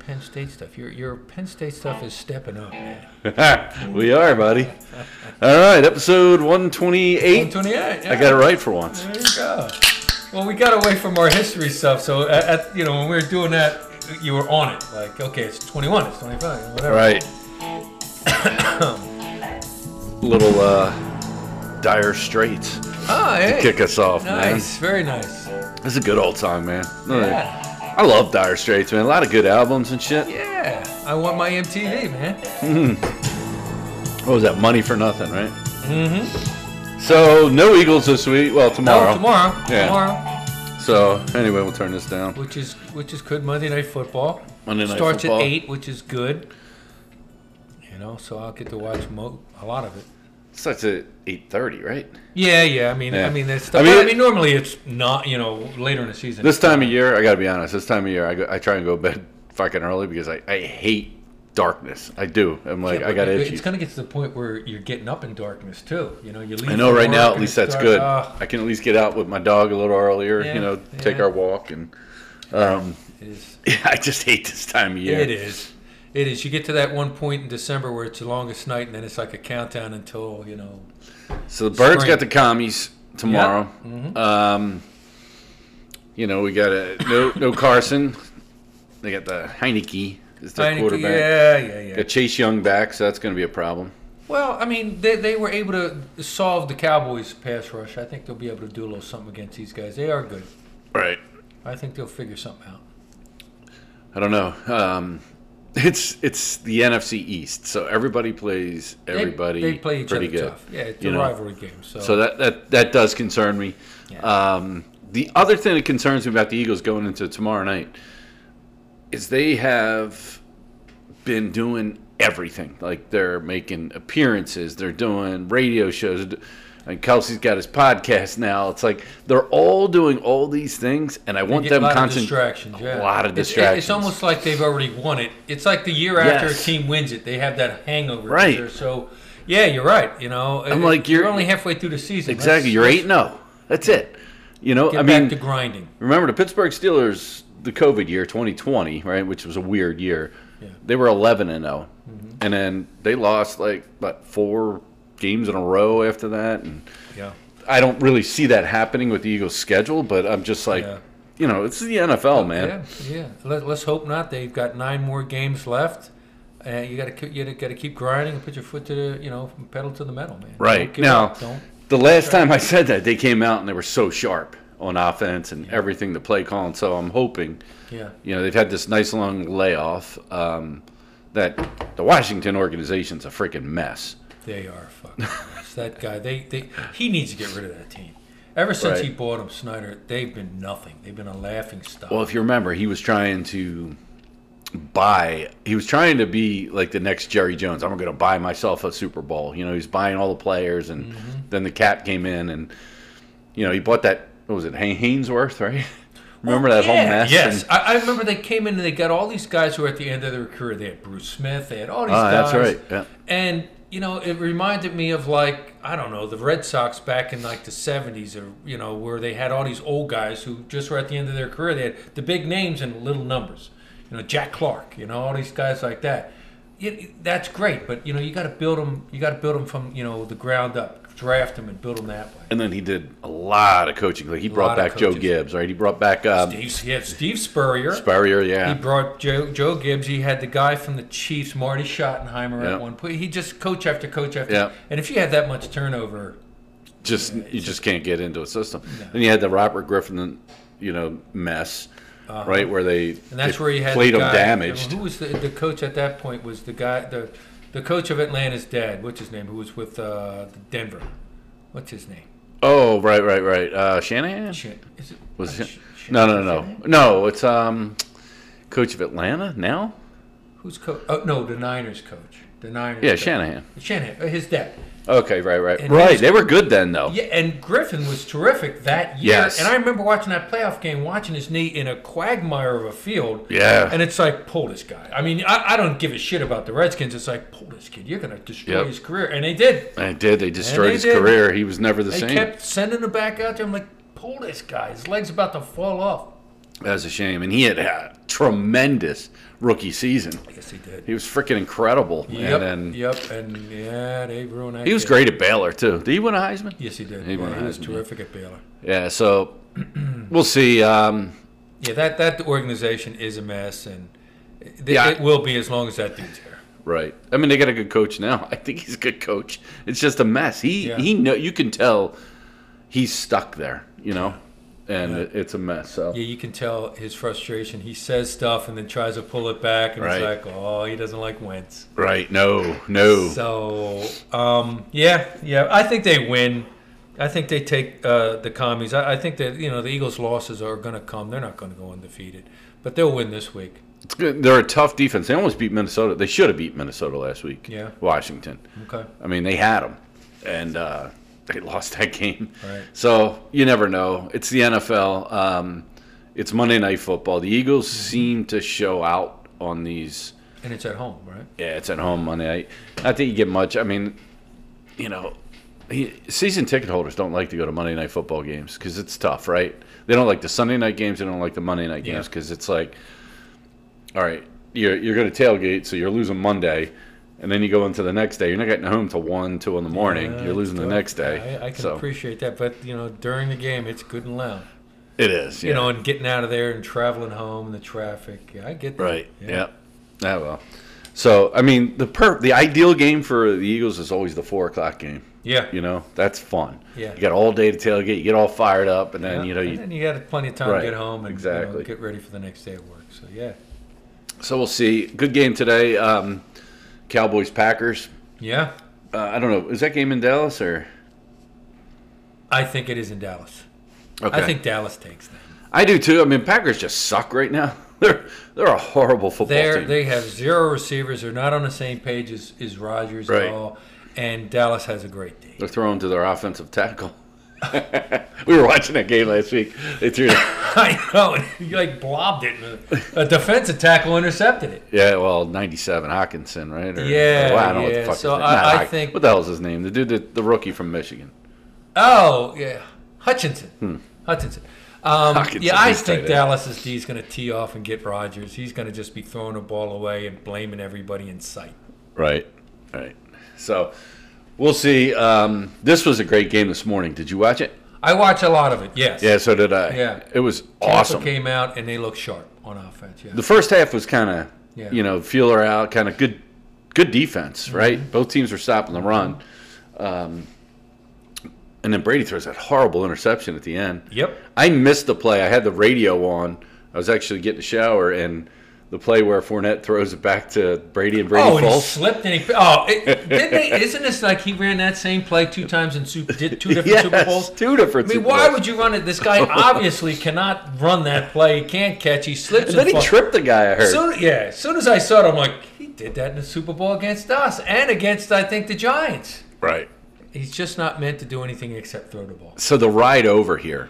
Penn State stuff. Your your Penn State stuff is stepping up, man. we are, buddy. All right, episode 128. 128. I got it right for once. There you go. Well, we got away from our history stuff, so at, at, you know when we were doing that, you were on it. Like, okay, it's 21, it's 25, whatever. Right. Little uh, Dire Straits Ah, hey. kick us off, nice, very nice. man. It's a good old song, man. Yeah. I love Dire Straits, man. A lot of good albums and shit. Yeah. I want my MTV, man. What was that? Money for Nothing, right? Mm-hmm. So no Eagles this week. Well, tomorrow. Mm-hmm. No, Oh, tomorrow. Yeah. Tomorrow. So anyway, we'll turn this down. Which is which is good. Monday night football. Monday Night Starts Football. at eight, which is good. You know, so I'll get to watch mo- a lot of it. Starts at 8:30, right? Yeah, yeah. I mean, Yeah. I mean, that's. I I mean, mean, it- I mean, normally it's not. You know, later in the season. This time of year, I gotta be honest. This time of year, I, go, I try and go to bed fucking early because I, I hate darkness. I do. I'm like Yeah, I but got it- itchy. It's gonna get to the point where you're getting up in darkness too. You know, you leave. I know for right work now, at and least it that's starts, good. ah, I can at least get out with my dog a little earlier. Yeah, you know, take yeah. our walk and. it is. Yeah, I just hate this time of year. It is. It is. You get to that one point in December where it's the longest night, and then it's like a countdown until you know. So the birds Spring. got the commies tomorrow. mm-hmm. Um, you know, we got a no no Carson. They got the Heineke is their Heineke, quarterback. yeah, yeah, yeah. Got Chase Young back, so that's going to be a problem. Well, I mean, they, they were able to solve the Cowboys' pass rush. I think they'll be able to do a little something against these guys. They are good. Right. I think they'll figure something out. I don't know. Um, it's it's the NFC East, so everybody plays They- everybody. they, play each pretty other good. tough. Yeah, it's you a know? rivalry game. So, So that that that does concern me. Yeah. Um, the other thing that concerns me about the Eagles going into tomorrow night is they have been doing everything. Like they're making appearances, they're doing radio shows, and Kelsey's got his podcast now. It's like they're all doing all these things, and I You want get a them lot of concentrating. distractions. Yeah. a lot of It's- it- It's, distractions. almost like they've already won it. It's like the year after Yes. a team wins it, they have that hangover. Right. They're So, yeah, you're right. You know, I'm like, you're- only halfway through the season. Exactly, Let's you're eight. No, that's it. You know, Get I back mean, to grinding. Remember the Pittsburgh Steelers, the COVID year, 2020, right, which was a weird year. Yeah. Mm-hmm. They were 11 and 0, and then they lost like what four games in a row after that. And Yeah. I don't really see that happening with the Eagles' schedule, but I'm just like, Yeah. you know, it's the NFL, man. Yeah, yeah. Let, let's hope not. They've got nine more games left. Uh, you got to you got to keep grinding and put your foot to the you know pedal to the metal, man. Right Don't give now, up. don't. the last time I said that, they came out and they were so sharp on offense and everything, the play call. And so I'm hoping Yeah, you know they've had this nice long layoff um, that the washington organization's a freaking mess they are fucking. nuts. that guy, they, they he needs to get rid of that team. Ever since Right. he bought him, Snyder, they've been nothing. They've been a laughing stock. well if you remember he was trying to buy he was trying to be like the next jerry jones i'm going to buy myself a super bowl you know he's buying all the players and Mm-hmm. then the cap came in and you know he bought that what was it Hay- hainsworth right remember that whole Oh, Yeah, mess Yes, And- I, I remember they came in and they got all these guys who were at the end of their career. They had Bruce Smith. They had all these Ah, that's guys. right, yeah. And you know, it reminded me of like I don't know the Red Sox back in like the seventies, or you know, where they had all these old guys who just were at the end of their career. They had the big names and little numbers. You know, Jack Clark. You know, all these guys like that. It, that's great, but you know, you got to build them. You got to build them from you know the ground up. Draft them and build them that way. and then he did a lot of coaching like he brought lot of back joe coaches. gibbs right he brought back um, Steve, yeah, Steve Spurrier. Spurrier, yeah He brought Joe, Joe Gibbs. He had the guy from the Chiefs, Marty Schottenheimer, Yeah. at one point. He just coach after coach after. Yeah. And if you have that much turnover, just you just can't get into a system. Then you had the Robert Griffin, you know, mess, right? Where they Uh-huh. and that's they where he had played the them guy- damaged. Who was the, the coach at that point? Was the guy the the coach of Atlanta's dad? What's his name? Who was with uh, Denver? What's his name? Oh, right, right, right. Uh, Shanahan Shit. Is it, was uh, it? Sh- Sh- no, no, no, Shanahan? no. It's um, coach of Atlanta now. Who's coach? Oh no, the Niners coach. The Niners. Yeah, coach. Shanahan. Shanahan, uh, his dad. Okay, right, right, And right. he's- They were good then, though. Yeah, and Griffin was terrific that year. Yes. And I remember watching that playoff game, watching his knee in a quagmire of a field. Yeah. And it's like, pull this guy. I mean, I, I don't give a shit about the Redskins. It's like, pull this kid. You're going to destroy Yep. his career. And they did. They did. They destroyed they his did. career. He was never the They same. kept sending him back out there. I'm like, pull this guy. His leg's about to fall off. That's a shame. And he had a tremendous rookie season. Yes, he did. He was freaking incredible. Yep. And then yep. And yeah, they ruined that. he was kid. great at Baylor, too. Did he win a Heisman? Yes, he did. He yeah, won he was Heisman, yeah. terrific at Baylor. Yeah, so we'll see. Um, Yeah, that that organization is a mess, and it, Yeah. it will be as long as that dude's here. right. I mean, they got a good coach now. I think he's a good coach. It's just a mess. He Yeah. he know you can tell he's stuck there, you know, and it, it's a mess. So Yeah, you can tell his frustration. He says stuff and then tries to pull it back, and Right. it's like, oh, he doesn't like Wentz. right, no, no, So, um, yeah, yeah, I think they win. I think they take uh, the commies. I, I think that you know the Eagles' losses are going to come. They're not going to go undefeated, but they'll win this week. it's good. they're a tough defense. They almost beat Minnesota. They should have beat Minnesota last week. Yeah. Washington. Okay, I mean, they had them, and uh, they lost that game. Right. So you never know. It's the NFL. Um, it's Monday Night Football. The Eagles Mm-hmm. seem to show out on these. and it's at home, right? Yeah, it's at home Monday night. I don't think you get much. I mean, you know, he, season ticket holders don't like to go to Monday Night Football games because it's tough, right? They don't like the Sunday night games. They don't like the Monday night Yeah. games because it's like, all right, you're you're going to tailgate, so you're losing Monday. And then you go into the next day. You're not getting home till one, two in the morning. Uh, You're losing the so next day. I, I can so appreciate that, but you know, during the game, it's good and loud. it is, yeah. You know, and getting out of there and traveling home and the traffic. Yeah, I get that. Right. Yeah. Ah well. So I mean, the per the ideal game for the Eagles is always the four o'clock game. Yeah. You know, that's fun. Yeah. You got all day to tailgate. You get all fired up, and then Yeah, you know and you. then you had plenty of time Right, to get home and you know, exactly. get ready for the next day at work. So yeah, So we'll see. Good game today. Um, Cowboys Packers. yeah, Uh, I don't know. Is that game in Dallas or? I think it is in Dallas. I think Dallas takes them. I do too. I mean, Packers just suck right now. They're they're a horrible football They team. they have zero receivers. They're not on the same page as is Rodgers Right. at all. And Dallas has a great day. They're throwing to their offensive tackle. we were watching that game last week. They threw. I know. He like blobbed it. and A a defensive tackle intercepted it. Yeah, well, ninety-seven Hawkinson, right? Or, Yeah, well, I don't know what the yeah, fuck his so name- I- not I Hock- think- what the hell's his name? The dude, that, the rookie from Michigan. Oh yeah, Hutchinson. Hmm. Hutchinson. Um, Hawkinson, yeah, I he's tight think end. Dallas' D is going to tee off and get Rodgers. He's going to just be throwing the ball away and blaming everybody in sight. Right, right. So we'll see. Um, this was a great game this morning. Did you watch it? I watch a lot of it. Yes. Yeah, so did I. Yeah. it was Tampa awesome. came out and they look sharp on offense. Yeah. The first half was kind of, Yeah. Mm-hmm. you know, feeler out, kind of good, good defense, right? Both teams were stopping the run, um, and then Brady throws that horrible interception at the end. yep. I missed the play. I had the radio on. I was actually getting a shower, and the play where Fournette throws it back to Brady and Brady Oh, and he falls. slipped and he. Oh, it, didn't they, isn't this like he ran that same play two times in super, did two different Yes, Super Bowls? two different I mean, Super why Bowls. would you run it? This guy obviously cannot run that play. He can't catch. He slips. And then he falls. tripped the guy. I heard. Soon, yeah, as soon as I saw it, I'm like, he did that in the Super Bowl against us and against, I think, the Giants. right. He's just not meant to do anything except throw the ball. So the ride over here,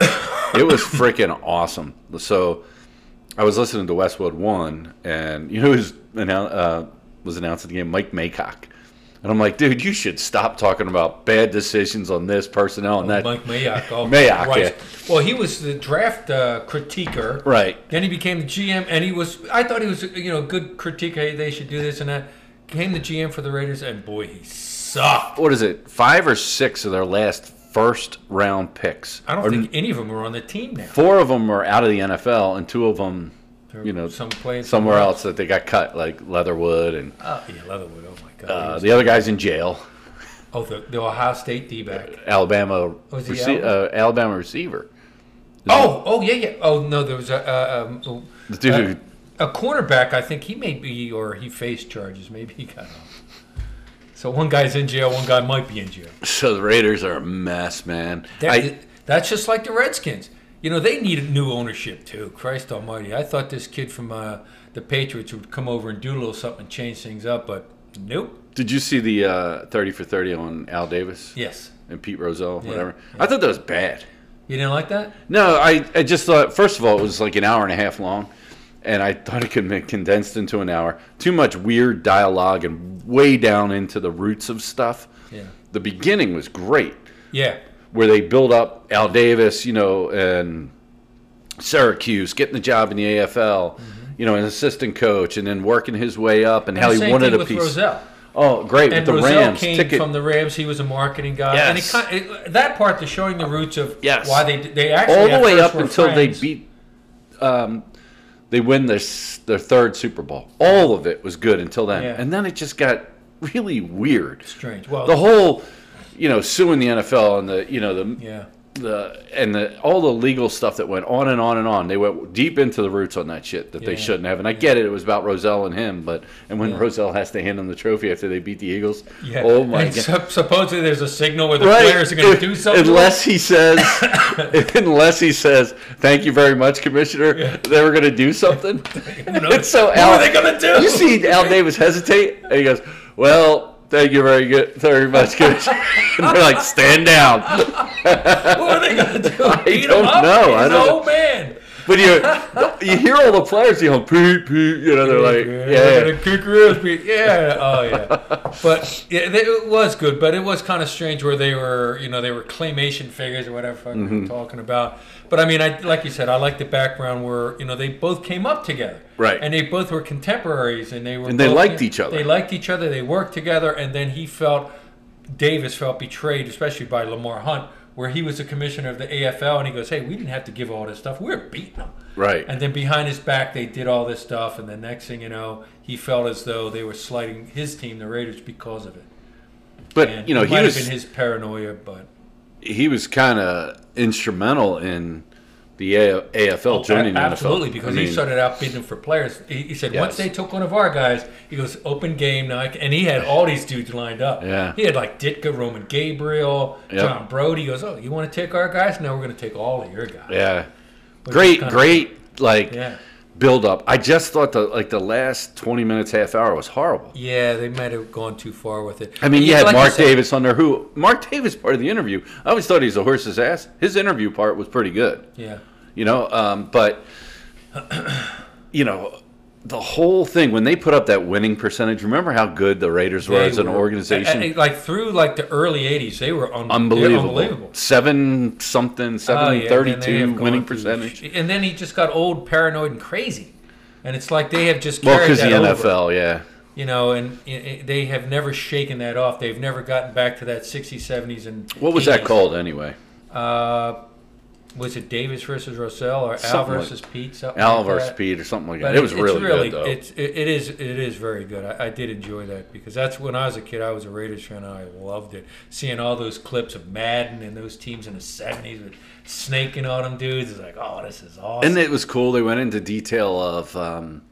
it was freaking awesome. So I was listening to Westwood One, and you know who's annou- uh, was announcing the game? Mike Maycock. And I'm like, dude, you should stop talking about bad decisions on this personnel and that. Mike Mayock. Oh, Mayock, Christ. yeah. Well, he was the draft uh, critiquer. Right. Then he became the GM, and he was. I thought he was, you know, a good critique. Hey, they should do this and that. Came the GM for the Raiders, and boy, he sucked. What is it? Five or six of their last first round picks. I don't Or think any of them are on the team now. four of them are out of the NFL, and two of them, you know, some playing somewhere else that they got cut, like Leatherwood, and Oh, yeah, Leatherwood. Oh my God. uh, the other guy's in jail. oh, the, the Ohio State D uh, back. Alabama, Was he rece- uh, Alabama receiver, Oh, oh yeah, yeah. Oh no, there was a uh, um, the dude uh, who a cornerback. I think he may be, or he faced charges. Maybe he got off. So one guy's in jail, one guy might be in jail. So the Raiders are a mess, man. That, I, that's just like the Redskins. You know, they need new ownership too. Christ Almighty! I thought this kid from uh, the Patriots would come over and do a little something and change things up, but nope. did you see the uh, thirty for thirty on Al Davis Yes, and Pete Rozelle, whatever? I thought that was bad. you didn't like that. No, I, I just thought first of all it was like an hour and a half long, and I thought it could be condensed into an hour. Too much weird dialogue and way down into the roots of stuff. Yeah, The beginning was great, yeah, where they build up Al Davis, you know, and Syracuse, getting the job in the AFL, Mm-hmm. you know, an assistant coach, and then working his way up, and, how he same wanted thing a with piece. Rozelle. Oh, great! And with the Rozelle Rams came ticket. from the Rams. He was a marketing guy, Yes. and it, kind- it, that part, the showing the roots of Yes. why they they actually all the at way first up were until friends. they beat, um, they win their s- their third Super Bowl. All of it was good until then, Yeah. and then it just got really weird. strange. Well, The whole, you know, suing the NFL and the you know the yeah, the and the all the legal stuff that went on and on and on. They went deep into the roots on that shit that they Yeah. shouldn't have. And I get it; it was about Roselle and him. But and when Yeah. Roselle has to hand him the trophy after they beat the Eagles, yeah. oh my and god! sup- supposedly there's a signal where the players are going If- to do something. Unless he says, unless he says, "Thank you very much, Commissioner." They were going to do something. Who knows? it's so what out- are they going to do? You see Al Davis hesitate, and he goes, "Well, thank you very good, very much, Commissioner." and they're like, "Stand down." what are they going to do? I Beat don't him up? know. I He's don't- old man. But you you hear all the players yelling, "Pete, Pete," you know, they're like, yeah, "Yeah." the Kukuru's beat- yeah, oh yeah. But yeah, they, it was good, but it was kind of strange where they were, you know, they were claymation figures or whatever fuck Mm-hmm. we were talking about. But I mean, I like you said, I like the background where you know they both came up together, Right. And they both were contemporaries, and they were And they both- liked each other. They liked each other. They worked together, and then he felt Davis felt betrayed, especially by Lamar Hunt. Where he was the commissioner of the AFL, and he goes, "Hey, we didn't have to give all this stuff. We were beating them. Right. And then behind his back, they did all this stuff, and the next thing you know, he felt as though they were slighting his team, the Raiders, because of it. But And you know, it he might was have been his paranoia, but he was kind of instrumental in the A- AFL joining Oh, A- the NFL. absolutely because I mean, he started out beating them for players. He, he said once Yes. they took one of our guys, he goes open game now, I c- and he had all these dudes lined up. Yeah. he had like Ditka, Roman Gabriel, Yep. John Brody. He goes, oh, you want to take our guys? Now we're going to take all of your guys. Yeah, Which is great, kinda- great, like Yeah. build up. I just thought the like the last twenty minutes, half hour was horrible. Yeah, they might have gone too far with it. I mean, you Yeah, had like I Mark said- Davis on there. Who Mark Davis part of the interview? I always thought he was a horse's ass. His interview part was pretty good. Yeah. you know um, but you know the whole thing when they put up that winning percentage remember how good the raiders were They as an were- organization I- I- like through like the early '80s, they were un- unbelievable. they're unbelievable. seven something Oh, yeah, seven and thirty-two then they have gone winning through the percentage sh- and then he just got old, paranoid, and crazy. And it's like they have just well carried because the that nfl over, yeah you know, and i- i- they have never shaken that off. They've never gotten back to that '60s, '70s, and what was 80s. that called anyway Uh, was it Davis versus Rosell or Al Something like- versus Pete? Something al like versus that? pete or something like But that it was it's really, good though It's, it, it is it is very good. I, I did enjoy that because that's when I was a kid. I was a Raiders fan. and I loved it. Seeing all those clips of Madden and those teams in the seventies with snaking on them dudes is like, oh, this is awesome. And it was cool. They went into detail of um,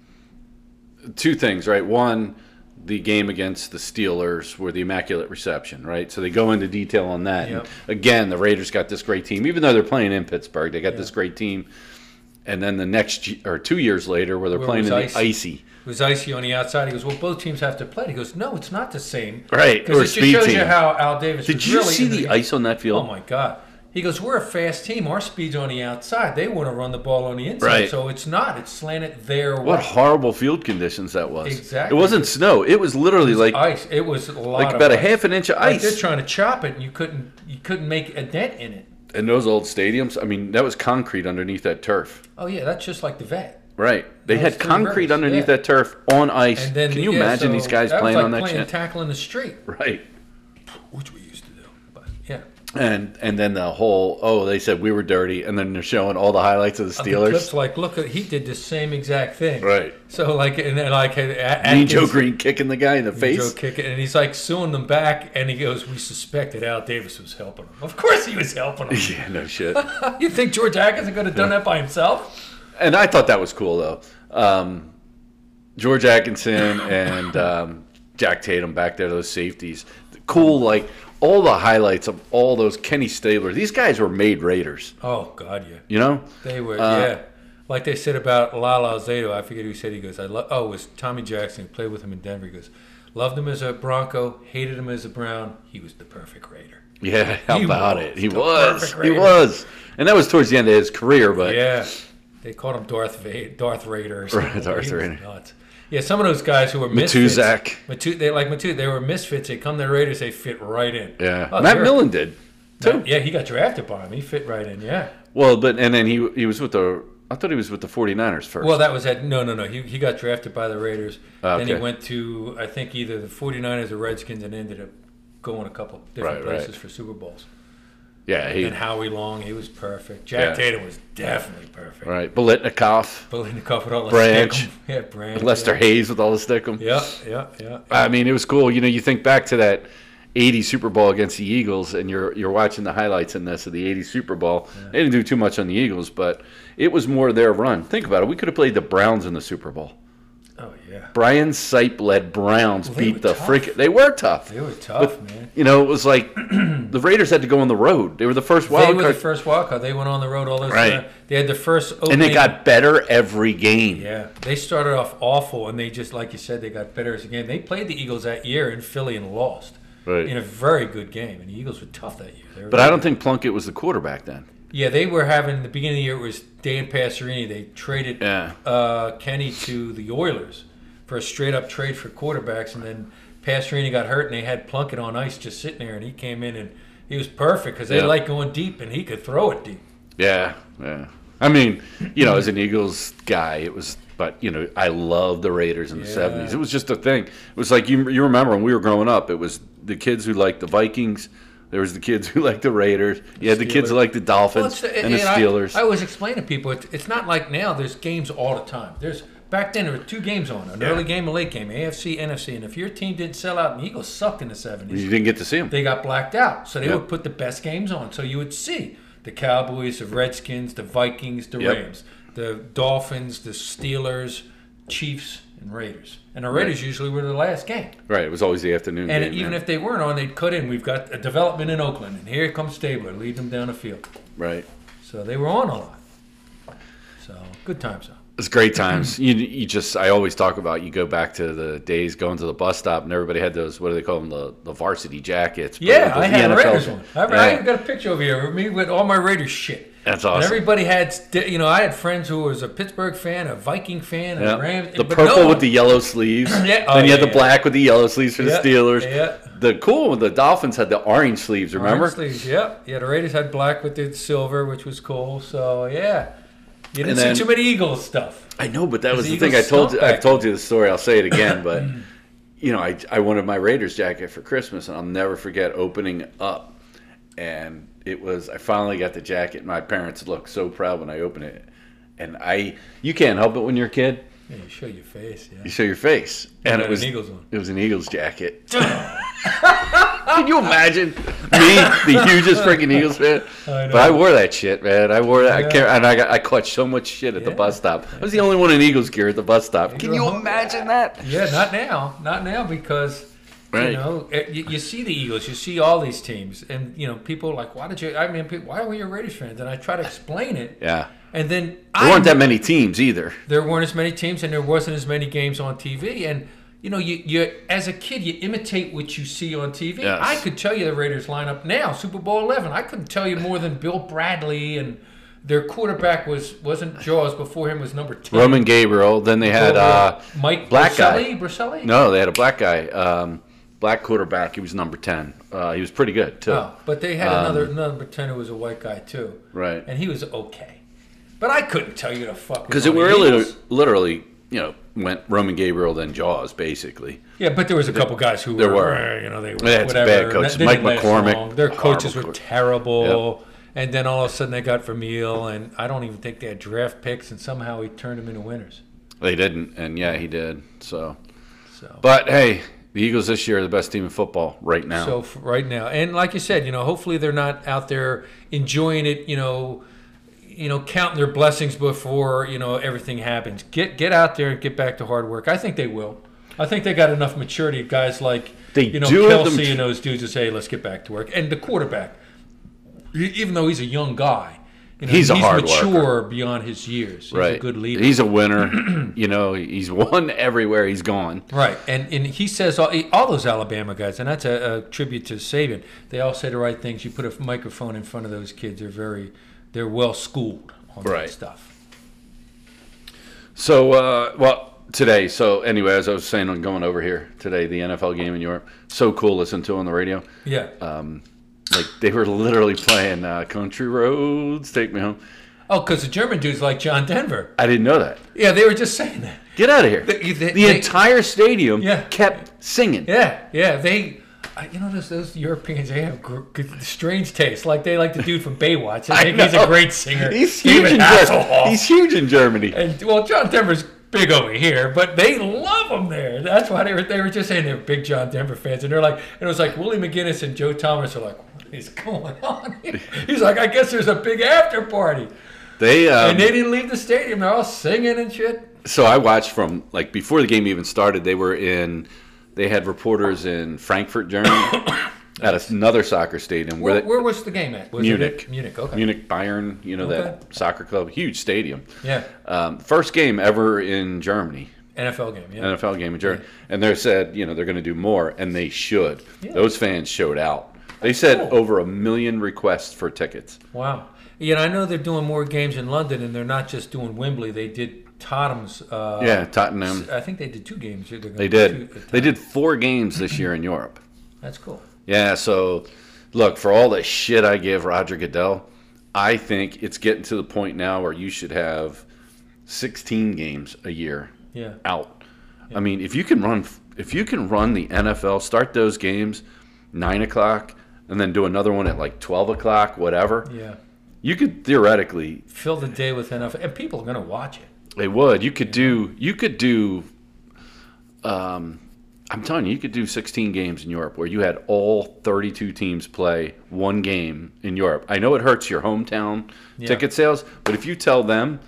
two things, right? One, the game against the Steelers were the immaculate reception, right? So they go into detail on that. Yep. And again, the Raiders got this great team, even though they're playing in Pittsburgh. They got this great team. And then the next y- or two years later, where they're Where playing it in was the icy, it was icy on the outside. He goes, well, both teams have to play. He goes, no, it's not the same. right? Because Or it just speed shows team. you how Al Davis. Did was you really see into the game. ice on that field? Oh my God. He goes, We're a fast team. Our speed's on the outside. They want to run the ball on the inside. Right. So it's not. It's slanted their What way. horrible field conditions that was! Exactly. It wasn't snow. It was literally like ice. It was a lot like of about a ice. half an inch of Like ice. they're trying to chop it, and you couldn't you couldn't make a dent in it. in those old stadiums, I mean, that was concrete underneath that turf. Oh yeah, that's just like the vet. Right. They Those had three concrete rivers, underneath yeah. that turf on ice. And then Can you yeah, imagine so these guys that was playing like on that playing shit? tackle in the street, right. which we used to do. But yeah, And and then the whole oh they said we were dirty and then they're showing all the highlights of the But the Steelers. clips like look, he did the same exact thing. Right. So like and then like A- A- And Joe Atkins- Green kicking the guy in the Joe face. kick it, and he's like suing them back, and he goes, "We suspected Al Davis was helping him. Of course he was helping him. Yeah, no shit. you think George Atkinson could have done that by himself? and I thought that was cool though. Um, George Atkinson and um, Jack Tatum back there, those safeties, cool. Like all the highlights of all those Kenny Stabler. These guys were made Raiders. Oh God, yeah. You know, They were, Uh, yeah. Like they said about Lala Zato, I forget who said he goes, I love, oh, it was Tommy Jackson who played with him in Denver. He goes, loved him as a Bronco, hated him as a Brown. He was the perfect Raider. Yeah, how He about was it? He the was. perfect He Raider. was. And that was towards the end of his career, but Yeah. They called him Darth Vader, Darth Raider. Or something. Darth He was Raider. nuts. Yeah, some of those guys who were misfits. Matuzak. Matu, they like Matu. They were misfits. They come to the Raiders, they fit right in. yeah. Oh, Matt they're- Millen did too. Yeah, he got drafted by him. He fit right in. Yeah. Well, but and then he he was with the I thought he was with the 49ers first. Well, that was at no, no, no. He, he got drafted by the Raiders. Ah, Then he okay. went to I think either the 49ers or Redskins and ended up going a couple different Right, right. places for Super Bowls. yeah, he and Howie Long, he was perfect. Jack Yeah. Tatum was definitely perfect. Right. right. Bolitnikoff, Bolitnikoff with all the Branch. stick 'em. yeah, Branch, Lester Uh, Hayes with all the stickum. Yeah, yeah, yeah. yeah. I mean, it was cool. You know, you think back to that 80 Super Bowl against the Eagles, and you're you're watching the highlights in this of the 80 Super Bowl. They didn't do too much on the Eagles, but it was more their run. Think about it. We could have played the Browns in the Super Bowl. Oh yeah, Brian Sipe led Browns Well, they were beat the tough. freak. They were tough. they were tough, man. You know, it was like the Raiders had to go on the road. They were the first They wild were card, the first wild card. They went on the road all those Right. time. They had the first opening. and they got better every game. Yeah, they started off awful, and they just, like you said, they got better as a game. They played the Eagles that year in Philly and lost Right. in a very good game, and the Eagles were tough that year. They were- But I don't think Plunkett was the quarterback then. yeah, they were having the beginning of the year it was Dan Passerini. They traded Yeah. uh, Kenny to the Oilers for a straight up trade for quarterbacks, and then Passerini got hurt, and they had Plunkett on ice just sitting there, and he came in and he was perfect because they Yeah. like going deep, and he could throw it deep. Yeah, yeah. I mean, you know, as an Eagles guy, it was. But you know, I loved the Raiders in the Yeah. seventies. It was just a thing. It was like you you remember when we were growing up. It was the kids who liked the Vikings. There was the kids who liked the Raiders. You had the kids who Steelers. liked the Well, Dolphins it's- uh, and the and I- Steelers. I, always explain to people, it's, it's not like now. There's games all the time. There's back then there were two games on: an Yeah. early game, a late game, AFC, NFC. And if your team didn't sell out, and the Eagles sucked in the '70s, you didn't get to see them. they got blacked out. So they Yep. would put the best games on. So you would see the Cowboys, the Redskins, the Vikings, the Yep. Rams, the Dolphins, the Steelers, Chiefs, and Raiders. And the Raiders usually were the last game. Right. It was always the afternoon And game. even man. if they weren't on, they'd cut in. We've got a development in Oakland, and here comes Stabler, lead them down the field. right. So they were on a lot. So good times though. It's great times. you you just I always talk about you go back to the days going to the bus stop and everybody had those what do they call them the, the varsity jackets. but Yeah, the- I had the a NFL Raiders one. I, I Yeah. even got a picture over here of me with all my Raiders shit. That's And awesome. everybody had, st- you know, I had friends who was a Pittsburgh fan, a Viking fan, a Yeah. Rams. The but purple no with one- the yellow sleeves. Yeah. Oh, then you had yeah, the yeah. black with the yellow sleeves for Yeah, the Steelers. yeah. The cool one, the Dolphins had the orange sleeves, remember? orange sleeves. Yep. Yeah, the Raiders had black with the silver, which was cool. So yeah, you didn't And then- see too many Eagles stuff. I know, but that was the the thing I Eagles told you. stunk I've back told you the story. I'll say it again, but you know, I, I wanted my Raiders jacket for Christmas, and I'll never forget opening up, and it was I finally got the jacket. My parents looked so proud when I opened it, and I you can't help it when you're a kid. Yeah, you show your face. You Yeah. show your face, and had it an was Eagles one. It was an Eagles jacket. Can you imagine me, the hugest freaking Eagles fan? I know. but I wore that shit, man. I wore that. I Yeah. can't, and I got, I caught so much shit at the Yeah. bus stop. I was the only one in Eagles gear at the bus stop. Can were you hungry. imagine that? Yeah, not now. Not now because. Right. You know, eh, you, you see the Eagles, you see all these teams, and you know people are like, why did you? I mean, people, why were you Raiders fans? And I try to explain it, Yeah. and then There I weren't that many teams either. there weren't as many teams and there wasn't as many games on TV. And you know, you, you as a kid, you imitate what you see on TV. Yes. I could tell you the Raiders lineup now, Super Bowl eleven. I couldn't tell you more than Bill Bradley and their quarterback was wasn't Jaws before him was number ten. Roman Gabriel. Then they had uh, Mike black guy. Briselli, Briselli? No, they had a black guy, um, black quarterback. He was number ten. Uh, he was pretty good too. Oh, but they had another um, number ten who was a white guy too, Right. and he was okay. But I couldn't tell you the fuck was Because it on the really, Eagles. literally, you know, went Roman Gabriel then Jaws, basically. Yeah, but there was a couple guys who There were, eh, were. you know, they were Yeah, it's a bad whatever. coach. They Mike didn't last McCormick, long. Their horrible coaches were coach. terrible. And then all of a sudden they got Vermeil, and I don't even think they had draft picks, and somehow he turned them into winners. They didn't, and yeah, he did. So, So, but hey, the Eagles this year are the best team in football right now. so f- right now, and like you said, you know, hopefully they're not out there enjoying it, you know, you know, counting their blessings before you know everything happens. Get get out there and get back to hard work. I think they will. I think they got enough maturity. Guys like They you know do have the Kelsey mat- and those dudes to say, "Hey, let's get back to work." And the quarterback, e- even though he's a young guy, you know, He's a hard mature worker. beyond his years. He's right, a good leader. He's a winner. you know, he's won everywhere he's gone. Right, and and he says all, all those Alabama guys, and that's a, a tribute to Saban. They all say the right things. You put a microphone in front of those kids; they're very, they're well schooled on Right. that stuff. So, uh, well, today. So, anyway, as I was saying, I'm going over here today. The NFL game in Europe, so cool. Listen to on the radio. Yeah, Uh, Um, like they were literally playing uh, "Country Roads Take Me Home," Oh, because the German dudes like John Denver. I didn't know that. Yeah, they were just saying that. Get out of here. They- The, they- they- entire stadium Yeah. kept singing. Yeah, yeah. They, I- you know, those those Europeans, they have gr- g- strange tastes. Like they like the dude from Baywatch. I I think he's know. a great singer. He's huge David in Hasselhoff. Germany. He's huge in Germany. And well, John Denver's big over here, but they love him there. That's why they were they were just saying they're big John Denver fans, and they're like, and it was like Willie McGinnis and Joe Thomas are like, what is going on? Here? He's like, I guess there's a big after party, They um, and they didn't leave the stadium. They're all singing and shit. so I watched from like before the game even started. They were in. They had reporters in Frankfurt, Germany, at another soccer stadium where, Where, they- where was the game at? Was it Munich. at Munich. Okay. Munich Bayern, you know Okay. that soccer club, huge stadium. Yeah. Um, first game ever in Germany, NFL game. Yeah. NFL game in Germany, and they said you know they're going to do more, and they should. Yeah. Those fans showed out. They said Cool. over a million requests for tickets. Wow. You know, I know they're doing more games in London, and they're not just doing Wembley. They did Tottenham's. Uh, yeah, Tottenham. I think they did two games. They're gonna They do did. two at They Tottenham. did four games this year in Europe. That's cool. Yeah, so look, for all the shit I give Roger Goodell, I think it's getting to the point now where you should have 16 games a year Yeah. out. I mean, if you can run, if you can run the NFL, start those games nine o'clock, and then do another one at like 12 o'clock, whatever. Yeah. You could theoretically, fill the day with NFL, and people are going to watch it. they would. You could do, you could do. Um, I'm telling you, you could do 16 games in Europe where you had all 32 teams play one game in Europe. I know it hurts your hometown ticket sales, but if you tell them,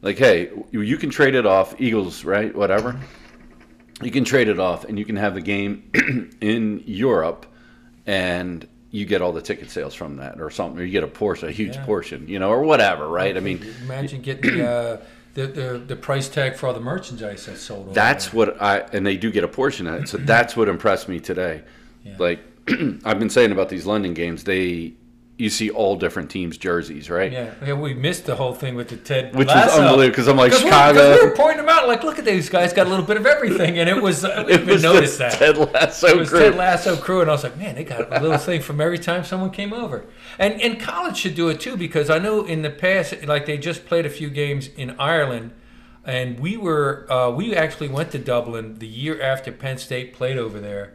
like, hey, you- you can trade it off, Eagles, right? Whatever. You can trade it off and you can have the game in Europe and you get all the ticket sales from that or something, or you get a portion, a huge Yeah. portion, you know, or whatever, right? I mean, Imagine getting uh, the, the the price tag for all the merchandise that's sold. over That's what I and they do get a portion of it. So that's what impressed me today. Yeah. Like I've been saying about these London games, they you see all different teams' jerseys, right? there. Yeah, yeah, we missed the whole thing with the Ted, Which is unbelievable because I'm like Because we, 'cause we were Chicago. pointing them out, like, look at these guys, got a little bit of everything, and it was I didn't It even was notice the that. Ted Lasso it was group. Ted Lasso crew, and I was like, man, they got a little thing from every time someone came over. And and college should do it too because I know in the past, like they just played a few games in Ireland, and we were uh, we actually went to Dublin the year after Penn State played over there,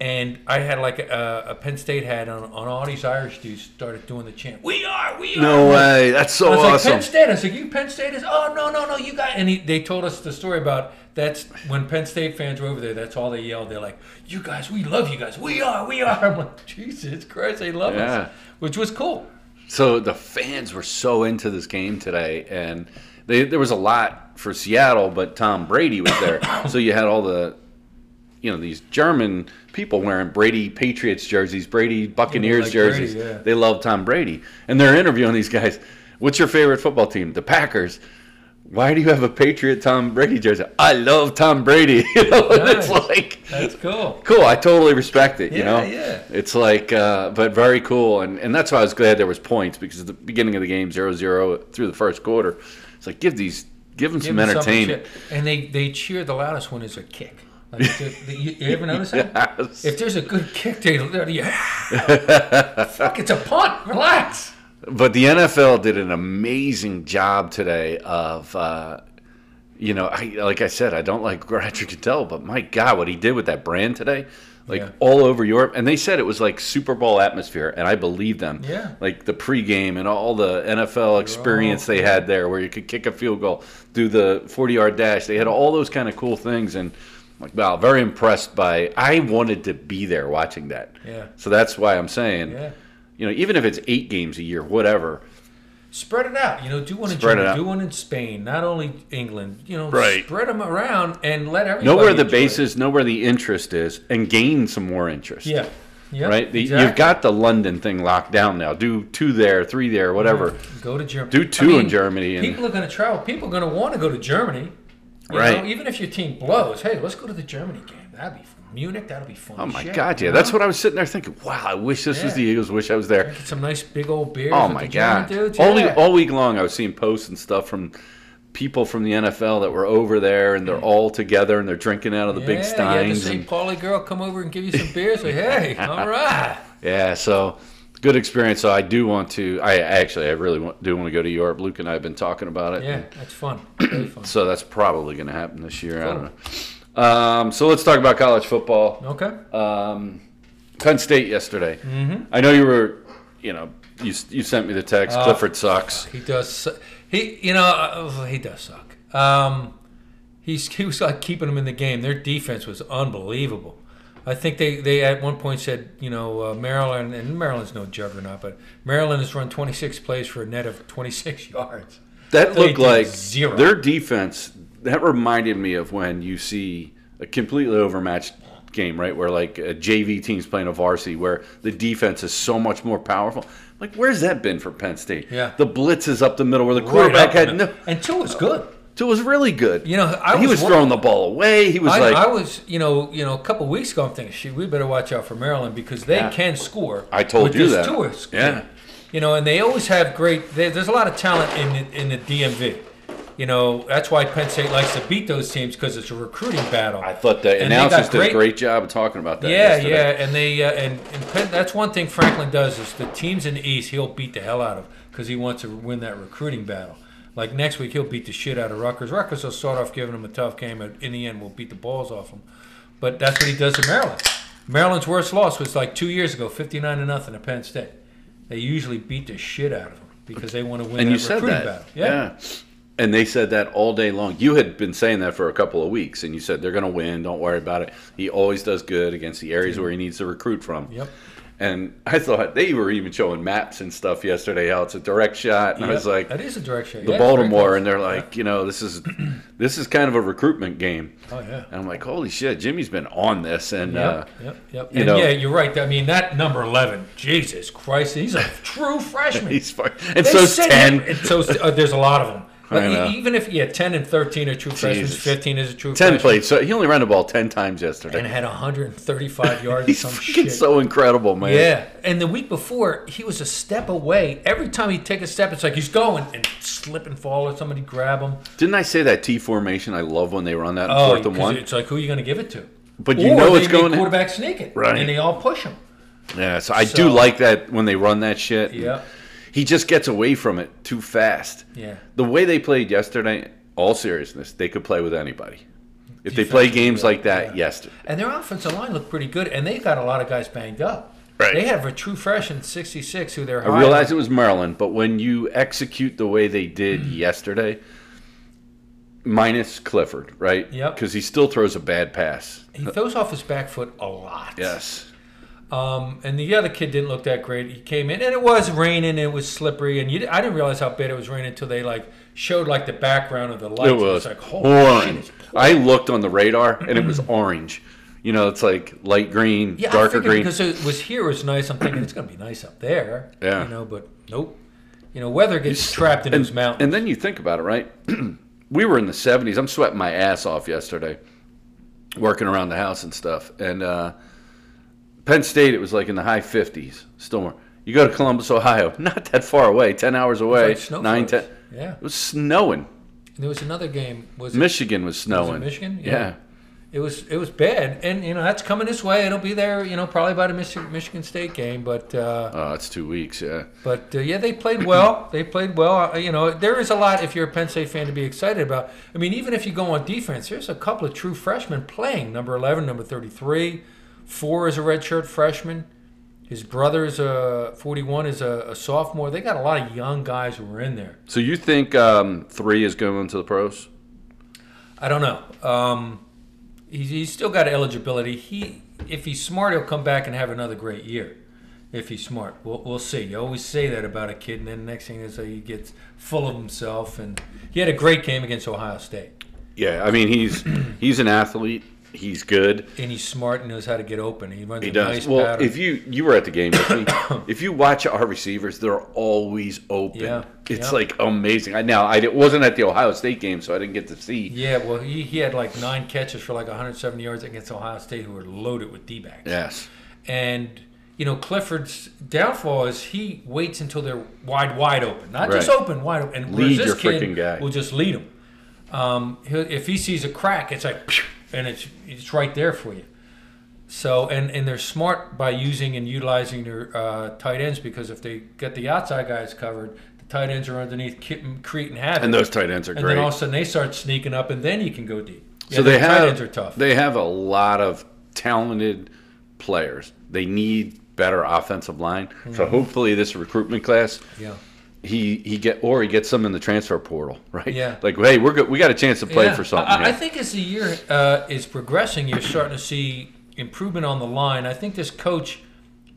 and I had like a, a Penn State hat on, on all these Irish dudes started doing the chant. We are, we are. no way, that's so I was Oh, awesome. like Penn State. I was like, "You Penn State is? Oh no, no, no! You got." And he, they told us the story about that's when Penn State fans were over there. That's all they yelled. They're like, "You guys, we love you guys. We are, we are." I'm like, Jesus Christ, they love Yeah. us, which was cool. So the fans were so into this game today, and they, there was a lot for Seattle, but Tom Brady was there, so you had all the, you know, these German people wearing Brady Patriots jerseys, Brady Buccaneers like Brady, jerseys. yeah. They love Tom Brady, and they're interviewing these guys. What's your favorite football team? The Packers. Why do you have a Patriot Tom Brady jersey? I love Tom Brady. you know, and it's Nice. like That's cool. cool. I totally respect it. you Yeah, know, yeah. It's like, uh, but very cool, and and that's why I was glad there was points because at the beginning of the game, 0-0 through the first quarter, it's like give these, give them Give some them something entertainment. shit. And they they cheer the loudest when it's a kick. Like, it's a- the- you, you ever notice that? Yes. If there's a good kick, they they're- yeah. Fuck, it's a punt. Relax. But the NFL did an amazing job today of, uh, you know, I, like I said, I don't like Roger Goodell, but my God, what he did with that brand today, like Yeah. all over Europe. And they said it was like Super Bowl atmosphere, and I believe them. Yeah. Like the pregame and all the NFL experience they had there where you could kick a field goal, do the 40 yard dash. They had all those kind of cool things. And, like, wow, very impressed by I wanted to be there watching that. Yeah. So that's why I'm saying Yeah. you know, even if it's eight games a year, whatever. spread it out. You know, do one in Spread it Germany, out. do one in Spain, not only England. You know, Right. spread them around and let everybody Know where the enjoy base it. is, know where the interest is, and gain some more interest. Yeah, yeah. Right? The, exactly. You've got the London thing locked down now. Do two there, three there, whatever. go to Germany. Do two in Germany and- people are going to travel. People are going to want to go to Germany. You Right. Know, even if your team blows, hey, let's go to the Germany game. That'd be fun. Munich. That'll be fun. Oh my shit, God, you yeah. know? That's what I was sitting there thinking. Wow, I wish this was Yeah. the Eagles. Wish I was there. Get some nice big old beers. Oh with my the German God. Dudes. All, week, yeah. all week long, I was seeing posts and stuff from people from the NFL that were over there, and they're all together and they're drinking out of the Yeah, big you had the steins. St. and- Pauli girl come over and give you some beers. Like, hey, all right. Yeah, so good experience. So I do want to. I actually, I really want, do want to go to Europe. Luke and I have been talking about it. Yeah, that's fun. Very fun. So that's probably going to happen this year. I don't know. Um, so let's talk about college football. Okay. Um, Penn State yesterday. I know you were, you know, you, you sent me the text. Clifford sucks. He does. su- He, you know, uh, he does suck. Um, he's he was like keeping them in the game. Their defense was unbelievable. I think they, they at one point said, you know, uh, Maryland and Maryland's no juggernaut, but Maryland has run 26 plays for a net of 26 yards. That They looked did like zero. their defense. That reminded me of when you see a completely overmatched game, right? Where like a JV team's playing a varsity, where the defense is so much more powerful. Like, where's that been for Penn State? Yeah. the blitzes up the middle, where the quarterback Right up- had no. and two was good. It was really good. You know, I he was was wor- throwing the ball away. He was I, like, I I, was, you know, you know, a couple weeks ago, I'm thinking, shoot, we better watch out for Maryland because they Yeah. can score. I told with you this that. Tourist Yeah. group. you know, and they always have great. There, there's a lot of talent in the, in the DMV. You know, that's why Penn State likes to beat those teams because it's a recruiting battle. thought the And they announcers got did a great- great job of talking about that. yeah, yesterday. yeah, and they uh, and, and Penn, that's one thing Franklin does is the teams in the East he'll beat the hell out of because he wants to win that recruiting battle. Like next week he'll beat the shit out of Rutgers. Rutgers will start off giving him a tough game, but in the end we'll beat the balls off him. But that's what he does to Maryland. Maryland's worst loss was like two years ago, fifty-nine to nothing at Penn State. They usually beat the shit out of them because they want to win and that you said recruiting that, battle. And they said that all day long. You had been saying that for a couple of weeks, and you said they're going to win. Don't worry about it. He always does good against the areas where he needs to recruit from. Yep. And I thought they were even showing maps and stuff yesterday. How it's a direct shot, and I was Yep. like, that is a direct shot. the Yeah, it's very Baltimore, close. and they're like, you know, this is this is kind of a recruitment game. oh yeah. And I'm like, holy shit, Jimmy's been on this, and Yep, uh, yep, yep. you and know- yeah, you're right. I mean, that number 11, Jesus Christ, he's a true freshman. he's fine. And They so's said- ten. And so uh, there's a lot of them. But I e- know. even if, yeah, 10 and 13 are true freshmen, Jesus. 15 is a true Ten freshman. plays. So he only ran the ball ten times yesterday. And had 135 yards or He's some fucking shit. so incredible, man. yeah. And the week before, he was a step away. Every time he'd take a step, it's like he's going and slip and fall or somebody grab him. Didn't I say that T formation? I love when they run that in Oh, fourth and 'cause one. it's like, who are you going to give it to? But you Or know they it's make going- quarterback sneak it. Right. And they all push him. Yeah, so I So- do like that when they run that shit. Yeah. He just gets away from it too fast. Yeah. The way they played yesterday, all seriousness, they could play with anybody. If they play Defensively, games like that, yeah. yes. And their offensive line looked pretty good, and they got a lot of guys banged up. Right. They have a true freshman, 66, who they're I realize it was Maryland, but when you execute the way they did Mm. yesterday, minus Clifford, right? Yep. Because he still throws a bad pass. He throws off his back foot a lot. Yes. Um, and the other kid didn't look that great. He came in, and it was raining, and it was slippery, and you, di- I didn't realize how bad it was raining until they like showed like the background of the lights. It and was like holy shit, orange. it's- I looked on the radar and it was orange. You know, it's like light green, yeah, I darker figured green. Because it was here, it was nice. I'm thinking it's gonna be nice up there. Yeah. You know, but nope. You know, weather gets trapped in those mountains. And then you think about it, right? we were in the 70s. I'm sweating my ass off yesterday, working around the house and stuff. And uh, Penn State, it was like in the high 50s, still warm. You go to Columbus, Ohio, not that far away, 10 hours away, Like snow 9, 10. flurries. Yeah. It was snowing. And there was another game. Was it Michigan was snowing. Michigan? Yeah. Yeah. it was it was bad, and you know that's coming this way. It'll be there, you know, probably by the Michi- Michigan State game. But uh, Oh, it's two weeks, yeah. but uh, yeah, they played well. They played well. Uh, You know, there is a lot if you're a Penn State fan to be excited about. I mean, even if you go on defense, there's a couple of true freshmen playing. Number eleven, number thirty-three, four is a redshirt freshman. His brother is a forty-one is a, a sophomore. They got a lot of young guys who are in there. So you think um, three is going to the pros? I don't know. Um, he's, he's still got eligibility. He, if he's smart, he'll come back and have another great year. If he's smart, we'll, we'll see. You always say that about a kid, and then next thing is that he gets full of himself. And he had a great game against Ohio State, Yeah, I mean he's he's an athlete. He's good. and he's smart and knows how to get open. He runs He a does. nice well, pattern. if you you were at the game with me, if you watch our receivers, they're always open. Yeah, It's yeah. like amazing. I now I di- wasn't at the Ohio State game, so I didn't get to see. yeah, well, he, he had like nine catches for like 170 yards against Ohio State, who were loaded with D backs. Yes. And you know Clifford's downfall is he waits until they're wide, wide open, not just Right. open, wide open. And Lead whereas your this kid frickin' guy. will just lead him. Um, he'll- if he sees a crack, it's like, "Phew," and it's it's right there for you. So and and they're smart by using and utilizing their uh, tight ends because if they get the outside guys covered, the tight ends are underneath, ki- creating havoc. And those tight ends are And great. then all of a sudden they start sneaking up, and then you can go deep. Yeah, so they their have tight ends are tough. they have a lot of talented players. They need better offensive line. So Mm-hmm. hopefully this recruitment class yeah, he he get or he gets them in the transfer portal, right? Yeah. Like hey, we're good. we got a chance to play Yeah. for something. I, I here. think as the year uh, is progressing, you're starting to see improvement on the line. I think this coach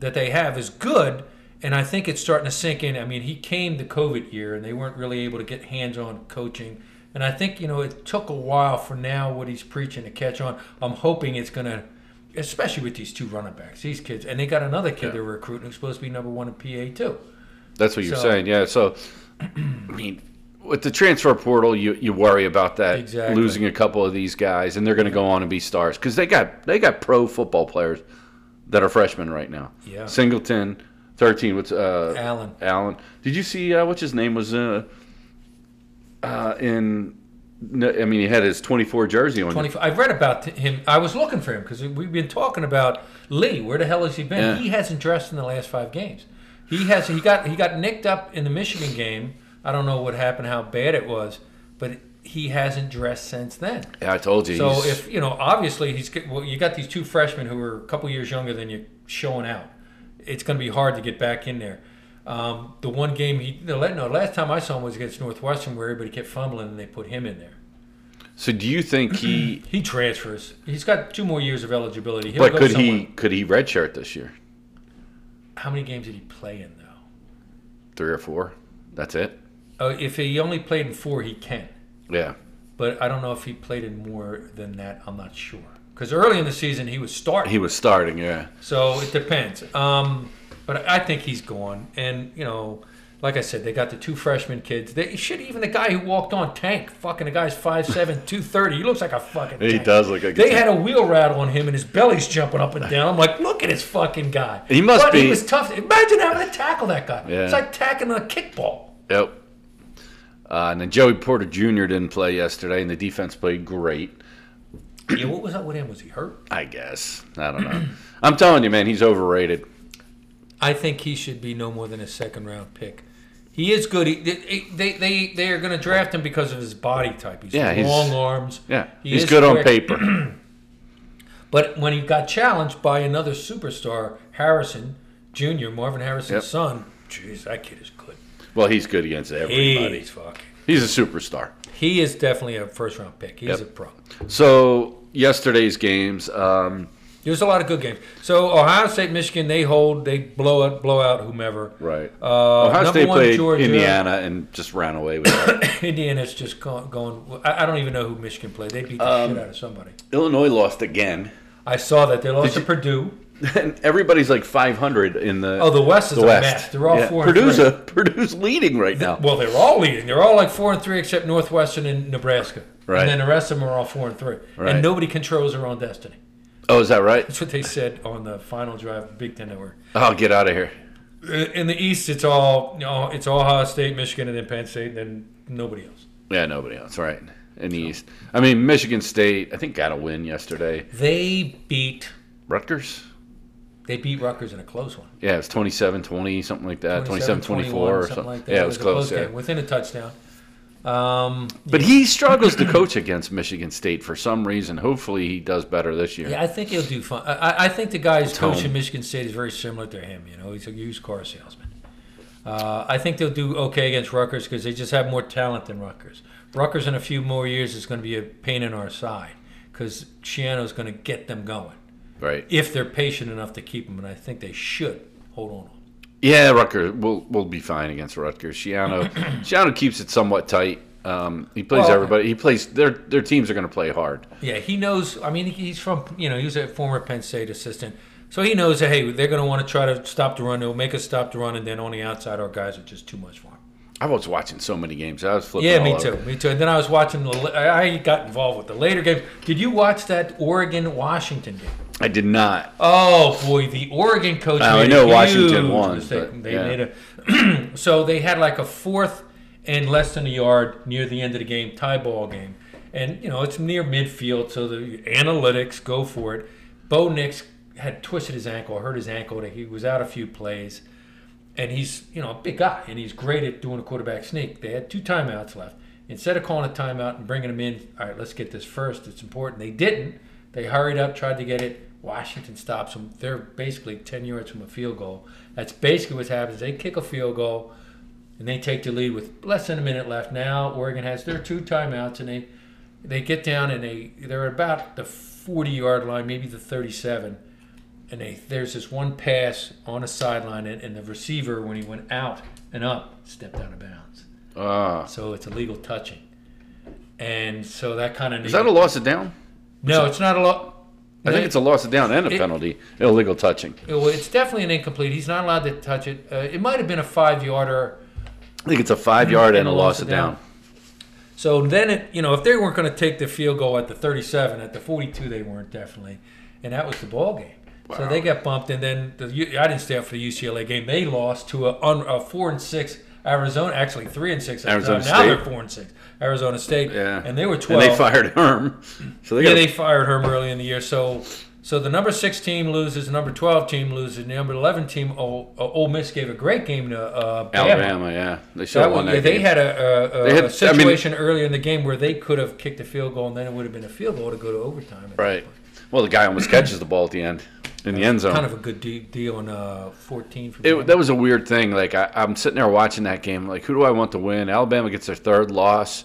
that they have is good, and I think it's starting to sink in. I mean, he came the COVID year, and they weren't really able to get hands-on coaching. And I think you know it took a while for now what he's preaching to catch on. I'm hoping it's going to, especially with these two running backs, these kids, and they got another kid they're recruiting who's supposed to be number one in PA too. That's what you're So- saying, yeah. So, I mean, with the transfer portal, you, you worry about that Exactly. losing a couple of these guys, and they're going to go on and be stars because they got they got pro football players that are freshmen right now. Yeah. Singleton, thirteen. What's uh, Allen. Allen? Did you see uh, what his name was? Uh, uh, in no, I mean, he had his twenty-four jersey on. 24. I've read about him. I was looking for him because we've been talking about Lee. Where the hell has he been? Yeah. He hasn't dressed in the last five games. He has. He got. He got nicked up in the Michigan game. I don't know what happened, how bad it was, but he hasn't dressed since then. Yeah, I told you. So he's- if you know, obviously he's get- well, you got these two freshmen who are a couple years younger than you showing out. It's going to be hard to get back in there. Um, the one game he the la- no last time I saw him was against Northwestern where everybody kept fumbling and they put him in there. so, do you think he? He transfers. He's got two more years of eligibility. He'll but go could somewhere. he could he redshirt this year? How many games did he play in though? Three or four? That's it. Uh, if he only played in four, he can. Yeah. But I don't know if he played in more than that. I'm not sure. Because early in the season he was starting, He was starting, yeah. so it depends. Um, but I think he's gone. And you know, like I said, they got the two freshman kids. They should even the guy who walked on tank. Fucking the guy's 5'7", 230. He looks like a fucking. He tank. does look like a They tank. had a wheel rattle on him, and his belly's jumping up and down. I'm like, look at this fucking guy. He must but be- He was tough. Imagine having to tackle that guy. Yeah. It's like tackling a kickball. Yep. Uh, and then Joey Porter Jr. didn't play yesterday, and the defense played great. yeah, what was up with him? Was he hurt? I guess I don't know. I'm telling you, man, he's overrated. I think he should be no more than a second round pick. He is good. He, they, they, they, they are going to draft him because of his body type. He's Yeah, he's- long arms. Yeah, He he's is good on quick. paper. But when he got challenged by another superstar, Harrison Jr., Marvin Harrison's Yep. son, jeez, that kid is good. Well, he's good against everybody. He's fucking. He's a superstar. He is definitely a first round pick. He's Yep. a pro. So yesterday's games, um, There's a lot of good games. So Ohio State, Michigan, they hold, they blow out, blow out whomever. right? Uh, Ohio number State one, played Georgia. Indiana and just ran away with it. Indiana's just go- going. I I don't even know who Michigan played. They beat the Um, shit out of somebody. Illinois lost again, I saw that they lost to Purdue. and everybody's like 500 in the. Oh, the West is a mess. They're all Yeah. four. and Purdue's three. a, Purdue's leading right now. Well, they're all leading. They're all like four and three, except Northwestern and Nebraska. Right. And then the rest of them are all four and three. Right. And nobody controls their own destiny. Oh, is that right? That's what they said on the final drive of Big Ten Network. Oh, get out of here. Uh, In the East, it's all you know, it's all Ohio State, Michigan, and then Penn State, and then nobody else. Yeah, nobody else, right? In the East. I mean, Michigan State, I think, got a win yesterday. They beat Rutgers? they beat Rutgers in a close one. Yeah, it was 27 20, something like that. 27 21 24 or something. like that. yeah, it was, a close. yeah. game, within a touchdown. Um, But he struggles to coach against Michigan State for some reason. Hopefully, he does better this year. Yeah, I think he'll do fine. I, I- I think the guy who's Tone. coaching Michigan State is very similar to him. You know, he's a used car salesman. Uh, I think they'll do okay against Rutgers because they just have more talent than Rutgers. Rutgers in a few more years is going to be a pain in our side because Shiano's going to get them going Right. if they're patient enough to keep them, and I think they should hold on. to him. Yeah, Rutgers. We'll, we'll be fine against Rutgers. Shiano, Shiano keeps it somewhat tight. Um, he plays Well- everybody. He plays. Their, their teams are going to play hard. Yeah, he knows. I mean, he's from you know he was a former Penn State assistant, so he knows that hey they're going to want to try to stop the run. They'll make us stop the run, and then on the outside our guys are just too much for him. I was watching so many games. I was flipping Yeah, all me over. too. Me too. And then I was watching. The, la- I I got involved with the later games. Did you watch that Oregon Washington game? I did not. Oh boy, the Oregon coach. Oh, I made a know Washington huge won, mistake. but, they yeah. made a. so they had like a fourth and less than a yard near the end of the game, tie ball game, and you know it's near midfield, so the analytics go for it. Bo Nix had twisted his ankle, hurt his ankle. That he was out a few plays, and he's you know a big guy, and he's great at doing a quarterback sneak. They had two timeouts left. Instead of calling a timeout and bringing him in, all right, let's get this first. It's important. They didn't. They hurried up, tried to get it. Washington stops them. They're basically 10 yards from a field goal. That's basically what happens. They kick a field goal, and they take the lead with less than a minute left. Now Oregon has their two timeouts, and they they get down and they they're about the 40 yard line, maybe the 37, and they there's this one pass on a sideline, and, and the receiver when he went out and up stepped out of bounds. Ah. So it's illegal touching, and so that kind of Is that a loss of down? no, it's not a lot. I think it's a loss of down and a It- penalty. Illegal touching. Well, it's definitely an incomplete. He's not allowed to touch it. Uh, it might have been a five yarder. I think it's a Mm-hmm. five yard and a loss of down. So then, it, you know, if they weren't going to take the field goal at the 37, at the 42, they weren't definitely, and that was the ball game. So they got bumped, and then the, U- I didn't stay up for the UCLA game. They lost to a, un, a four and six Arizona, actually three and six. at the Arizona time. now State. they're four and six Arizona State. Yeah. and they were 12. And they fired Herm. So they yeah, got they fired Herm early in the year. So, so the number six team loses, the number twelve team loses, the number eleven team. Ole, uh, Ole Miss gave a great game to uh, Bama. Alabama, yeah. They should That have was, won yeah, that they game. had a, a, a They had- I mean- situation earlier in the game where they could have kicked a field goal and then it would have been a field goal to go to overtime. Right. Well, the guy almost catches the ball at the end in the end zone. Kind of a good de- deal on uh, 14 from It, that was a weird thing. Like I, I'm sitting there watching that game. Like, who do I want to win? Alabama gets their third loss.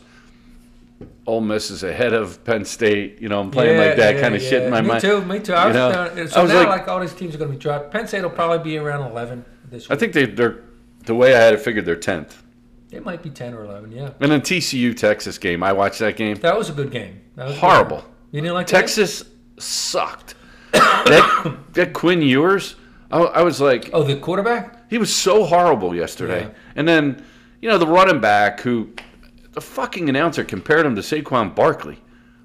Ole Miss is ahead of Penn State. You know, I'm playing like that kind of shit in my me mind. too, me too. I You was know, down, so I was now, like, like- all these teams are going to be dropped. Penn State will probably be around 11 this week. I think they, they're the way I had it figured. They're tenth. it might be 10 or 11, yeah. And then TCU Texas game. I watched that game. That was a good game. That was a good Horrible. game. You didn't like that? Texas sucked. that, that Quinn Ewers. I, I was like, Oh, the quarterback? He was so horrible yesterday. Yeah. And then, you know, the running back who the fucking announcer compared him to Saquon Barkley.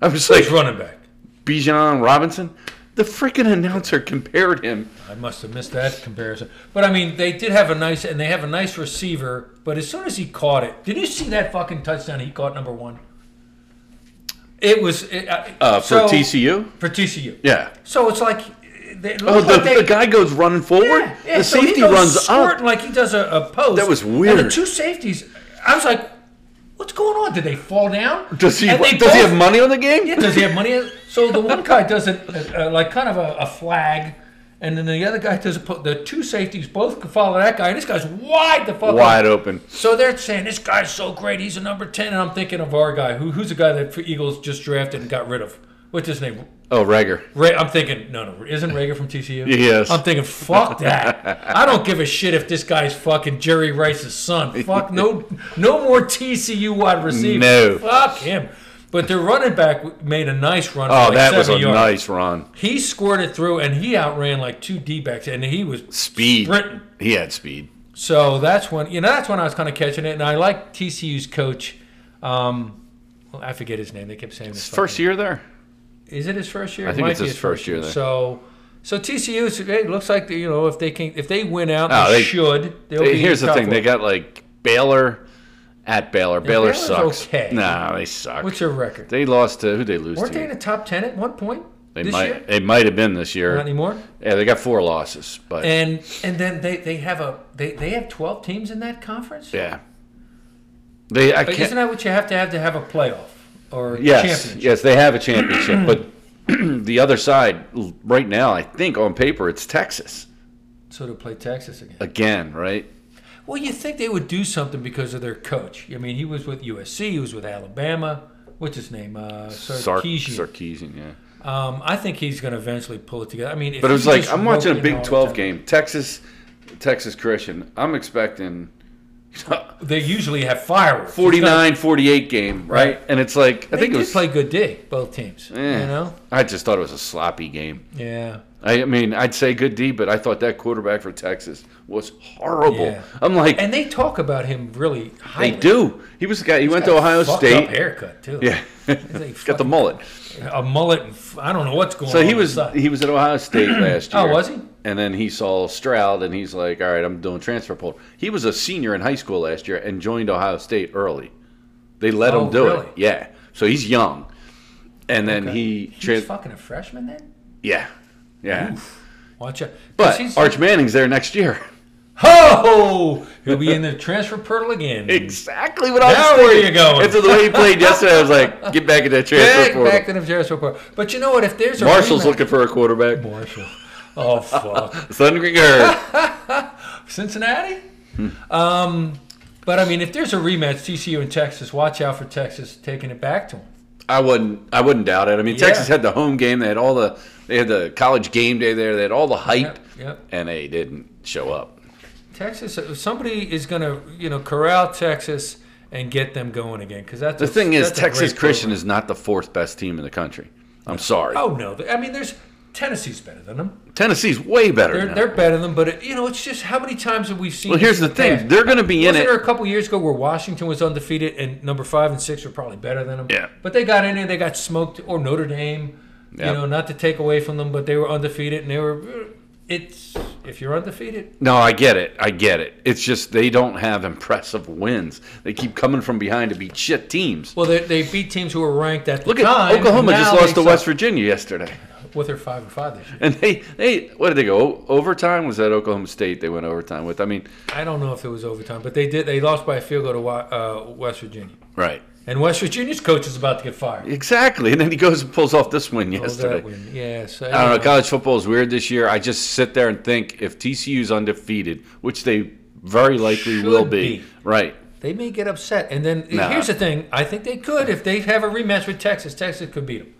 I was like He's running back. Bijan Robinson. The freaking announcer compared him. I must have missed that comparison. But I mean, they did have a nice, and they have a nice receiver. But as soon as he caught it, did you see that fucking touchdown he caught number one? It was it, I- Uh, so- for TCU? For TCU. Yeah. So it's like. They, Oh, the, they, the guy goes running forward. yeah, yeah, the so he safety goes runs squirting up. like he does a, a post. That was And the weird. two safeties, I was like, "What's going on? Did they fall down? Does he? And Does they he both- have money on the game? yeah, does he have money? So the one guy does it uh, uh, like kind of a, a flag, and then the other guy does it. The two safeties both follow that guy, and this guy's wide the fuck. Wide open. open. So they're saying this guy's so great, he's a number ten, and I'm thinking of our guy, who who's the guy that Eagles just drafted and got rid of. What's his name? Oh, Rager. Ray, I'm thinking, no, no, isn't Rager from TCU? Yes. I'm thinking, fuck that. I don't give a shit if this guy's fucking Jerry Rice's son. Fuck no, no more TCU wide receiver. No. Fuck him. But their running back made a nice run. for Oh, like that was a seven yards. nice run. He squirted through and he outran like two D backs, and he was Speed. sprinting. He had speed. So that's when you know that's when I was kind of catching it, and I like TCU's coach. Um, well, I forget his name. They kept saying this First year there. is it his first year? I It think might it's be his first year there. So, so TCU is, it looks like you know if they can if they win out, Oh, they, they- should. They'll Hey, be here's the top thing: four. they got like Baylor at Baylor. Baylor Baylor's sucks. okay. Nah, they suck. what's their record? they lost to who? They lose Weren't to? they in the top ten at one point they this might. year? They might have been this year. Not anymore. yeah, they got four losses, but And and then they, they have a they, they have twelve teams in that conference. yeah, they. I But can't. isn't that what you have to have to have a playoff or yes, championship? yes, they have a championship, but the other side l- right now, I think on paper, it's Texas So to play Texas again. again, right? Well, you think they would do something because of their coach? I mean, he was with USC, he was with Alabama. What's his name? Uh, Sark- Sarkisian. Sarkeesian, yeah. Um, I think he's going to eventually pull it together. I mean, if But it was you like just I'm watching rope a in all Big the 12 time- game, Texas, Texas Christian. I'm expecting. They usually have fireworks. It's 49 48 game, right? Right. And it's like, I Gonna, they think did it was. play good D, both teams. eh, You know, I just thought it was a sloppy game. yeah. I I mean, I'd say good D, but I thought that quarterback for Texas was horrible. Yeah. I'm like, And they talk about him really they highly. do. He was the guy, he went to Got a Ohio fucked Up State. haircut too. Yeah. He's Got the mullet. a mullet. And f- I don't know what's going on. So he on was the side. he was at Ohio State last year. Oh, was he? And then he saw Stroud, and he's like, "All right, I'm doing transfer portal." He was a senior in high school last year and joined Ohio State early. They let Oh, him do really? it. Yeah. So he's young, and then he He was trans- fucking a freshman then. Yeah. Yeah. Watch out. 'Cause But he's- Arch Manning's there next year. ho, "Oh!" he'll be in the transfer portal again. Exactly what Now I was where you thinking. going? After the way he played yesterday, I was like, get back in that transfer Back, portal. back to the transfer portal. But you know what? If there's a Marshall's rematch- looking for a quarterback. Marshall. Oh fuck. Thunderinger. Cincinnati. Um, but I mean, if there's a rematch, TCU and Texas, watch out for Texas taking it back to them. I wouldn't. I wouldn't doubt it. I mean, Yeah. Texas had the home game. They had all the. They had the college game day there. They had all the hype, Yep, yep. and they didn't show up. Texas. if Somebody is going to you know corral Texas and get them going again because that's The a- thing is, that's a Texas great Christian is not the fourth best team in the country. I'm sorry. program. Oh no! I mean, there's Tennessee's better than them. Tennessee's way better. They're, now. they're better than them, but it, you know, it's just how many times have we seen? well, this here's the in thing. past? They're going to be in Wasn't it. there a couple years ago where Washington was undefeated and number five and six were probably better than them? Yeah. But they got in there, they got smoked, or Notre Dame, you Yep. know, not to take away from them, but they were undefeated and they were. It's if you're undefeated, No, I get it. I get it. It's just they don't have impressive wins. They keep coming from behind to beat shit teams. well, they, they beat teams who were ranked at the Look at time. and Oklahoma just now lost they to West Virginia yesterday. suck. Well, they're five and five this year. And they, they what did they go? O- Overtime? Was that Oklahoma State they went overtime with? I mean, I don't know if it was overtime, but they did. They lost by a field goal to Wa- uh, West Virginia, right. and West Virginia's coach is about to get fired. Exactly. And then he goes and pulls off this win Well, that yesterday. win. Yeah, so I don't know. anyway. College football is weird this year. I just sit there and think if TCU's undefeated, which they very likely Should will be, be. right? They may get upset. And then Nah. here's the thing: I think they could if they have a rematch with Texas. Texas could beat them.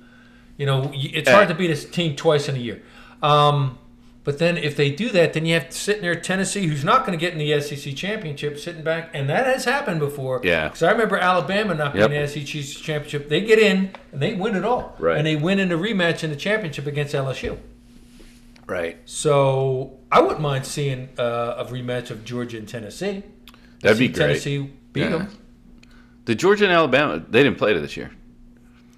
You know, y- it's Yeah. hard to beat a team twice in a year. Um, but then if they do that, then you have to sit there Tennessee, who's not going to get in the SEC championship, sitting back, and that has happened before. Yeah. Because I remember Alabama not being Yep. in the SEC championship. They get in and they win it all. Right. And they win in the rematch in the championship against LSU. Right. So I wouldn't mind seeing uh, a rematch of Georgia and Tennessee. That'd See be great. Tennessee beat Yeah. them. The Georgia and Alabama, they didn't play it this year.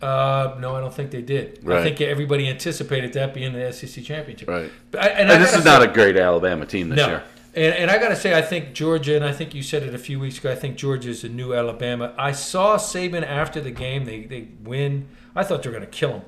Uh, no, I don't think they did. Right. I think everybody anticipated that being the SEC championship. Right. But I, and I And this gotta is not say- a great Alabama team this no. year. And, and I got to say, I think Georgia, and I think you said it a few weeks ago. I think Georgia is the new Alabama. I saw Saban after the game. They they win. I thought they were going to kill him.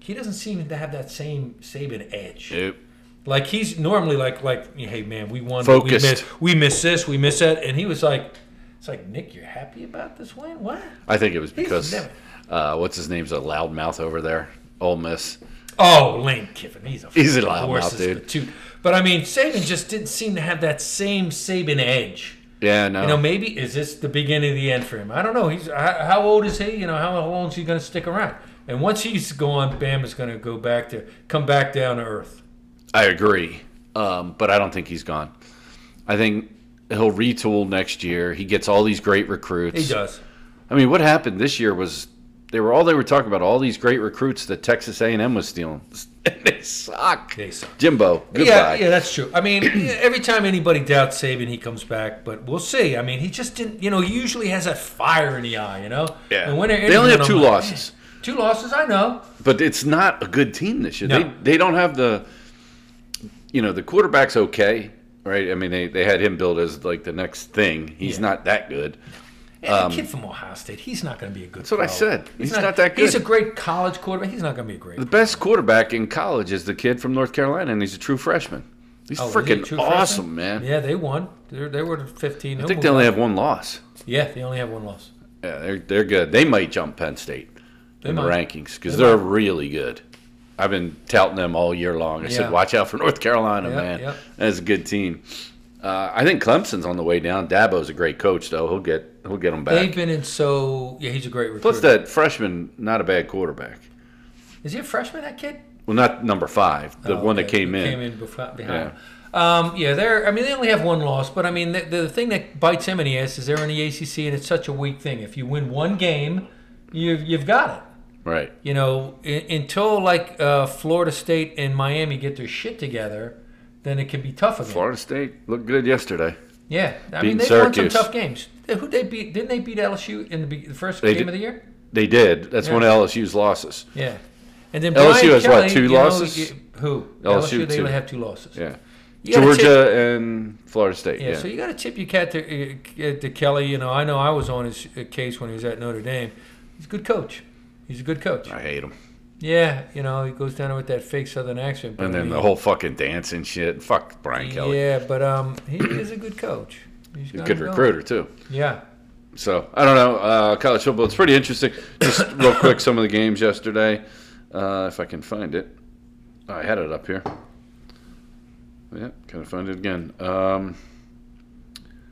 He doesn't seem to have that same Saban edge. Nope. Like he's normally like like hey man, we won. but Focused. We missed, we missed this. We missed that. And he was like, it's like Nick, you're happy about this win? What? I think it was because never- uh, what's his name's a loudmouth over there, Ole Miss. Oh, Lane Kiffin. He's a He's a fucking loudmouth, horse's dude. patoot. But I mean, Saban just didn't seem to have that same Saban edge. Yeah, no. You know, maybe is this the beginning of the end for him? I don't know. He's how how old is he? You know, how long is he going to stick around? And once he's gone, Bam is going to go back to come back down to earth. I agree, um, but I don't think he's gone. I think he'll retool next year. He gets all these great recruits. He does. I mean, what happened this year was they were all they were talking about all these great recruits that Texas A and M was stealing. they suck. They suck. Jimbo, goodbye. Yeah, yeah, that's true. I mean, every time anybody doubts Saban, he comes back. But we'll see. I mean, he just didn't. You know, he usually has that fire in the eye. You know. Yeah. And when they're They only interviewing, have two I'm like, losses. "Man, Two losses, I know. but it's not a good team this year. No. They they don't have the you know, the quarterback's okay, right? I mean they, they had him built as like the next thing. He's Yeah. not that good. And a kid from Ohio State, he's not going to be a good. That's Um, what I said. He's not that He's a good. great college quarterback. He's not going to be a great. The best quarterback in college is the kid from North Carolina and he's a true freshman. He's Oh, is he a freaking true awesome, freshman? man. Yeah, they won. They're, they were 15. I think they only have one loss. yeah, they only have one loss. Yeah, they're they're good. They might jump Penn State They in the might. rankings because they are really good. I've been touting them all year long. I Yeah. said, watch out for North Carolina, Yeah, man. yeah. That's a good team. Uh, I think Clemson's on the way down. Dabo's a great coach, though. He'll get he'll get them back. They've been in so. Yeah, he's a great recruiter. Plus, that freshman, not a bad quarterback. Is he a freshman? That kid? Well, not number five, the Oh, one that okay. came He in. Came in befo- behind. Um, yeah, they're. I mean, they only have one loss, but I mean, the, the thing that bites him in the ass is they're in the ACC, and it's such a weak thing. If you win one game, you've you've got it. Right. you know, i until like uh, Florida State and Miami get their shit together, then it can be tough again. Florida State looked good yesterday. yeah, I mean Beating they've won Syracuse. some tough games. Who they beat? Didn't they beat LSU in the, be- the first They game did. of the year? They did. That's one of LSU's losses. Yeah, and then LSU Brian has what, Kelly, two you know, losses? you- who LSU They two. only have two losses. Yeah. You gotta tip- Georgia and Florida State. Yeah, Yeah. so you got to tip your cat to, uh, to Kelly. You know, I know I was on his uh, case when he was at Notre Dame. He's a good coach. He's a good coach. I hate them. Yeah, you know, he goes down there with that fake Southern accent. but And then he- the whole fucking dance and shit. Fuck Brian Kelly. Yeah, but um, he is a good coach. He's He's a got good it going. recruiter too. Yeah. So I don't know. Uh, college football. It's pretty interesting. Just real quick, some of the games yesterday, uh, if I can find it. Oh, I had it up here. Yeah, gotta find it again. Um,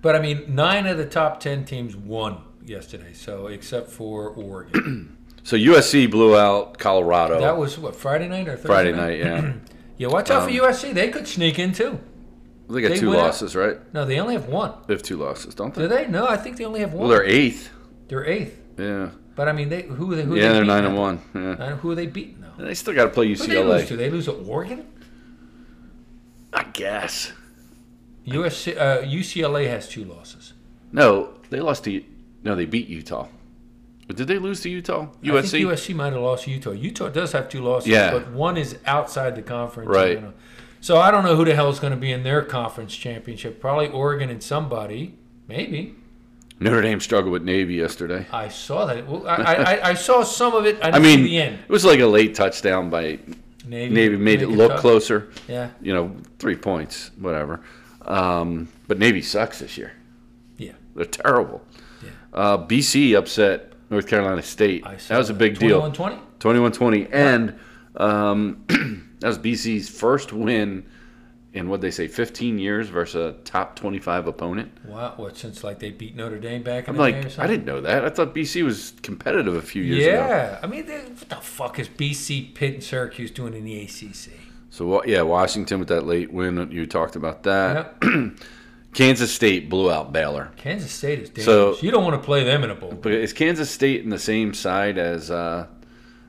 But I mean, nine of the top ten teams won yesterday, so except for Oregon. so USC blew out Colorado that was what Friday night or Thursday Oh. Friday night. Um, Yeah, Yeah, watch out for USC. They could sneak in too. they got They two went out- losses, right? No, they only have one. They have two losses, don't Do they? they? No, I think they only have Well, one. they're eighth. they're eighth. Yeah, But I mean, they who they who they yeah, they're beating nine and now? one. Yeah, And who are they beating though? And they still got to play Who they lose to? UCLA. They lose to Oregon. I guess. USC, uh, UCLA has two losses. No, they lost to. No, they beat Utah. But did they lose to Utah? I think USC might have lost to Utah. Utah does have two losses, Yeah. but one is outside the conference. Right. you know. So I don't know who the hell is going to be in their conference championship. Probably Oregon and somebody. Maybe Notre Dame struggled with Navy yesterday. I saw that. Well, I, I, I- I saw some of it. I, I didn't see mean, the end. it was like a late touchdown by Navy, Navy, made it make look tough. closer. Yeah, You know, three points, whatever. Um, but Navy sucks this year. yeah. They're terrible. Yeah. Uh, BC upset North Carolina State. I saw That was a big deal. 21-20? 21-20. And um, that was BC's first win in, what they say, 15 years versus a top 25 opponent. Wow, what since like they beat Notre Dame back in I'm the day or like, I something? didn't know that. I thought BC was competitive a few years ago. yeah, I mean, they, what the fuck is BC, Pitt, and Syracuse doing in the ACC? So wa- yeah, Washington with that late win. You talked about that. Yeah. Kansas State blew out Baylor. Kansas State is dangerous. So- you don't want to play them in a bowl. But is Kansas State in the same side as uh,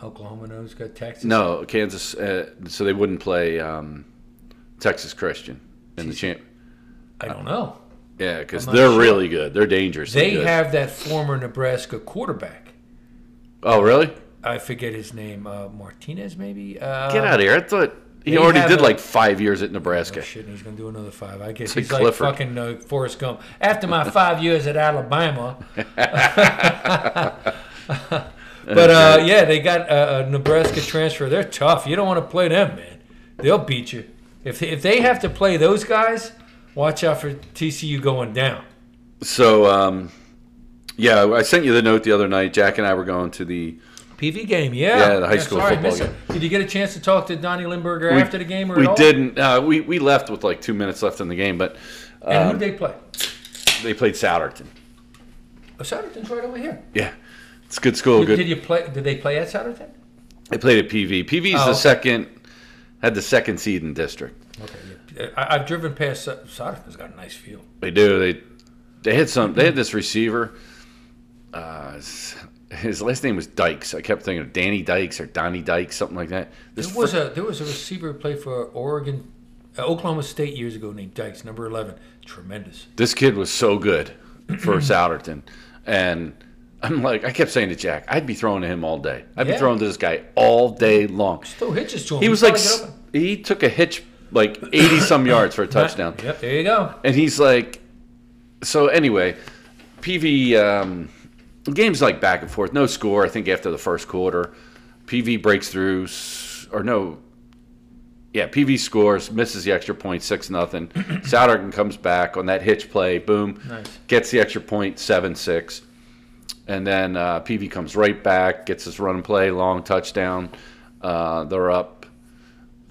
Oklahoma knows got Texas. no Kansas? Uh, so they wouldn't play um, Texas Christian in the champ. I don't know. Yeah, because I'm not they're sure. really good. They're dangerous. They have that former Nebraska quarterback. Oh really? I forget his name. Uh, Martinez, maybe. Uh, Get out of here! I thought he they already have did a- like five years at Nebraska. Oh, shit, and he's gonna do another five. I guess like he's like Clifford. fucking uh, Forrest Gump. After my five years at Alabama, but uh, yeah, they got a, a Nebraska transfer. They're tough. You don't want to play them, man. They'll beat you. If if they have to play those guys, watch out for TCU going down. So um, yeah, I sent you the note the other night. Jack and I were going to the. PV game, yeah. Yeah, the high school sorry, football missed it. Did you get a chance to talk to Donnie Limburger we- after the game or we at all? didn't. Uh, we we left with like two minutes left in the game, but uh, And who did they play? they played Souderton. Oh, Satterton's right over here. Yeah, it's a good school. Did, good. did you play? Did they play at Satterton? they played at PV. PV's Oh, the okay. second had the second seed in district. Okay, yeah. Uh, I, I've driven past Sa- Satterton's got a nice field. They do. They they had some. They had this receiver. Uh, his, his last name was Dykes. I kept thinking of Danny Dykes or Donnie Dykes, something like that. This There was fr- a there was a receiver who played for Oregon, uh, Oklahoma State years ago named Dykes, number eleven. Tremendous. this kid was so good for Souderton, and. I'm like, I kept saying to Jack, I'd be throwing to him all day. I'd be Yeah. throwing to this guy all day long. Throw hitches to him. He was He'd like, probably get s- open. he took a hitch like 80 some yards for a touchdown. Yep, there you go. And he's like, so anyway, PV um, the game's like back and forth, no score. I think after the first quarter, PV breaks through, s- or no, yeah, PV scores, misses the extra point, six nothing. Souderton comes back on that hitch play, boom, Nice. gets the extra point, seven six, and then uh, PV comes right back, gets this run and play, long touchdown. Uh, they're up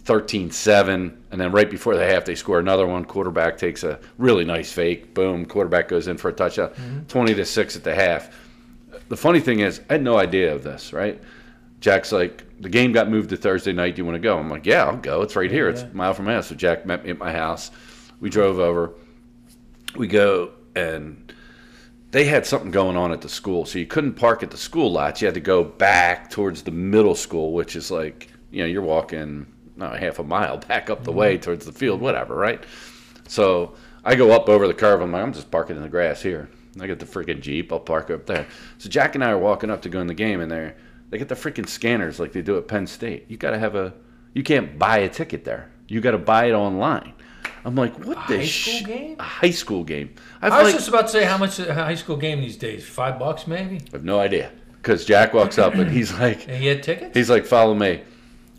13-7 and then right before the half they score another one quarterback takes a really nice fake boom quarterback goes in for a touchdown 20 to 6 at the half the funny thing is i had no idea of this right jack's like the game got moved to thursday night do you want to go i'm like yeah i'll go it's right here it's a mile from my house so jack met me at my house we drove over we go and they had something going on at the school so you couldn't park at the school lot you had to go back towards the middle school which is like you know you're walking not half a mile back up the Mm-hmm. way towards the field whatever right so i go up over the curve i'm like i'm just parking in the grass here i get the freaking jeep i'll park up there so jack and i are walking up to go in the game and they're they get the freaking scanners like they do at penn state you gotta have a you can't buy a ticket there you gotta buy it online i'm like what the high sh- school game? a high school game i've I was like- just about to say how much a high school game these days? Five bucks maybe. I have no idea. because Jack walks up and he's like, And he had tickets? he's like, follow me.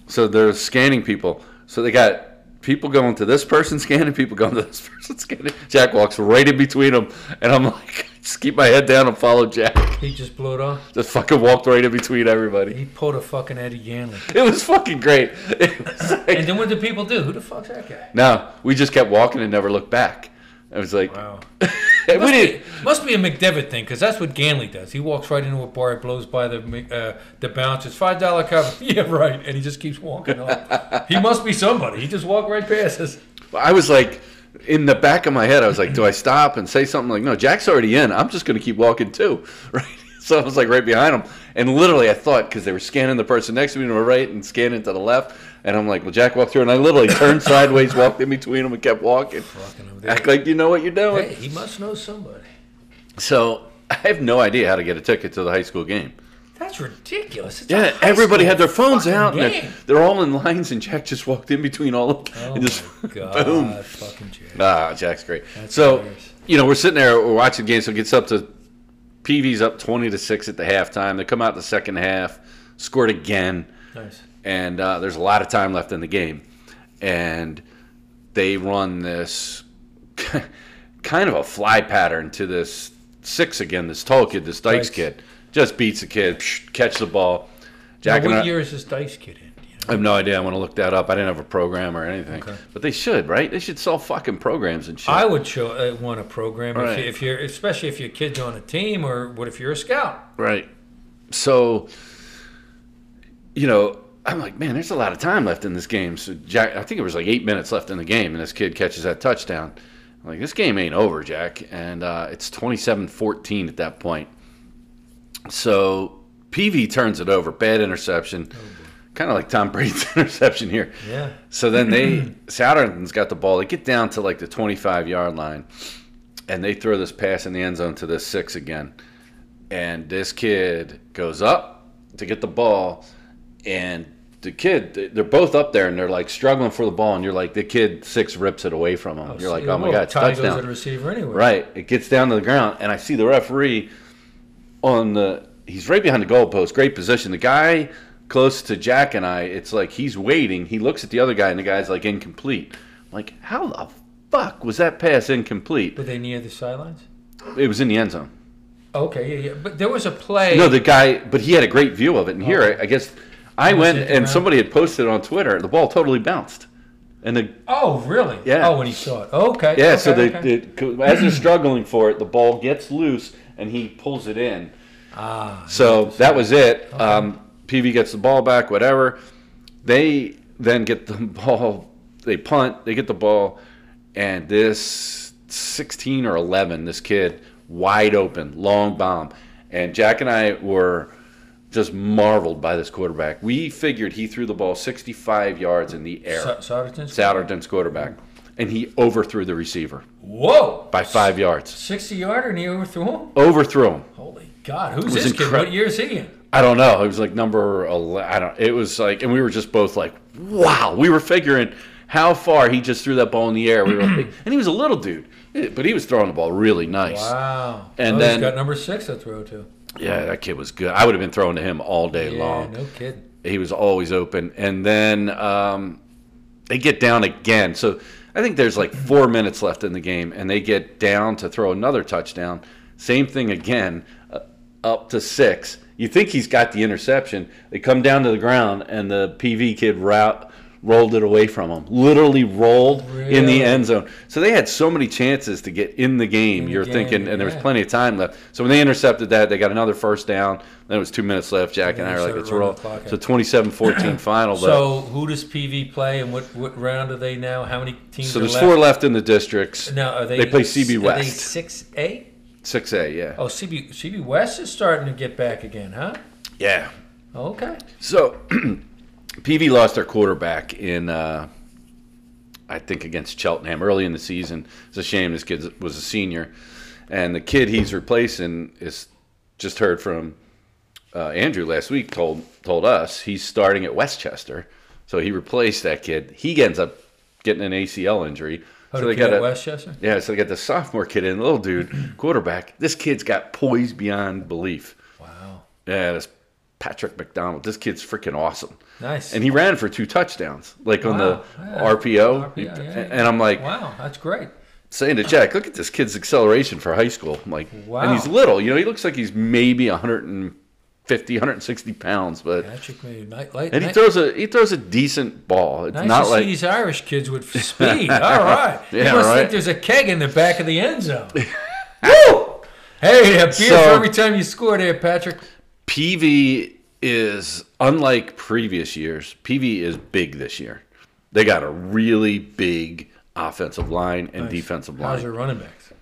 So they're scanning people. So they got people going to this person scanning, people going to this person scanning. Jack walks right in between them, and I'm like, just keep my head down and follow Jack. He just blew it off. Just fucking walked right in between everybody. He pulled a fucking Eddie Yanley. It was fucking great. It was like- And then what did people do? Who the fuck's that guy? no, we just kept walking and never looked back. I was like, Wow. we Must didn't. be, must be a McDevitt thing, because that's what Ganley does. He walks right into a bar, he blows by the uh, the bouncer. It's five dollar cover. yeah, right. And he just keeps walking on. he must be somebody. He just walked right past us. I was like, in the back of my head, I was like, do I stop and say something? Like, no, Jack's already in. I'm just going to keep walking too, right? So I was like right behind him, and literally I thought because they were scanning the person next to me to the right and scanning to the left, and I'm like, well, Jack walked through, and I literally turned sideways, walked in between them, and kept walking. Fucking over there. Act like you know what you're doing. Hey, he must know somebody. So I have no idea how to get a ticket to the high school game. That's ridiculous. It's a Yeah, high everybody school had their phones fucking out. And they're, game. they're all in lines, and Jack just walked in between all of them. Oh and just my god! boom. Fucking Jack. Ah, Jack's great. so, hilarious. you know, we're sitting there, we're watching games. So it gets up to PV's up 20 to 6 at the halftime. They come out the second half, scored again, Nice. and uh, there's a lot of time left in the game. And they run this kind of a fly pattern to this six again, this tall kid, this Dykes, Dykes. kid. Just beats the kid, psh, catch the ball. Now, Jack and what I- year is this Dice kid in? do You know? I have no idea. I want to look that up. I didn't have a program or anything. Okay. But they should, right? They should sell fucking programs and shit. I would show uh, want a program if, Right. you, if you're, especially if your kid's on a team or what if you're a scout. Right. So, you know, I'm like, man, there's a lot of time left in this game. So Jack, I think it was like eight minutes left in the game, and this kid catches that touchdown. I'm like, this game ain't over, Jack. And uh, it's 27-14 at that point. So PV turns it over, bad interception, kind of like Tom Brady's interception here. Yeah. So then they Saturn's got the ball. They get down to like the 25 yard line, and they throw this pass in the end zone to this six again. And this kid goes up to get the ball, and the kid they- they're both up there and they're like struggling for the ball, and you're like the kid six rips it away from him. you're like, oh my god, it's Ty goes touchdown! to the receiver anyway. Right. It gets down to the ground, and I see the referee on the. He's right behind the goalpost. Great position. The guy close to Jack and I, it's like he's waiting. He looks at the other guy, and the guy's like incomplete. I'm like, how the fuck was that pass incomplete? Were they near the sidelines? It was in the end zone. Okay, yeah, yeah. But there was a play. No, the guy, but he had a great view of it. And here, Oh. I, I guess I Was went it and around? somebody had posted on Twitter. The ball totally bounced, and the oh, really? Yeah. Oh, when he saw it. Okay. Yeah, okay, so they, okay. they- as they're struggling for it, the ball gets loose and he pulls it in. Ah. So that was it. Um, PV gets the ball back, whatever. They then get the ball. They punt. They get the ball, and this 16 or 11, this kid, wide open, long bomb, and Jack and I were just marveled by this quarterback. We figured he threw the ball 65 yards in the air. Sa- Sarden's- Satterden's quarterback, and he overthrew the receiver Whoa. by five yards. Sixty yarder, and he overthrew him. Overthrew him. Holy God! Who's was this kid? incre- What year is he in? I don't know. It was like number eleven. I don't. It was like, and we were just both like, wow. We were figuring how far he just threw that ball in the air. We were like, and he was a little dude, but he was throwing the ball really nice. Wow. And oh, then- he's got number six to throw to. Yeah, that kid was good. I would have been throwing to him all day Yeah, long. no kidding. he was always open. And then um, they get down again. So I think there's like four minutes left in the game, and they get down to throw another touchdown. Same thing again, uh, up to six. You think he's got the interception. They come down to the ground, and the PV kid route rolled it away from him. Literally rolled in the Really? end zone. So they had so many chances to get in the game. the You're game, thinking, and there was yeah. plenty of time left. So when they intercepted that, they got another first down. Then it was two minutes left. Jack and I they are like, started "Let's running roll." the clock out. So 27-14 final. But, So who does PV play, and what, what round are they now? How many teams? so are there's left? four left in the districts. Now are they? They play CB Are they West. six A? Six A, yeah, Oh, CB CB West is starting to get back again, huh? yeah. Okay. So PV lost their quarterback in, uh, I think, against Cheltenham early in the season. It's a shame this kid was a senior, and the kid he's replacing is just heard from uh, Andrew last week. told told us he's starting at Westchester, so he replaced that kid. He ends up getting an ACL injury. How so did they they get got a, Westchester? Yeah, so they got the sophomore kid in, the little dude, quarterback. This kid's got poise beyond belief. Wow. Yeah, that's Patrick McDonald. This kid's freaking awesome. Nice. And he ran for two touchdowns, like on the Wow, yeah. RPO. RPO, yeah, yeah. And I'm like, wow, that's great. saying to Jack, look at this kid's acceleration for high school. I'm like, Wow. and he's little. You know, he looks like he's maybe 150, 160 pounds, but Patrick made night light. and he night- throws a he throws a decent ball. It's Nice not to like see these Irish kids with speed. All right. you Yeah, must right. think there's a keg in the back of the end zone. Woo! Hey, a beer So- for every time you score there, Patrick. PV is unlike previous years. PV is big this year. They got a really big offensive line and defensive How's line. your running backs?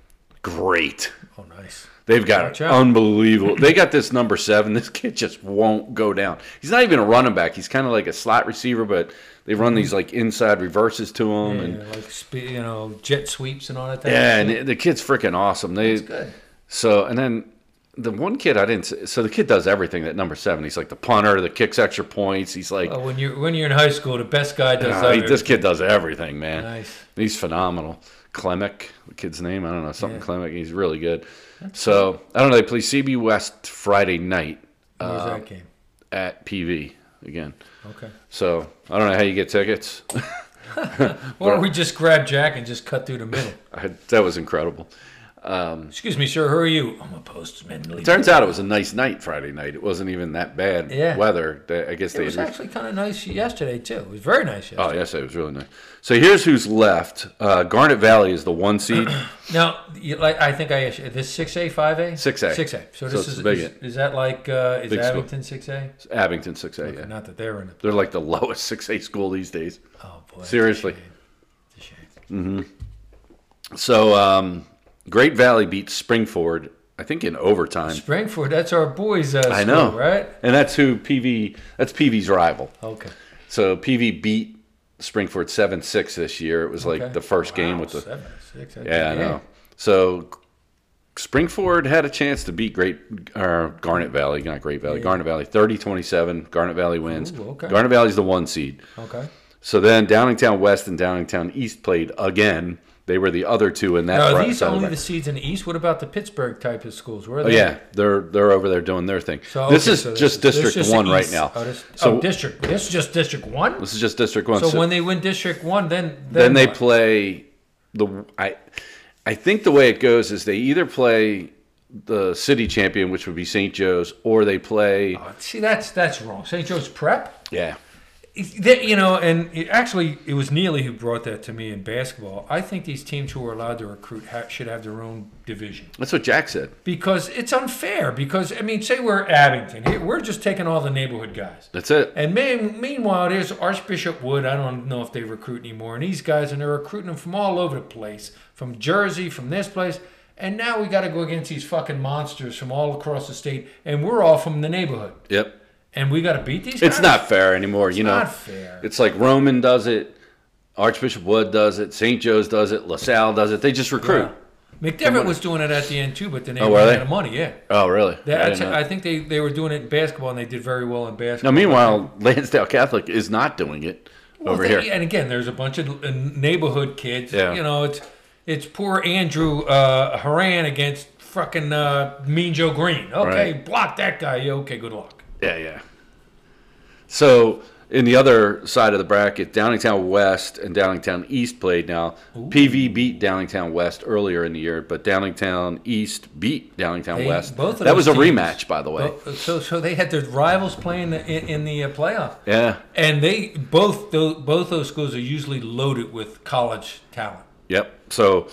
Great. Oh, nice. They've got Watch an out. unbelievable. They got this number seven. This kid just won't go down. He's not even a running back. He's kind of like a slot receiver, but they run these like inside reverses to him, and Yeah, like spe- you know, jet sweeps and all that. type of yeah, and stuff. it- the kid's freaking awesome. They good. So and then the one kid I didn't. s- So the kid does everything at number seven. He's like the punter, the kicks extra points. He's like Oh, when you're when you're in high school, the best guy does Nah, that. he- this kid does everything, man. Nice. He's phenomenal. Klemek, the kid's name, I don't know, something Yeah. Klemek. He's really good. so I don't know. They play CB West Friday night Where's that game? at PV again. Okay. So I don't know how you get tickets. Or we just grab Jack and just cut through the middle. I, that was incredible. Excuse me, sir. Who are you? I'm a postman. Leave. Turns out it was a nice night Friday night. It wasn't even that bad Yeah. weather. They- I guess It they was had re- actually kind of nice yesterday too. It was very nice yesterday. Oh yes, it was really nice. So here's who's left. Uh, Garnet Valley is the one seed. Now, you, like I think I this six A five A 6A. six A. So So this it's is, big is it. is that like uh, is Big school. Abington six A? Abington six A. Yeah. Not that they're in it. They're like the lowest six A school these days. Oh boy. Seriously. It's a shame. It's a shame. So um, Great Valley beats Springford, I think in overtime. Springford, that's our boys. Uh, school, I know, right? And that's who PV. That's PV's rival. Okay. So PV beat Springford seven six this year. It was like Okay. the first game Wow, with the. seven, six, that's a Yeah, I game. know. So Springford had a chance to beat Great or Garnet Valley, not Great Valley, Garnet Valley 30-27. Garnet Valley wins. Ooh, okay. Garnet Valley's the one seed. Okay. So then Downingtown West and Downingtown East played again. They were the other two in that. Now, are front these side of only it. the seeds in the East? What about the Pittsburgh type of schools? Where are Oh they? yeah, they're they're over there doing their thing. So, this okay, is so just this District just the One right East. now. Oh, this, so oh, district. This is just District One. this is just District One. So, So when they win District One, then then they what? play the I I think the way it goes is they either play the city champion, which would be St. Joe's, or they play See, that's that's wrong. St. Joe's Prep. yeah. That, you know, and it, actually, it was Neely who brought that to me in basketball. I think these teams who are allowed to recruit ha- should have their own division That's what Jack said. because it's unfair. Because I mean, say we're Abington, Here, we're just taking all the neighborhood guys. That's it. And mean, meanwhile, there's Archbishop Wood. I don't know if they recruit anymore. And these guys, and they're recruiting them from all over the place, from Jersey, from this place. And now we got to go against these fucking monsters from all across the state, and we're all from the neighborhood, Yep. and we got to beat these. It's guys? not fair anymore. you know, not fair. it's like Roman does it, Archbishop Wood does it, St. Joe's does it, LaSalle does it. They just recruit. Yeah. McDevitt was doing it at the end too, but then they Oh, were ran they? out of money. Yeah, Oh, really? They- I I, didn't know. I think they, they were doing it in basketball, and they did very well in now, basketball. meanwhile, Lansdale Catholic is not doing it Well, over they- here. And again, there's a bunch of uh, neighborhood kids. Yeah. You know, it's it's poor Andrew uh, Haran against fucking uh, Mean Joe Green. Okay, Right. block that guy. Yeah, okay, good luck. Yeah, yeah. So in the other side of the bracket, Downingtown West and Downingtown East played now. PV beat Downingtown West earlier in the year, but Downingtown East beat Downingtown They- West. both of that was those a teams- rematch, by the way. Well, So so they had their rivals playing in, in the uh, playoff. Yeah. And they both tho- both those schools are usually loaded with college talent. Yep. So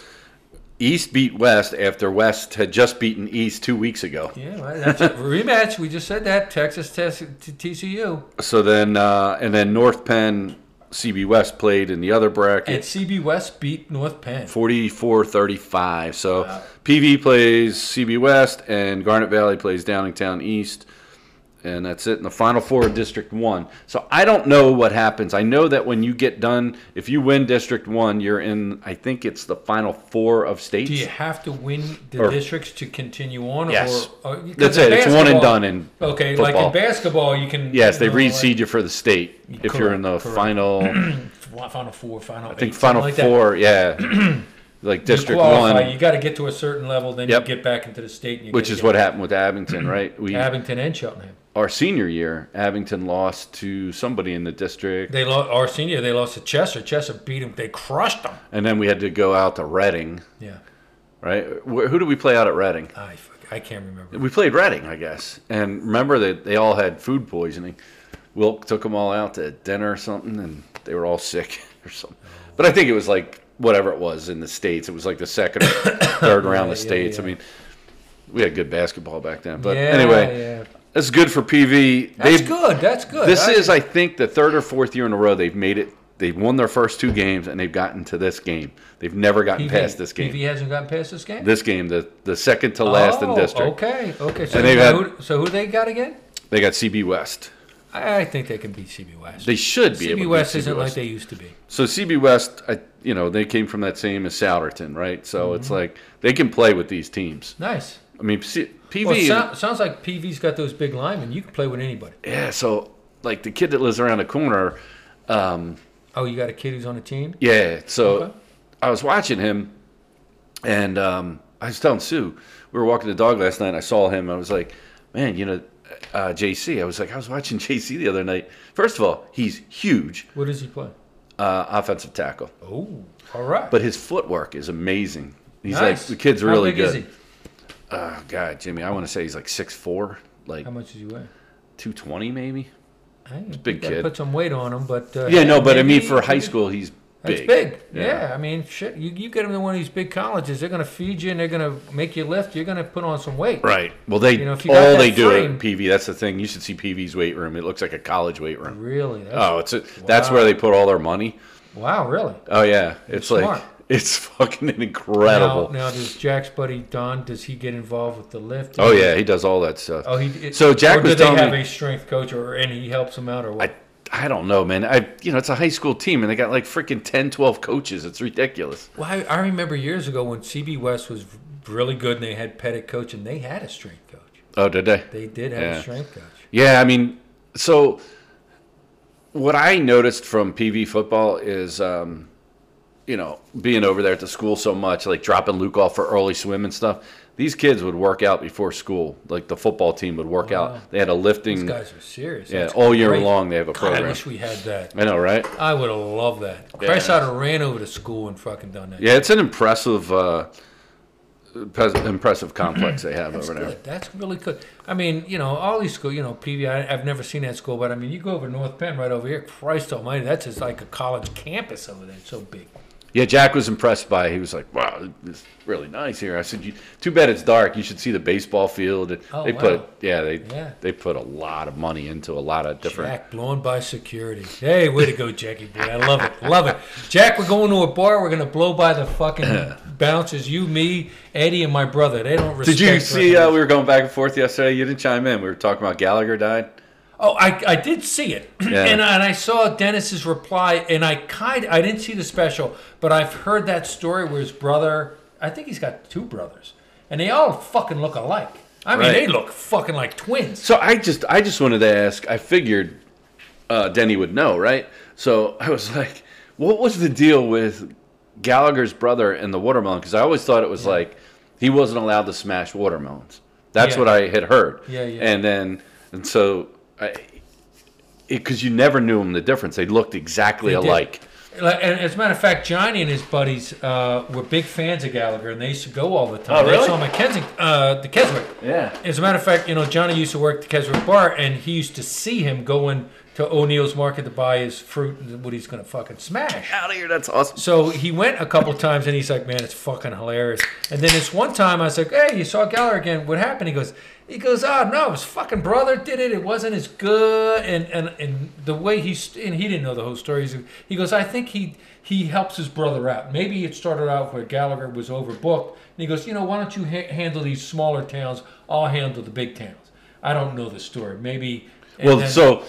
East beat West after West had just beaten East two weeks ago. Yeah, right. That's a rematch. We just said that Texas Tech- T- TCU So then, uh, and then North Penn CB West played in the other bracket. and CB West beat North Penn. 44 35. So PV plays CB West and Garnet Valley plays Downingtown East. And that's it in the final four of District 1. So I don't know what happens. I know that when you get done, if you win District 1, you're in, I think it's the final four of states. Do you have to win the Or- districts to continue on? Yes. Or, or, 'cause That's in it. It's one and basketball- done in Okay, like football. in basketball, you can. Yes, they you know, reseed you for the state if you're in the Correct, correct. final, I like f- Final four, final. I think final four. Yeah. like District you qualify, One, You got to get to a certain level, then Yep. you get back into the state. And you which gotta is get what happened with Abington, right? We Abington and Cheltenham. our senior year, Abington lost to somebody in the district, They lost our senior. They lost to Chester. Chester beat them. They crushed them. and then we had to go out to Reading, Yeah, right? Where, who did we play out at Reading? I fuck- I can't remember. We played Reading, I guess. And remember that they all had food poisoning. Wilk took them all out to dinner or something, and they were all sick or something. But I think it was like whatever it was in the states. It was like the second or third round of Yeah, yeah, states. yeah. I mean, we had good basketball back then. But yeah, anyway, yeah. that's good for PV. that's They've- good. That's good. This I- is, I think, the third or fourth year in a row they've made it. They've won their first two games, and they've gotten to this game. They've never gotten PV past this game. PV hasn't gotten past this game. This game, the, the second to last Oh, in district. Okay, okay. So, And they've who, had- so who they got again? They got CB West. I I think they can beat CB West. They should be able CB to West beat CB isn't like West. they used to be. So CB West, I, you know, they came from that same as Souderton, right? So Mm-hmm. it's like they can play with these teams. Nice. I mean, C- PV. Well, it sou- sounds like PV's got those big linemen. You can play with anybody. yeah. So like the kid that lives around the corner. Um, Oh, you got a kid who's on a team? yeah. So Okay. I was watching him, and um, I was telling Sue we were walking the dog last night. and I saw him. I was like, man, you know, uh, JC. I was like, I was watching JC the other night. First of all, he's huge What does he play? uh, offensive tackle. Oh, all right. but his footwork is amazing. He's nice. like the kid's How really big is good. Oh god, Jimmy, I want to say he's like six four, he? like How much does he weigh? two twenty maybe. I don't know. big You gotta kid. Put some weight on him, but uh, Yeah, no, but I mean maybe- for high maybe- school he's big. That's big. Yeah. Yeah. I mean, shit. You, you get him to one of these big colleges, they're gonna feed you and they're gonna make you lift. You're gonna put on some weight. Right. Well, they You know, if you got all that they do frame- at PV. That's the thing. You should see PV's weight room. It looks like a college weight room. Really? That's, Oh, it's a, that's Wow. where they put all their money. Wow. Really? Oh yeah, it's smart. like it's fucking incredible. Now, now, does Jack's buddy Don? Does he get involved with the lift? Oh yeah, he does all that stuff. Oh, he. It, So Jack or was do they telling have me- a strength coach, or and he helps him out, or what? I I don't know, man. I you know it's a high school team and they got like freaking 10, 12 coaches. It's ridiculous. Well, I, I remember years ago when CB West was really good and they had Pettit coach and they had a strength coach. Oh, did they? They did have a Yeah. Mm. strength coach. Yeah, I mean, so what I noticed from PV football is, um, you know, being over there at the school so much, like dropping Luke off for early swim and stuff. These kids would work out before school. Like the football team would work out. They had a These lifting, guys are serious. yeah, That's all year great. long. They have a God, I program. wish we had that. I know, right? I would have loved that. Yeah. Christ, I'd have ran over to school and fucking done that. Yeah, it's an impressive, uh, pres- impressive complex they have over there. Good. That's really good. I mean, you know, all these school, you know, PV, I, I've never seen that school, but I mean, you go over to North Penn right over here, Christ almighty, that's just like a college campus over there. It's so big. Yeah, Jack was impressed by. it. He was like, "Wow, it's really nice here." I said, you, "Too bad it's dark. You should see the baseball field." Oh, they wow. put, yeah, they Yeah. they put a lot of money into a lot of different. Jack blown by security. Hey, way to go, Jackie boy! I love it, love it. Jack, we're going to a bar. We're gonna blow by the fucking bouncers. You, me, Eddie, and my brother. They don't respect. Did you see? Uh, regulars. we were going back and forth yesterday. You didn't chime in. We were talking about Gallagher died. oh, I, I did see it, Yeah. and I, and I saw Dennis's reply, and I kind I didn't see the special, but I've heard that story where his brother. I think he's got two brothers, and they all fucking look alike. I mean, Right. they look fucking like twins. So I just I just wanted to ask. I figured uh, Denny would know, right? So I was like, "What was the deal with Gallagher's brother and the watermelon?" Because I always thought it was like he wasn't allowed to smash watermelons. That's Yeah. what I had heard. Yeah, yeah. And then and so I because you never knew them the difference. They looked exactly They did. alike. Like, and as a matter of fact, Johnny and his buddies uh, were big fans of Gallagher, and they used to go all the time. Oh, really? They saw him at Kensing, uh, the Keswick. Yeah. As a matter of fact, you know, Johnny used to work the Keswick bar, and he used to see him going to O'Neill's Market to buy his fruit and what he's going to fucking smash. Out of here. That's awesome. So he went a couple times, and he's like, "Man, it's fucking hilarious." And then this one time, I was like, "Hey, you saw Gallagher again? What happened?" He goes, "He goes, oh no, his fucking brother did it. It wasn't as good." And and and the way he st- and he didn't know the whole story. He's- He goes, "I think he he helps his brother out. Maybe it started out where Gallagher was overbooked, and he goes, you know, why don't you ha- handle these smaller towns? I'll handle the big towns. I don't know the story. Maybe." and Well, then- so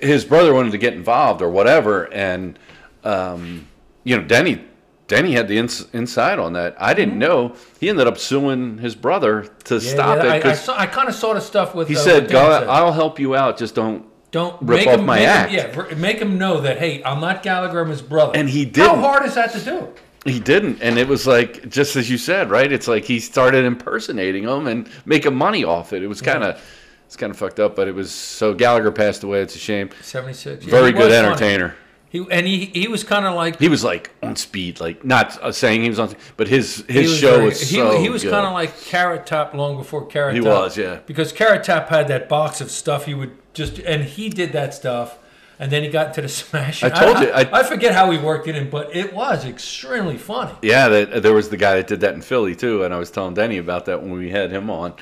his brother wanted to get involved or whatever, and um, you know Denny. Denny had the ins- inside on that. I didn't know. He ended up suing his brother to Yeah, stop yeah, it I, I, 'cause saw- I kind of saw the stuff with he uh, said, what Dan "God, I'll help you out. Just don't." Don't Rip make off him, my make act. Him, yeah, r- make him know that hey, I'm not Gallagher, I'm his brother. And he How didn't. hard is that to do? He didn't, and it was like just as you said, right? It's like he started impersonating him and making money off it. It was kind of, it's kind of fucked up, but it was so Gallagher passed away. It's a shame. 76. Yeah, Very he good was funny. entertainer. He and he he was kind of like He was like on speed, like not uh, saying he was on, but his he his show very- was he, so. he was good. kind of like Carrot Top long before Carrot He Top. was, yeah. Because Carrot Top had that box of stuff he would just and he did that stuff. And then he got into the smash. I told you, I- I forget how he worked it in, but it was extremely funny. Yeah, that, there was the guy that did that in Philly too, and I was telling Denny about that when we had him on.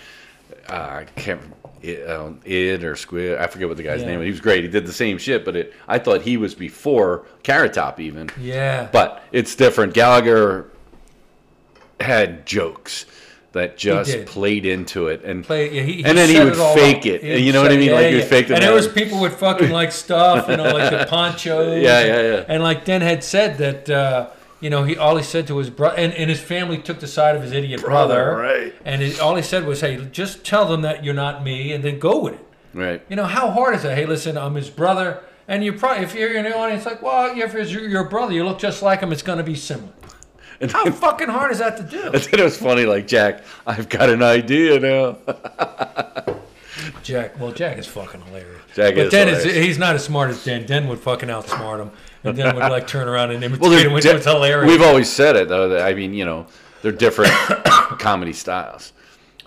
Uh, I can't it, um, id or squid. I forget what the guy's Yeah. name. was. He was great. He did the same shit, but it, I thought he was before Carrot Top even. Yeah. But it's different. Gallagher had jokes that just did. played into it, and play it. Yeah, he, he And then he set would all fake up. it, He would you know what set- I mean? yeah, Like, he would yeah. fake the And there was narrative. people with fucking like stuff, you know, like the ponchos. Yeah, and- yeah, yeah. And like Den had said that, uh, you know, he all he said to his brother, and, and his family took the side of his idiot brother, Brother, right. And it, all he said was, "Hey, just tell them that you're not me, and then go with it." right. You know, how hard is that? Hey, listen, I'm his brother. And you probably, if you're in the audience, like, well, if it's your, your brother, you look just like him, it's going to be similar. And How fucking hard is that to do? then it was funny, like Jack. I've got an idea now. Jack. Well, Jack is fucking hilarious. Jack but is Den is hilarious. he's not as smart as Den. Den would fucking outsmart him, and Den would like turn around and imitate they're him, which di- was hilarious. We've always said it though. That, I mean, you know, they're different comedy styles.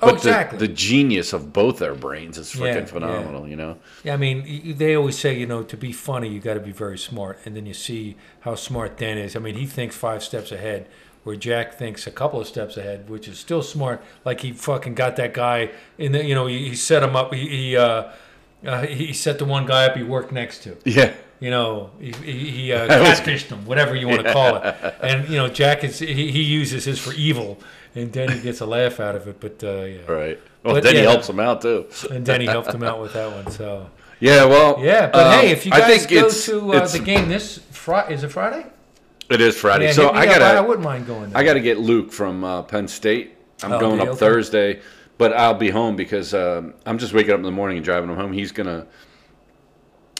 Oh, But the- exactly. The, genius of both their brains is Yeah, freaking yeah. phenomenal. You know, yeah, I mean, y- they always say you know to be funny you got to be very smart, and then you see how smart Dan is. I mean, he thinks five steps ahead, where Jack thinks a couple of steps ahead, which is still smart. Like he fucking got that guy in the you know he, he set him up. He he, uh, uh, he set the one guy up he worked next to. yeah. you know, he, he, he uh, That was- catfished them, whatever you want to call it. And you know, Jack is he, he uses his for evil, and then he gets a laugh out of it. But uh, yeah, Right. Well, But then he yeah. helps them out too. and Denny helped him out with that one. So Yeah. Well. yeah, but um, hey, if you I guys think go it's- to uh, it's- the game this Friday, is it Friday? it is Friday. Yeah, so hit me I up. gotta. I wouldn't mind going. There. I got to get Luke from uh, Penn State. I'm Oh, going yeah, up okay. Thursday, but I'll be home because um, I'm just waking up in the morning and driving him home. He's gonna.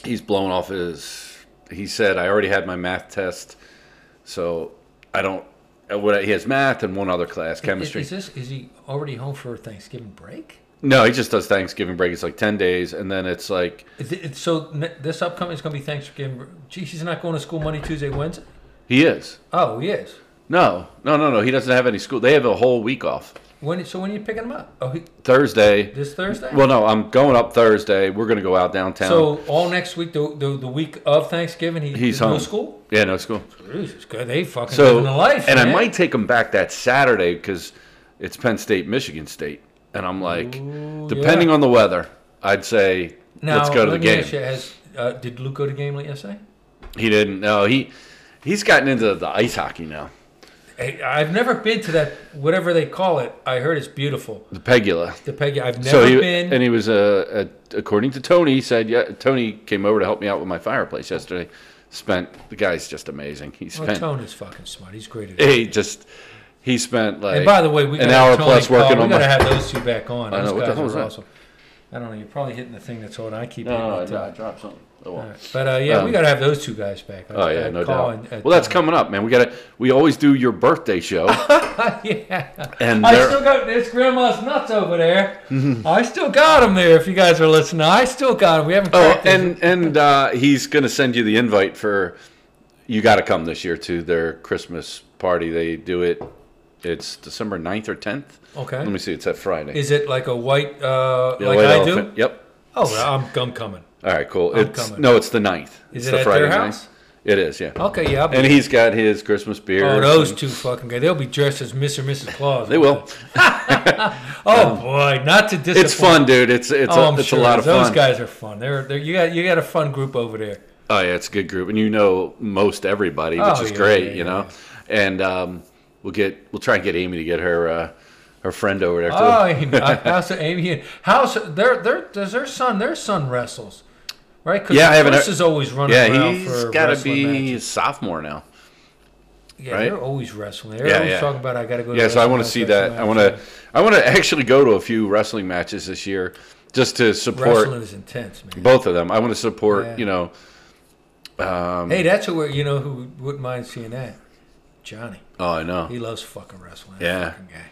He's blown off his. He said I already had my math test, so I don't. uh, What I- he has math and one other class, is, chemistry. is this is he already home for Thanksgiving break? No, he just does Thanksgiving break. It's like ten days, and then it's like Is it, it's- so ne- this upcoming is going to be Thanksgiving. br- Gee, he's not going to school Monday, Tuesday, Wednesday. he is. Oh, he is. No, no, no, no. He doesn't have any school. They have a whole week off. When so when are you picking him up? Oh, he, Thursday. this Thursday. Well, no, I'm going up Thursday. We're gonna go out downtown. So all next week, the, the, the week of Thanksgiving, he, He's no home. school. yeah, no school. Jesus, God, they fucking So living the life. and I man. might take them back that Saturday because it's Penn State, Michigan State, and I'm like, Ooh, depending yeah. on the weather, I'd say now, let's go to the let me game. ask you, has, uh, did Luke go to the game late yesterday? He didn't. No, he he's gotten into the ice hockey now, Hey, I've never been to that whatever they call it. I heard it's beautiful. the Pegula. The Peggy, I've never So he been. and he was uh, uh, according to Tony, he said yeah. Tony came over to help me out with my fireplace yesterday. Spent the guy's just amazing. He well, spent Oh, Tony's fucking smart. He's great at it. he just he spent like And by the way, we an gotta hour have Tony plus call. working we on gotta my have those two back on. I know, Those what the guys hell are was that? awesome. I don't know. You're probably hitting the thing that's on. I keep no, no, hitting it. no, too. I dropped something. Oh, well. All right. But uh, yeah, we Um, gotta have those two guys back. Oh yeah, no doubt. uh, well, that's coming up, man. We got to. We always do your birthday show, yeah. and I there- still got this grandma's nuts over there. I still got them there. If you guys are listening, I still got them. We haven't oh, cracked these. and and uh, he's gonna send you the invite for. You got to come this year to their Christmas party. They do it. It's December 9th or tenth. okay. Let me see. It's that Friday. Is it like a white uh, The like White I Elephant. do? Yep. Oh, well, I'm I'm coming. All right. Cool. I'm it's coming. no. It's the 9th. Is it's it the at Friday their night. house? It is. Yeah. Okay, yeah. I'll be, And he's got his Christmas beer. oh, those two fucking guys. They'll be dressed as Mr. and Mrs. Claus. They will. Um, Oh boy, not to disappoint. It's fun, dude. It's it's Oh, a, I'm it's sure a lot of those fun. guys are fun. They're, they're you got you got a fun group over there. Oh yeah, it's a good group, and you know most everybody, which Oh, is yeah, great, yeah, you know. And um, we'll get we'll try and get Amy to get her uh, her friend over there too. Oh, and, uh, how's Amy? and- How's their their does their son? Their son wrestles, right? Cause Yeah, I the haven't first heard- is always running yeah, around he's for got to wrestling be matches. a sophomore now. Yeah, right? they're always wrestling. They're Yeah, always yeah. talking about I got to go. Yeah, to so I wrestling want to match, see wrestling that. I match." want to I want to actually go to a few wrestling matches this year just to support Wrestling is intense, man. both of them. I want to support Yeah. you know. Um, Hey, that's who we're, you know who wouldn't mind seeing that. Johnny. Oh, I know. He loves fucking wrestling. that Yeah. fucking guy.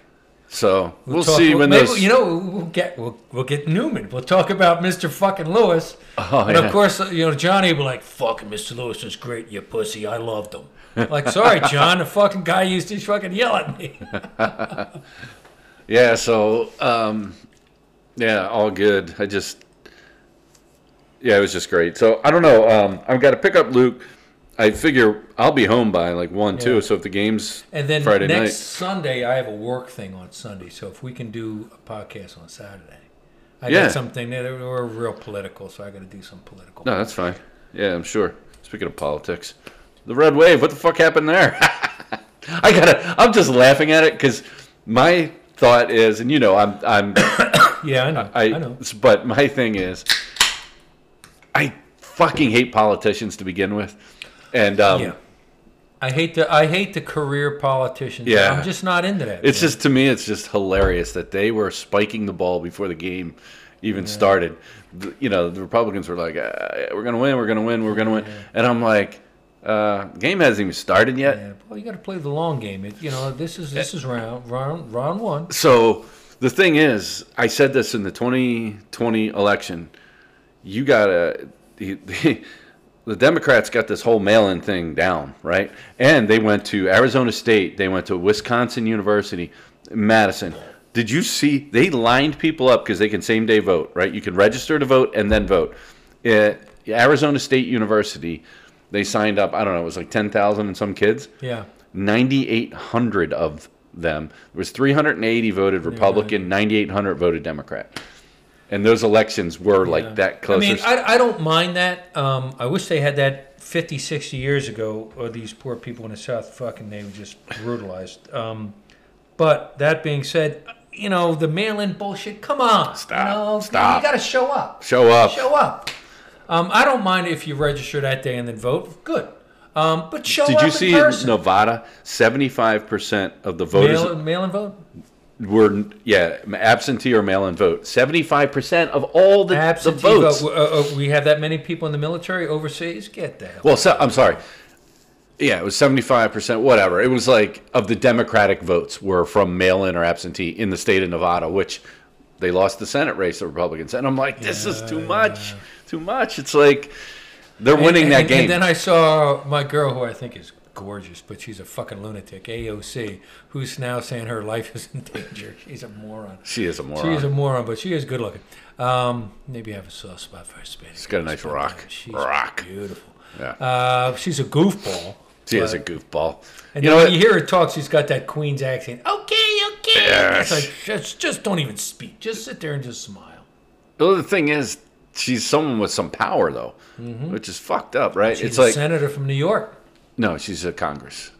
So we'll, talk- see when maybe- those. You know, we'll get we'll, we'll get Newman. We'll talk about Mr. Fucking Lewis. Oh, and yeah. of course, you know Johnny will be like, "Fucking Mr. Lewis was great, you pussy. I loved him." Like, sorry, John. The fucking guy used to fucking yell at me. yeah. So um, yeah, all good. I just yeah, it was just great. So I don't know. Um, I've got to pick up Luke. I figure I'll be home by like one, two. So if the game's And then Friday next night, Sunday, I have a work thing on Sunday. So if we can do a podcast on Saturday, I Yeah. got something. that- We're real political, so I got to do some political. no, that's fine. Yeah, I'm sure. Speaking of politics, the red wave. What the fuck happened there? I gotta. I'm just laughing at it because my thought is, and you know, I'm I'm Yeah, I know. I, I, know. But my thing is, I fucking hate politicians to begin with, and um, Yeah. I hate the I hate the career politicians. Yeah. I'm just not into that. it's just to me, it's just hilarious that they were spiking the ball before the game even started. The- You know, the Republicans were like, uh, "We're gonna win, we're gonna win, we're gonna win," and I'm like, uh, "Game hasn't even started yet." Yeah, well, you got to play the long game. It, you know, this is Eh. this is round round round one. So the thing is, I said this in the 2020 election. You gotta the, the, the Democrats got this whole mail-in thing down, right? And they went to Arizona State, they went to Wisconsin University, Madison. Did you see they lined people up because they can same-day vote, right? You can register to vote and then vote. At Arizona State University, they signed up. I don't know, it was like 10,000 and some kids. Yeah, 9,800 of them. There was 380 voted Republican, 9,800 voted Democrat. And those elections were like that I close. mean, There's- I, I don't mind that. Um, I wish they had that 50, 60 years ago. Or these poor people in the South, fucking, they were just brutalized. Um, but that being said, you know the mail-in bullshit. Come on, Stop. You know, Stop. You got to show up. show up. Show up. Um, I don't mind if you register that day and then vote. Good. Um, but show Did up you see in in person. Nevada, 75% of the voters mail, mail and vote. were, yeah, absentee or mail in vote? 75% of all the, the Absentee votes. vote. Uh, uh, we have that many people in the military overseas. Get that. Well, so, I'm sorry. Yeah, it was 75%, whatever. It was like of the Democratic votes were from mail in or absentee in the state of Nevada, which they lost the Senate race, the Republicans. And I'm like, this is too much. Too much. It's like they're winning and, that and- game. And then I saw my girl, who I think is gorgeous, but she's a fucking lunatic, AOC, who's now saying her life is in danger. She's a moron. she is a She moron. is a moron, but she is good looking. Um, maybe I have a soft spot for Hispanic. She's got a nice rock. She's Rock. beautiful. Yeah. Uh, she's a goofball. she is a goofball. And you then know when what? you hear her talk, she's got that Queen's accent. Okay, okay. Yes. It's like, just, just don't even speak. Just sit there and just smile. The other thing is, she's someone with some power, though, which is fucked up, right? Mm-hmm. She's it's a like, senator from New York. no, she's a Congress.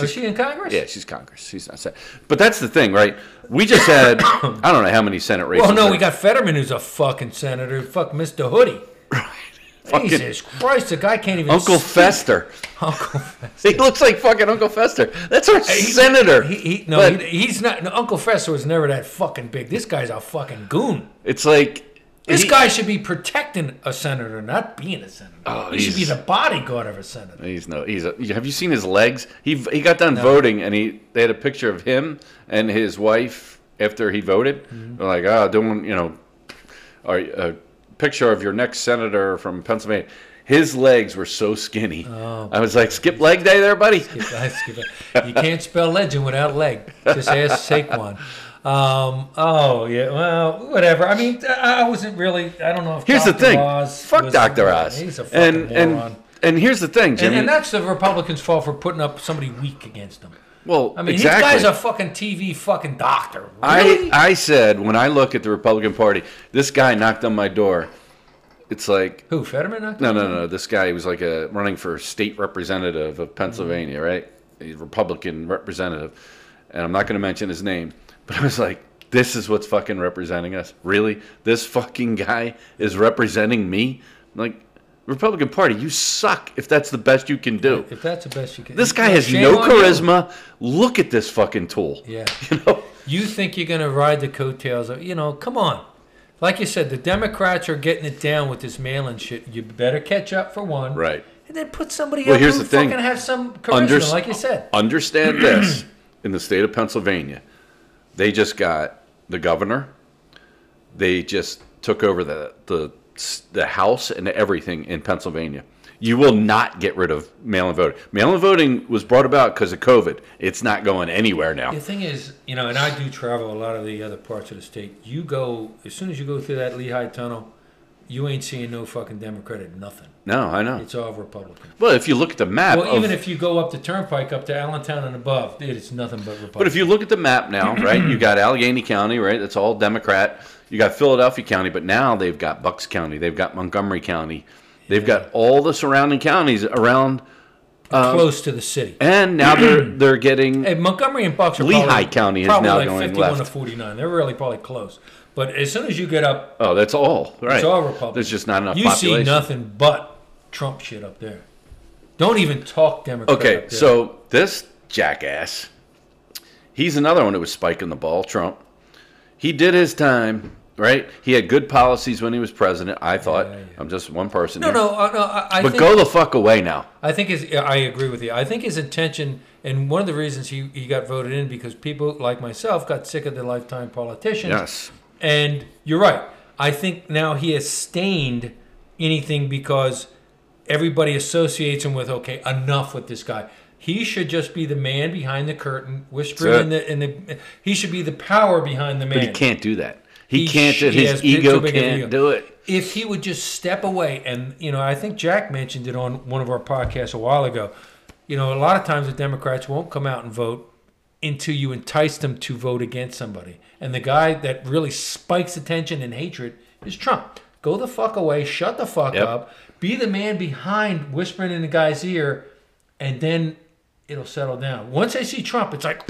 Is she in Congress? Yeah, she's Congress. She's not Senate. But that's the thing, right? We just had I don't know how many Senate races. Well, no, there- we got Fetterman, who's a fucking senator. Fuck Mr. Hoodie. Fucking Jesus Christ, the guy can't even. Uncle speak. Fester. Uncle Fester. He looks like fucking Uncle Fester. That's our senator. He, he, no, But he, he's not. no, Uncle Fester was never that fucking big. This guy's a fucking goon. it's like This he- guy should be protecting a senator, not being a senator. Oh, he should be he's- the bodyguard of a senator. He's no. He's a. Have you seen his legs? He he got done voting, and he they had a picture of him and his wife after he voted. Mm-hmm. They're like, oh, doing you know, or a picture of your next senator from Pennsylvania. His legs were so skinny. I was like, skip leg day there, buddy. I Oh, skip it. you can't spell legend without leg. Just ask Saquon. Um, oh yeah, well, whatever. I mean, I I wasn't really. I don't know if Here's Dr. the thing. Oz Fuck was- Dr. Oz. He's a fucking and moron. and and here's the thing, And, Jimmy. and that's the Republicans' fault for putting up somebody weak against them. well, I mean, exactly. this guy's a fucking TV fucking doctor. I, Really? I said when I look at the Republican Party, this guy knocked on my door. It's like Who, Fetterman? I think? no, no, no. This guy was like a running for state representative of Mm-hmm. Pennsylvania, right? A Republican representative, and I'm not going to mention his name, but I was like, this is what's fucking representing us, really? This fucking guy is representing me, I'm like. Republican Party, you suck if that's the best you can do. If that's the best you can. This guy Yeah, has shame no on you. charisma. Look at this fucking tool. Yeah. You know? You think you're going to ride the coattails of, you know, come on. Like you said, the Democrats are getting it down with this mail-in shit. You better catch up for one. Right. and then put somebody Well, else here's who the thing. fucking has some charisma, Under- like you said. Understand this in the state of Pennsylvania, they just got the governor. They just took over the, the, the House and everything in Pennsylvania. You will not get rid of mail in voting. Mail in voting was brought about because of COVID. It's not going anywhere now. The thing is, you know, and I do travel a lot of the other parts of the state. You go as soon as you go through that Lehigh Tunnel, you ain't seeing no fucking Democrat or nothing. No, I know. It's all Republican. Well, if you look at the map, Well, of- even if you go up the turnpike up to Allentown and above, it is nothing but Republican. But if you look at the map now, right, you got Allegheny County, right? That's all Democrat. You got Philadelphia County, but now they've got Bucks County, they've got Montgomery County, they've got all the surrounding counties around, Um, close to the city. and now they're they're getting. Hey, Montgomery and Bucks are Lehigh probably, County is probably now like going 51 to left. 49. They're really probably close. But as soon as you get up, Oh, that's all right. it's all Republican. There's just not enough You population. see nothing but Trump shit up there. Don't even talk Democrat. Okay, up there. so this jackass, he's another one that was spiking the ball, Trump. He did his time, right? He had good policies when he was president, I thought. yeah. I'm just one person. no, here. no, uh, no. I, I But think, go the fuck away now. I think his. I agree with you. I think his intention, and one of the reasons he, he got voted in because people like myself got sick of the lifetime politicians. Yes. And you're right. I think now he has stained anything because everybody associates him with okay, enough with this guy. He should just be the man behind the curtain, whispering in the in the. He should be the power behind the man. But he can't do that. He, He can't. sh- do it. he his has been ego too big of an can't ego. do it. if he would just step away and you know i think jack mentioned it on one of our podcasts a while ago you know a lot of times the democrats won't come out and vote until you entice them to vote against somebody and the guy that really spikes attention and hatred is trump go the fuck away shut the fuck Yep. up be the man behind whispering in the guy's ear and then it'll settle down once i see trump it's like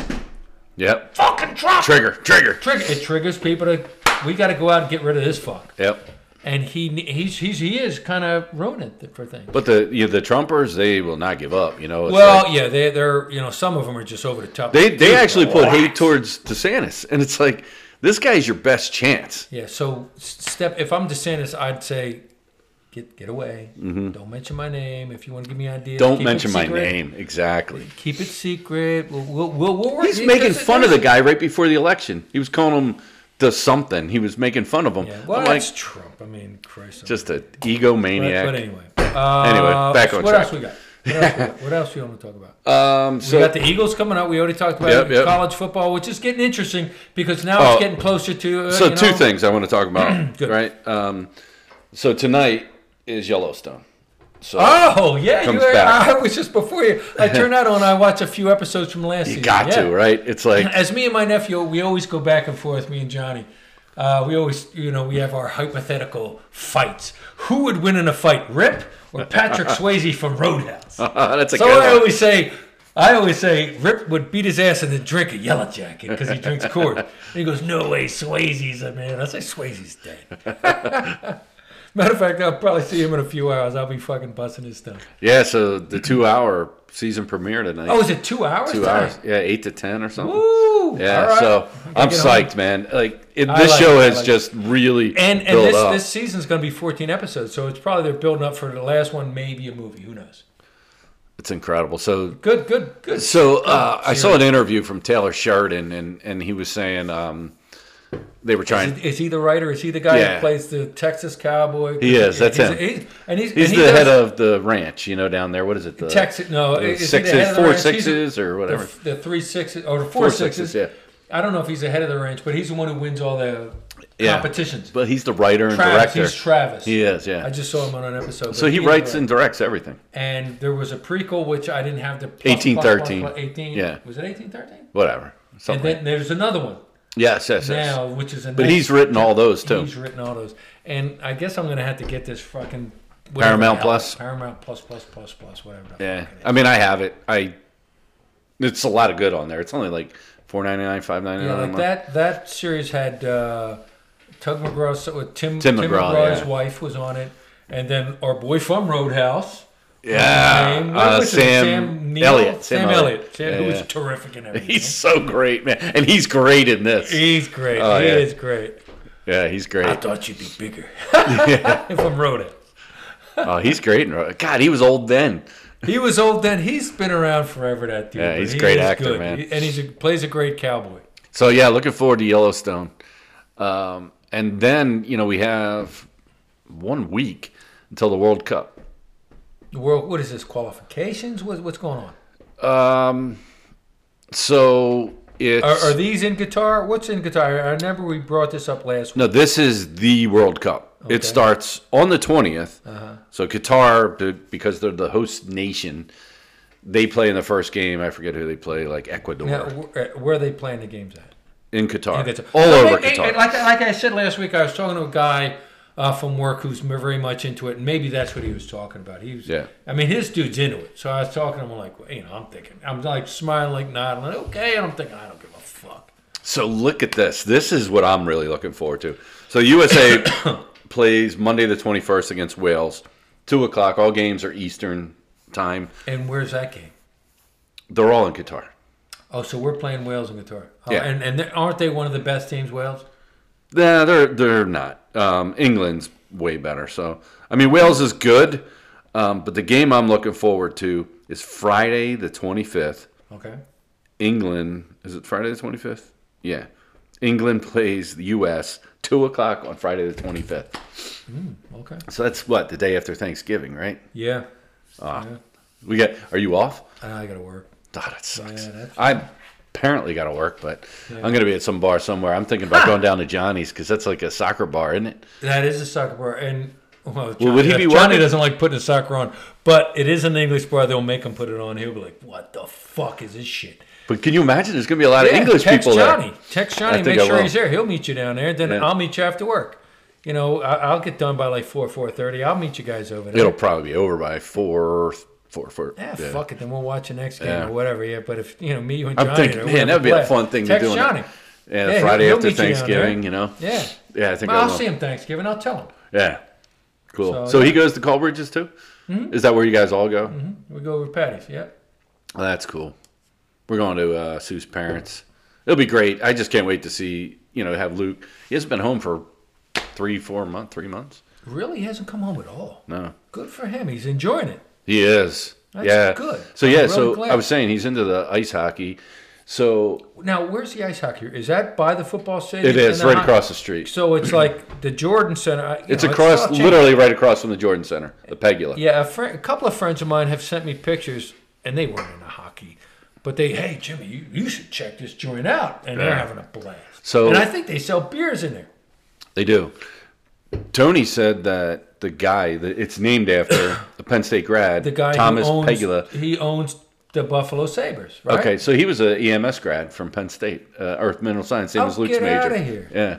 Yep. fucking trump Trigger. Trigger. Trigger- it triggers people to we got to go out and get rid of this fuck Yep. and he he's, he's he is kind of ruining it for things. But the you know, the Trumpers, they will not give up. You know. It's well, like- yeah, they they're you know some of them are just over the top. they they Dude, actually put hate relax. towards DeSantis, and it's like this guy's your best chance. Yeah, so s- step if I'm DeSantis, I'd say get get away. Don't mention my name if you want to give me ideas. Mm-hmm. Don't keep it mention my secret. name. Exactly. Keep it secret. We'll we'll, we'll, we'll work- He's making there's- fun of the there's- guy right before the election. He was calling him the something. He was making fun of him. Yeah, well, I'm like, that's Trump. I mean, Christ. just an but, egomaniac. but anyway. Uh, Anyway, back on what track. Else we got? What else we got? What else you want to talk about? um, so we got the Eagles coming up. We already talked about Yep, it. yep. college football, which is getting interesting because now Oh. it's getting closer to. Uh, So you two know, things I want to talk about, Good. right? Um, so tonight is Yellowstone. So Oh yeah, you Comes were, back. I was just before you. I turn that on. I watch a few episodes from last you season. got yeah. to, right? It's like As me and my nephew, we always go back and forth. Me and Johnny, uh, we always, you know, we have our hypothetical fights. Who would win in a fight, Rip or Patrick Swayze from Roadhouse? So that's a good I one. always say. I always say Rip would beat his ass and then drink a Yellow Jacket because he drinks Coors. And he goes, "No way, Swayze's a man." I say, "Swayze's dead." Matter of fact, I'll probably see him in a few hours. I'll be fucking busting his stuff. yeah. So the two-hour season premiere tonight. Oh, is it two hours? two time? hours. Yeah, eight to ten or something. Woo! Yeah. All right. So I'm get home. psyched, man. Like it, I this like show it, I has like it. just really and and built this up. this season's going to be 14 episodes, so it's probably they're building up for the last one, maybe a movie. Who knows? It's incredible. So Good, good, good. So uh, I saw an interview from Taylor Sheridan, and and he was saying um, they were trying. Is, is he the writer? Is he the guy Yeah. that plays the Texas cowboy? He is, that's He's- him. he's- and he's, He's and he the does head of the ranch, you know, down there. What is it? The Texas. No, the is he the head sixes, of the four ranch? He's- sixes, or whatever. The, the three sixes or the four, Four sixes. sixes, yeah. I don't know if he's the head of the ranch, but he's the one who wins all the Yeah. competitions. But he's the writer and Travis, director. he's Travis. he is, I yeah. just saw him on an episode. So but he he's the writes writer. and directs everything. and there was a prequel which I didn't have the plus, 1813. plus, plus, plus, 18 Yeah. was it eighteen thirteen? Whatever. And Something. like- then there's another one yes, yes, yes. now, which is a but nice- he's written all those too. He's written all those, and I guess I'm gonna have to get this fucking whatever Paramount the hell- Plus? Paramount Plus Plus Plus Plus whatever. the yeah. fuck it is. I mean, I have it. I. It's a lot of good on there. It's only like four ninety nine, five ninety yeah, nine. like that. That series had uh, Tug McGraw, so with Tim Tim McGraw, McGraw's yeah. wife was on it, and then our boy from Roadhouse. Yeah, his name- uh, what was his name? Sam, Neill? Elliott. Sam, Elliott. Sam, Yeah, who yeah. was terrific in everything. He's so great, man, and he's great in this. He's great. Oh, he yeah. is great. Yeah, he's I great. thought you'd be bigger. if I'm Rhoda. Oh, he's great. in Ro- God, he was old then. He was old then. He's been around forever. That dude. Yeah, but he's a he great is actor, man. He- and he plays a great cowboy. So yeah, looking forward to Yellowstone. Um, and then you know we have one week until the World Cup. The world. What is this? Qualifications? What, what's going on? Um, so it's Are, are these in Qatar? What's in Qatar? I remember we brought this up last week. no, this is the World Cup. It Okay. Uh-huh. starts on the 20th So Qatar, be- because they're the host nation, they play in the first game. I forget who they play, like Ecuador Now, where, uh, where are they playing the games at? in Qatar, That's- all No, over it- it- Qatar. Like, like I said last week, I was talking to a guy uh, from work who's m- very much into it, and maybe that's what he was talking about. He was, Yeah. I mean, his dude's into it. So I was talking to him, like, you know, I'm thinking, I'm like smiling, like nodding, like, okay, and I'm thinking, I don't give a fuck. so look at this. This is what I'm really looking forward to. So USA plays Monday the 21st against Wales, two o'clock. All games are Eastern time. And where's that game? They're all in Qatar. Oh, so we're playing Wales and Qatar. Oh, Yeah. And and they- aren't they one of the best teams, Wales? Nah, they're they're not. Um, England's way better. So I mean, Wales is good, um, but the game I'm looking forward to is Friday the 25th. Okay. England is it Friday the 25th? Yeah, England plays the U.S. two o'clock on Friday the 25th. Okay. So that's what the day after Thanksgiving, right? Yeah. We got. Are you off? I know I gotta work. God, it sucks. Yeah, that's- I apparently got to work, but I'm going to be at some bar somewhere. I'm thinking about going down to Johnny's because that's like a soccer bar, isn't it? That is a soccer bar, and well, Johnny, would he be Johnny working- doesn't like putting a soccer on, but it is an English bar. They'll make him put it on. He'll be like, "What the fuck is this shit?" But can you imagine? There's going to be a lot Yeah, of English text people Johnny. there. Text I Johnny. think Make I sure will. he's there. He'll meet you down there. Then Yeah. I'll meet you after work. You know, I, I'll get done by like four four thirty. I'll meet you guys over there. It'll probably be over by four, four, four. yeah, fuck it. Then we'll watch the next game Yeah. or whatever. Yeah, but if you know me, you and I'm Johnny, thinking, or man, whoever that'd be a play, fun thing to text do on a- Johnny. Yeah, Yeah, Friday he'll after meet you down there. Thanksgiving, you know. Yeah, Yeah, I think Well, I I'll will. see him Thanksgiving. I'll tell him. Yeah, cool. So, So- Mm-hmm. he goes to Callbridges too. Is that where you guys all go? We go over to Patty's. Yeah. Well, that's cool. We're going to uh, Sue's parents. It'll be great. I just can't wait to see. You know, have Luke. He hasn't been home for three, four months, three months. Really hasn't come home at all. No, Good for him. He's enjoying it. he is. That's yeah, good. So I'm yeah, really so glad. I was saying he's into the ice hockey. So Now, where's the ice hockey? Is that by the football stadium? it and is the right hockey- across the street. So it's like the Jordan Center. I- you It's know, all across, changed. literally right across from the Jordan Center, the Pegula. Yeah, a, friend, a couple of friends of mine have sent me pictures, and they weren't into hockey, but they, hey Jimmy, you, you should check this joint out, and they're Yeah. having a blast. So- and I think they sell beers in there. They do. Tony said that the guy that it's named after a Penn State grad, The guy Thomas who owns, Pegula. he owns the Buffalo Sabers, right? Okay, so he was a EMS grad from Penn State, uh, Earth Mineral Science, same Oh, as Luke's get major. outta here. Yeah,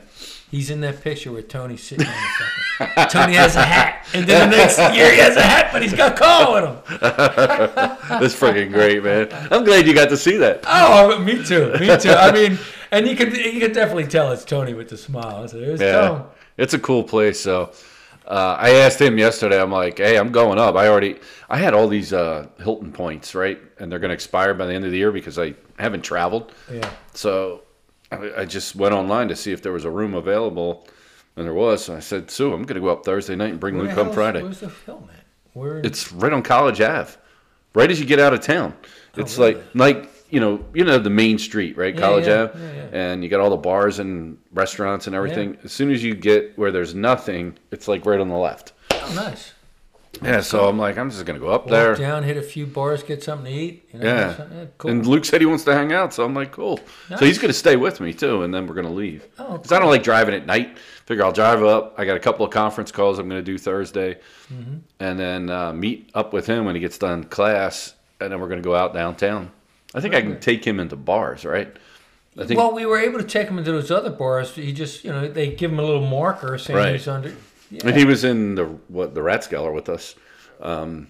He's in that picture with Tony sitting on the fucking. Tony has a hat, and then the next year he has a hat, but he's got coal in him. that's freaking great, man. I'm glad you got to see that. Oh, I- me too. Me too. I mean, and you could you could definitely tell it's Tony with the smile. So there's Yeah, Tony. it's a cool place. So uh, I asked him yesterday. I'm like, hey, I'm going up. I already I had all these uh, Hilton points, right, and they're going to expire by the end of the year because I haven't traveled. Yeah. So I, I just went online to see if there was a room available, and there was. So I said, Sue, I'm going to go up Thursday night and bring Where Luke the home hell's- Friday. Where's the film at? Where? It's right on College Ave, right as you get out of town. It's like like you know you know the main street, right? Oh, Yeah, College yeah, Ave, yeah, yeah. and you got all the bars and restaurants and everything. As soon as you get where there's nothing, it's like right on the left. oh, nice. Yeah, so I'm like, I'm just gonna go up Walk there. down, hit a few bars, get something to eat. You know, Yeah. something- cool. And Luke said he wants to hang out, so I'm like, cool. So he's Nice. gonna stay with me too, and then we're gonna leave. Oh, Because I don't like driving at night. Figure I'll drive up. I got a couple of conference calls I'm gonna do Thursday, Mm-hmm. and then uh, meet up with him when he gets done class, and then we're gonna go out downtown. I think I can take him into bars, right? I think well, we were able to take him into those other bars. He just, you know, they give him a little marker saying Right. he's under. and Yeah. he was in the what the Rat Scaler with us. Um,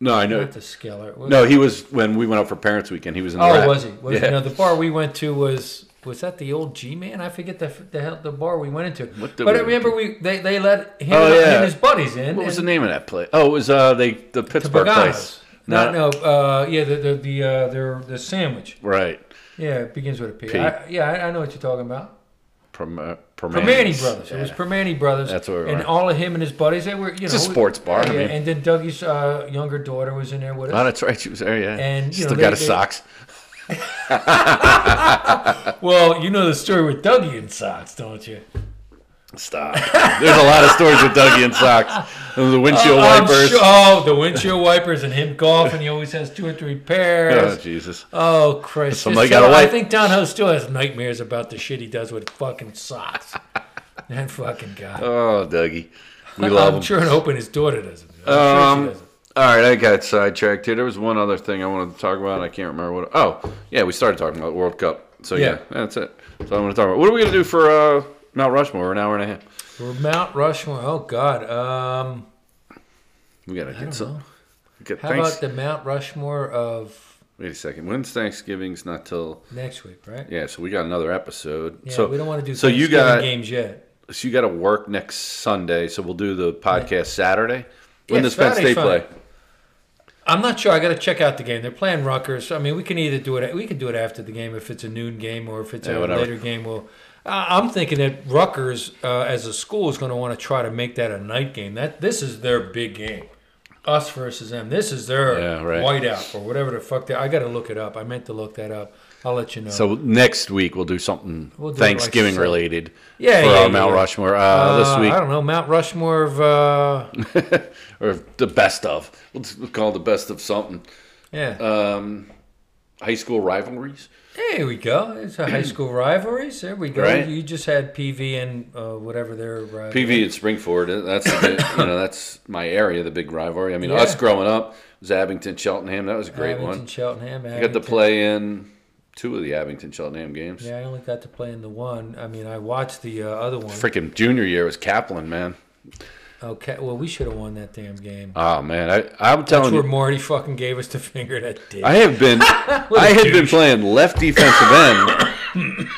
no, I know. Not the Skeller. No, he was when we went out for Parents Weekend. He was in. The Oh, Rat. was he? Was yeah. he? No, the bar we went to was was that the old G Man? I forget the the, hell, the bar we went into. What did but I we- remember we they, they let him, Oh, yeah. and his buddies in. What was and- the name of that place? Oh, it was uh, they the Pittsburgh place. Paganos. No, no, uh, yeah, the the the, uh, their, the sandwich. Right. Yeah, it begins with a P. P. I, yeah, I, I know what you're talking about. Permani Permani Brothers. It was Permani Brothers. That's where we And were. all of him and his buddies, they were, you know. It's a sports bar, Yeah, I mean. and then Dougie's uh, younger daughter was in there with Oh, us. that's right. She was there, yeah. And, you Still know, they- got his they- socks. Well, you know the story with Dougie and socks, don't you? Stop. There's a lot of stories with Dougie and socks. And the windshield I'm wipers. Um, sure- oh, the windshield wipers and him golfing. He always has two or three Oh, pairs. Jesus. Oh, Chris. Somebody Just- got a I wipe. think Don Ho still has nightmares about the shit he does with fucking socks. that fucking guy. Oh, Dougie. We love I'm him. sure and hoping his daughter doesn't. I'm sure she Um, doesn't. all right, I got sidetracked here. There was one other thing I wanted to talk about. and I can't remember what. Oh, yeah, we started talking about World Cup. So yeah, Yeah. that's it. So I want to talk about. What are we gonna do for uh, Mount Rushmore? An hour and a half. Or Mount Rushmore. Oh, God. Um, We gotta get some. Get, How thanks. about the Mount Rushmore of Wait a second. When's Thanksgiving's not till? next week, right? Yeah, so we got another episode. Yeah, so we don't want to do So you Thanksgiving got games yet. so you got to work next Sunday. So we'll do the podcast Saturday. Yeah, When does Penn Saturday's State fine. play? I'm not sure. I got to check out the game. They're playing Rutgers. I mean, we can either do it. We can do it after the game if it's a noon game or if it's Yeah, a whatever. later game. Well, I- I'm thinking that Rutgers uh, as a school is going to want to try to make that a night game. That this is their big game. Us versus them. This is their Yeah, right. whiteout or whatever the fuck. They, I got to look it up. I meant to look that up. I'll let you know. So next week we'll do something We'll do it like Thanksgiving so. related. Yeah, for yeah, our yeah, Mount yeah. Rushmore uh, Uh, this week. I don't know Mount Rushmore of uh, or the best of. We'll just call it the best of something. yeah. Um, high school rivalries. There we go. It's a high school rivalries. There we go. Right. You just had PV and uh, whatever their rival. PV and Springford. uh, That's the big, you know that's my area, the big rivalry. I mean, Yeah. us growing up was Abington Cheltenham. That was a great Abington, one. Cheltenham. I got to Abington. play in two of the Abington Cheltenham games. Yeah, I only got to play in the one. I mean, I watched the uh, other one. Freaking junior year was Kaplan, man. Okay. Well, we should have won that damn game. Oh man, I, I'm telling That's where you, Marty fucking gave us the finger that dick. I have been, I had been playing left defensive end.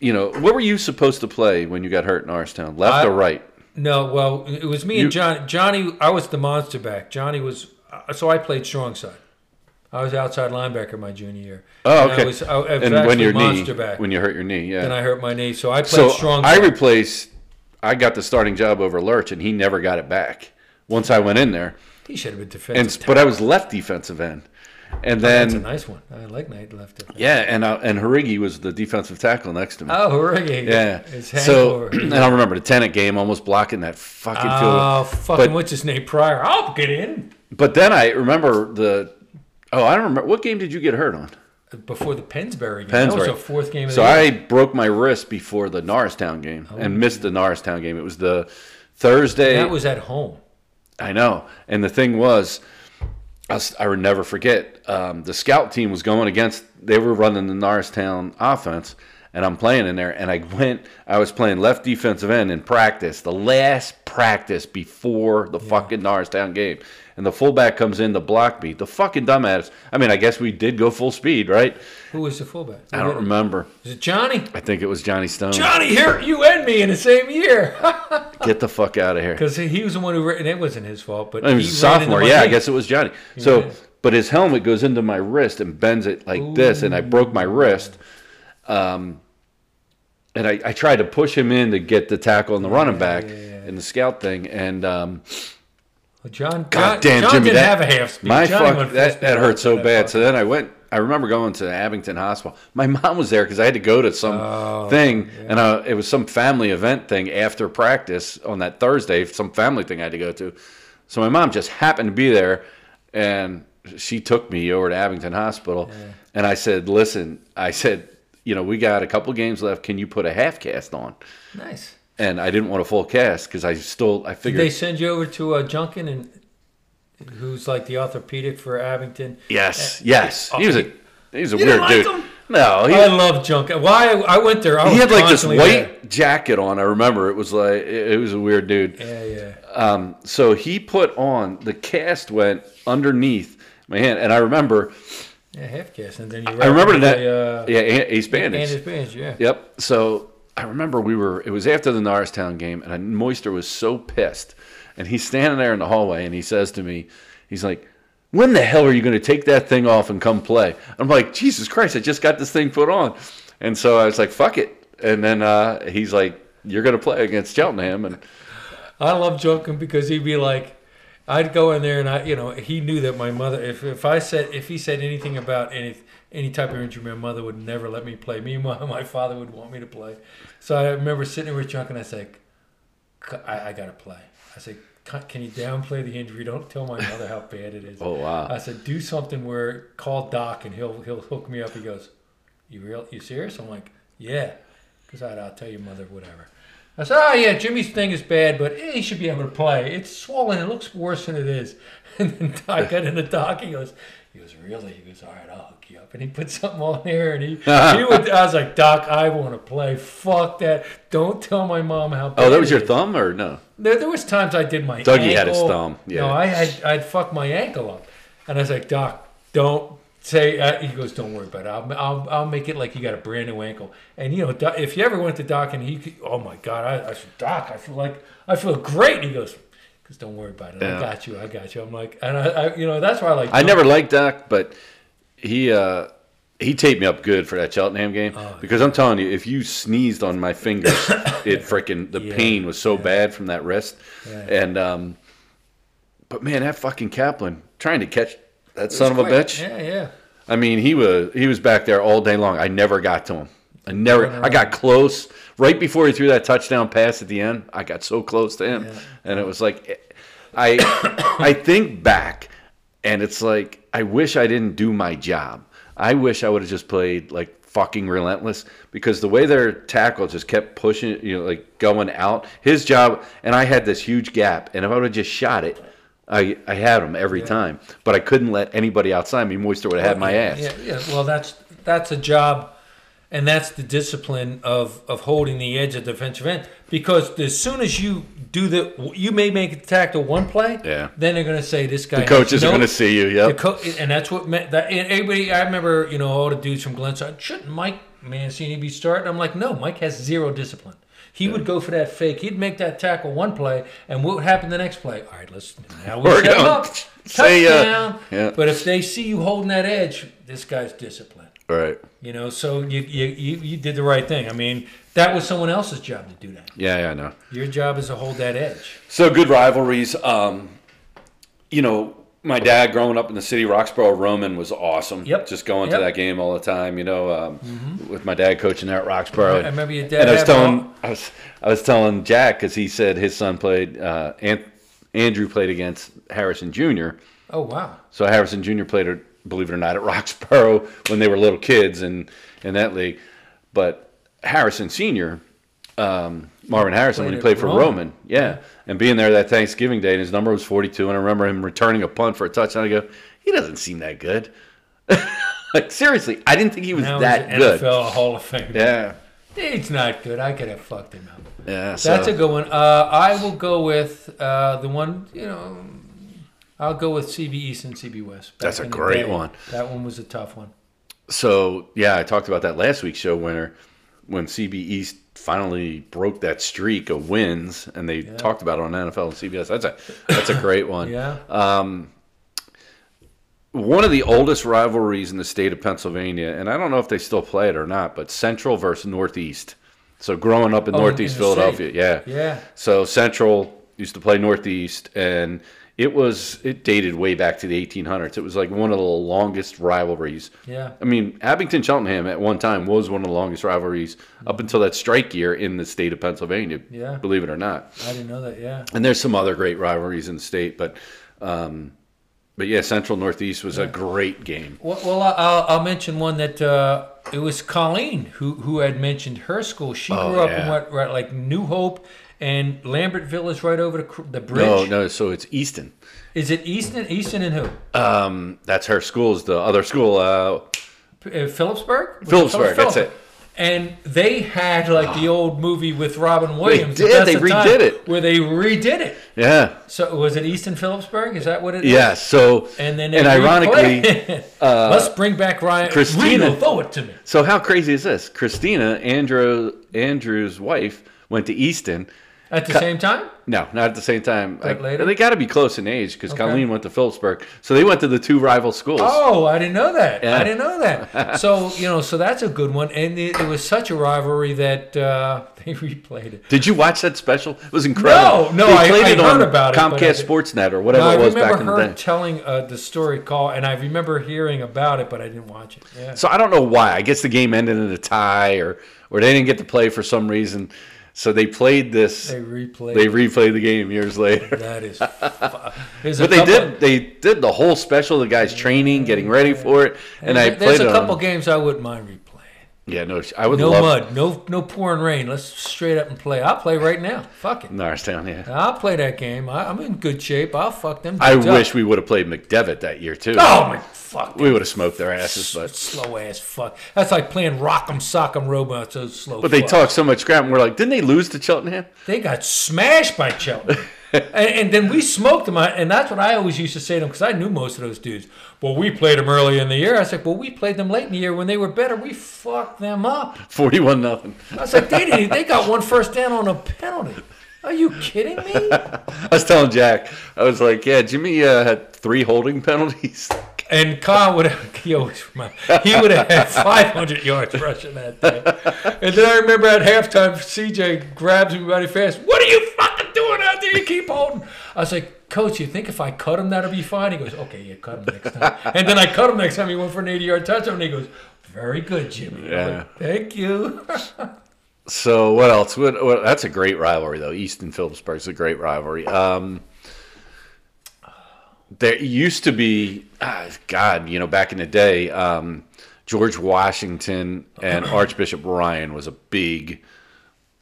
You know, what were you supposed to play when you got hurt in Arstown? Left I- or right? no, well, it was me You- and John. Johnny, I was the monster back. Johnny was. Uh, so I played strong side. I was outside linebacker my junior year. Oh, And okay. I was, I, I was and actually when your knee, monster back. when you hurt your knee, yeah. then I hurt my knee, so I played so strong. I side. replaced. I got the starting job over Lurch, and he never got it back. Once I went in there, he should have been defensive. and s- but I was left defensive end, and Oh, That's a then nice one. I like Knight left. it. yeah, and I, and Harigi was the defensive tackle next to me. Oh, hooray. yeah, It's hangover. so and I remember the tenant game almost blocking that fucking Oh, field. fucking But- what's his name? Pryor. I'll get in. But then I remember the. Oh, I don't remember what game did you get hurt on? Before the Pennsbury game. That was Pennsbury. the fourth game of So the year. I broke my wrist before the Norristown game and missed the Norristown game. It was the Thursday. Oh, That was at home. I know. And the thing was, I, s- I would never forget. Um, the scout team was going against. They were running the Norristown offense, and I'm playing in there. And I went. I was playing left defensive end in practice, the last practice before the fucking Norristown game. And the fullback comes in to block me. The fucking dumbass. I mean, I guess we did go full speed, right? Who was the fullback? I don't remember. Was it Johnny? I think it was Johnny Stone. Johnny hurt you and me in the same year. Get the fuck out of here. Because he was the one who, ran- and it wasn't his fault, but I mean, he it was a ran into sophomore. my Yeah, I knee. guess it was Johnny. So, Yeah. but his helmet goes into my wrist and bends it like this, and I broke my wrist. Um, and I, I tried to push him in to get the tackle on the running back in the scout thing, and um, Well, John, John, God damn, John Jimmy, didn't that, have a half speed. My Johnny went fuck, full that, speed that hurt so that bad. fuck. So then I went. I remember going to Abington Hospital. My mom was there because I had to go to some Oh, thing, and uh it was some family event thing after practice on that Thursday. Some family thing I had to go to. So my mom just happened to be there, and she took me over to Abington Hospital, and I said, "Listen," I said. You know, we got a couple games left. Can you put a half cast on? Nice. And I didn't want a full cast because I still I Did figured they send you over to uh, Junkin, and who's like the orthopedic for Abington? Yes, yes. He was a he was a oh, You weird don't like Oh, dude. him? No, he, I love Junkin. Why I went there? I he was had like this constantly white jacket on. I remember it was like it it was a weird dude. there. Yeah, yeah. Um, so he put on the cast went underneath my hand, and I remember Yeah, half cast, and then you. I remember wrapped that it with a, yeah a- ace Uh, bandage. and his bands, yeah. Yep. So I remember we were. It was after the Norristown game, and I, Moister was so pissed, and he's standing there in the hallway, and he says to me, he's like. When the hell are you going to take that thing off and come play? I'm like, Jesus Christ! I just got this thing put on, and so I was like, "Fuck it." and then uh, he's like, "You're going to play against Cheltenham," and I love joking because he'd be like, I'd go in there and I, you know, he knew that my mother. If, if I said if he said anything about any any type of injury, my mother would never let me play. Me and my, my father would want me to play. So I remember sitting with Chuck and I said, I, I gotta play. I said, "Can- can you downplay the injury? Don't tell my mother how bad it is. oh wow, I said, do something where call Doc and he'll he'll hook me up. He goes, you real? You serious? I'm like, yeah, because I'll tell your mother whatever. I said, oh yeah, Jimmy's thing is bad, but eh, he should be able to play. It's swollen. It looks worse than it is. And then I got in the doc. He goes, he goes really. He goes, all right, I'll hook you up. And he put something on there, and he he would. I was like, Doc, I want to play. Fuck that. Don't tell my mom how. Bad oh that was it your is." thumb or no? There, there was times I did my Dougie ankle. had his thumb, yeah. No, I had I'd fuck my ankle up, and I was like, Doc, don't say. Uh, he goes, Don't worry about it. I'll, I'll, I'll make it like you got a brand new ankle. And you know, Doc- if you ever went to Doc and he, could, oh my God, I, I said, Doc, I feel like I feel great. He goes, because don't worry about it. Yeah. I got you. I got you. I'm like, and I, I you know, that's why I like. I never liked Doc, but he uh, he taped me up good for that Cheltenham game Oh. because I'm telling you, if you sneezed on my fingers, it freaking the Yeah, pain was so bad from that wrist. Yeah. And um, but man, that fucking Kaplan trying to catch that son of a Quick. bitch. Yeah, yeah. I mean, he was he was back there all day long. I never got to him. I never. I got close right before he threw that touchdown pass at the end. I got so close to him, Yeah. and it was like, I I think back, and it's like I wish I didn't do my job. I wish I would have just played like fucking relentless because the way their tackle just kept pushing, you know, like going out. His job, and I had this huge gap, and if I would have just shot it. I, I had him every time, but I couldn't let anybody outside me. Moister would have had my ass. Yeah, yeah. Well, that's that's a job, and that's the discipline of of holding the edge of defensive end. Because as soon as you do the, you may make a tackle one play. Yeah. Then they're going to say this guy. The coaches has are no- going to see you. the Yep. co- and that's what meant that and everybody. I remember, you know, all the dudes from Glenside. Shouldn't Mike Mancini be starting? I'm like, no, Mike has zero discipline. He would go for that fake. He'd make that tackle one play, and what would happen the next play? All right, let's now we We're step going- up, See ya. touchdown. Yeah. But if they see you holding that edge, this guy's disciplined. All right. You know, so you, you you you did the right thing. I mean, that was someone else's job to do that. Yeah, yeah, I know. Your job is to hold that edge. So good rivalries. Um, you know, my dad growing up in the city, Roxborough Roman was awesome. Yep. Just going Yep. Mm-hmm. to that game all the time. You know, um, with my dad coaching there at Roxborough. I remember your dad And I was having telling, I was, I was telling Jack because he said his son played. Uh, Ant, Andrew played against Harrison Jr. Oh wow, So Harrison Jr. played, at, believe it or not, at Roxborough when they were little kids and in that league. But Harrison Sr., um, Marvin Harrison, when he Played played at for Roman. Roman. yeah, and being there that Thanksgiving day, and his number was 42, and I remember him returning a punt for a touchdown. I go, he doesn't seem that good. like, seriously, I didn't think he was now that he's an good. NFL Hall of Fame. Yeah, He's not good. I could have fucked him up. yeah. So, That's a good one. Uh, I will go with uh, the one, you know, I'll go with CB East and CB West. back That's a in the great day. one. That one was a tough one. so, yeah, I talked about that last week's show winner when CB East finally broke that streak of wins, and they talked about it on NFL and CBS. That's a that's a great one. Yeah. Uh, one of the oldest rivalries in the state of Pennsylvania, and I don't know if they still play it or not, but Central versus Northeast. So growing up in Oh, in- Northeast in the Philadelphia, yeah, yeah. So Central used to play Northeast, and it was it dated way back to the 1800s. It was like one of the longest rivalries. Yeah. I mean, Abington Cheltenham at one time was one of the longest rivalries up until that strike year in the state of Pennsylvania. Yeah. believe it or not I didn't know that. Yeah. and there's some other great rivalries in the state, but um, but yeah, Central Northeast was a great game. Well, well I- I'll, I'll mention one that uh, it was Colleen who, who had mentioned her school. She Oh, grew up in yeah. what, right, like New Hope and Lambertville is right over the, cr- the bridge. No, no, so it's Easton. Is it Easton? Easton and who? Um, that's her school's the other school. Uh, P- uh, Phillipsburg? Was it Phillipsburg, that's it. And they had like the old movie with Robin Williams. did, The Best they of Time, redid it. Where they redid it. yeah, So was it Easton Phillipsburg? Is that what it is? yeah. So And then they and ironically, uh, replayed- let's bring back Ryan. Christina- Reno, throw it to me. so how crazy is this? Christina Andrew Andrew's wife went to Easton, At the same time? No, not at the same time. But I- later? They got to be close in age because Okay. Colleen went to Phillipsburg, so they went to the two rival schools. Oh, I didn't know that. Yeah. I didn't know that. so you know, so that's a good one. And it, it was such a rivalry that uh, they replayed it. Did you watch that special? It was incredible. no, They I- played I it heard on about it, but I Comcast did- Sportsnet or Now, whatever I it was remember back in the her day. telling uh, the story call, and I remember hearing about it, but I didn't watch it. Yeah. So I don't know why. I guess the game ended in a tie, or or they didn't get to play for some reason. So they played this. They They, replayed. replayed the game years later. that is. But But they did. They did the whole special. The guys training, getting ready for it, and I there's played it. a couple on, games I wouldn't mind replaying. yeah, no, I would No love mud, no no pouring rain. Let's straight up and play. I'll play right now. Fuck it. Norristown. Yeah, I'll play that game. I, I'm in good shape. I'll fuck them. I dudes up. wish we would have played McDevitt that year too. Oh my fuck. we would have smoked their asses, But but slow ass fuck. That's like playing Rock'em Sock'em Robots. Those slow. but they fucks. talk so much crap, and we're like, didn't they lose to Cheltenham? They got smashed by Cheltenham. and, and then we smoked them, and that's what I always used to say to them because I knew most of those dudes. Well, we played them early in the year. I said, well, we played them late in the year when they were better. We fucked them up. Forty-one nothing. I was like, they didn't. e, They got one first down on a penalty. Are you kidding me? I was telling Jack, I was like, yeah, Jimmy uh, had three holding penalties. And Kyle would have, he always reminded, he would have had 500 yards rushing that day. And then I remember at halftime, CJ grabs me by the fast. What are you fucking doing out there? You keep holding. I was like, Coach, you think if I cut him, that'll be fine? He goes, Okay, yeah, cut him next time. And then I cut him next time. He went for an 80 yard touchdown. And he goes, Very good, Jimmy. I'm like, Thank you. So what else? What, what, that's a great rivalry though. East and Phillipsburg's a great rivalry. Um, there used to be, ah, God, you know, back in the day, um, George Washington and Archbishop Ryan was a big.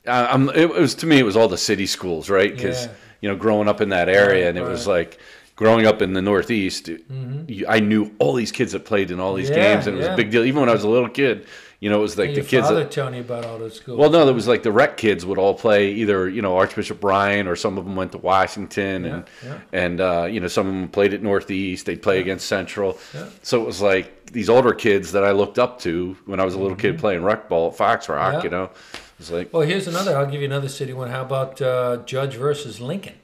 I- I'm, it was to me, it was all the city schools, right? Because Yeah. you know, growing up in that area, and it was like growing up in the Northeast. You, I knew all these kids that played in all these Mm-hmm. Yeah, games, and it was yeah. a big deal. Even when I was a little kid, you know, it was like the Your kids. father that, telling you about all those schools. well, no, there was like the rec kids would all play either you know Archbishop Bryan or some of them went to Washington and Yeah, and uh, you know some of them played at Northeast. They'd play against Central, Yeah. so it was like these older kids that I looked up to when I was a little kid playing rec ball at Fox Rock. Mm-hmm. Yeah. You know, it was like Well, here's another. I'll give you another city one. How about uh, Judge versus Lincoln?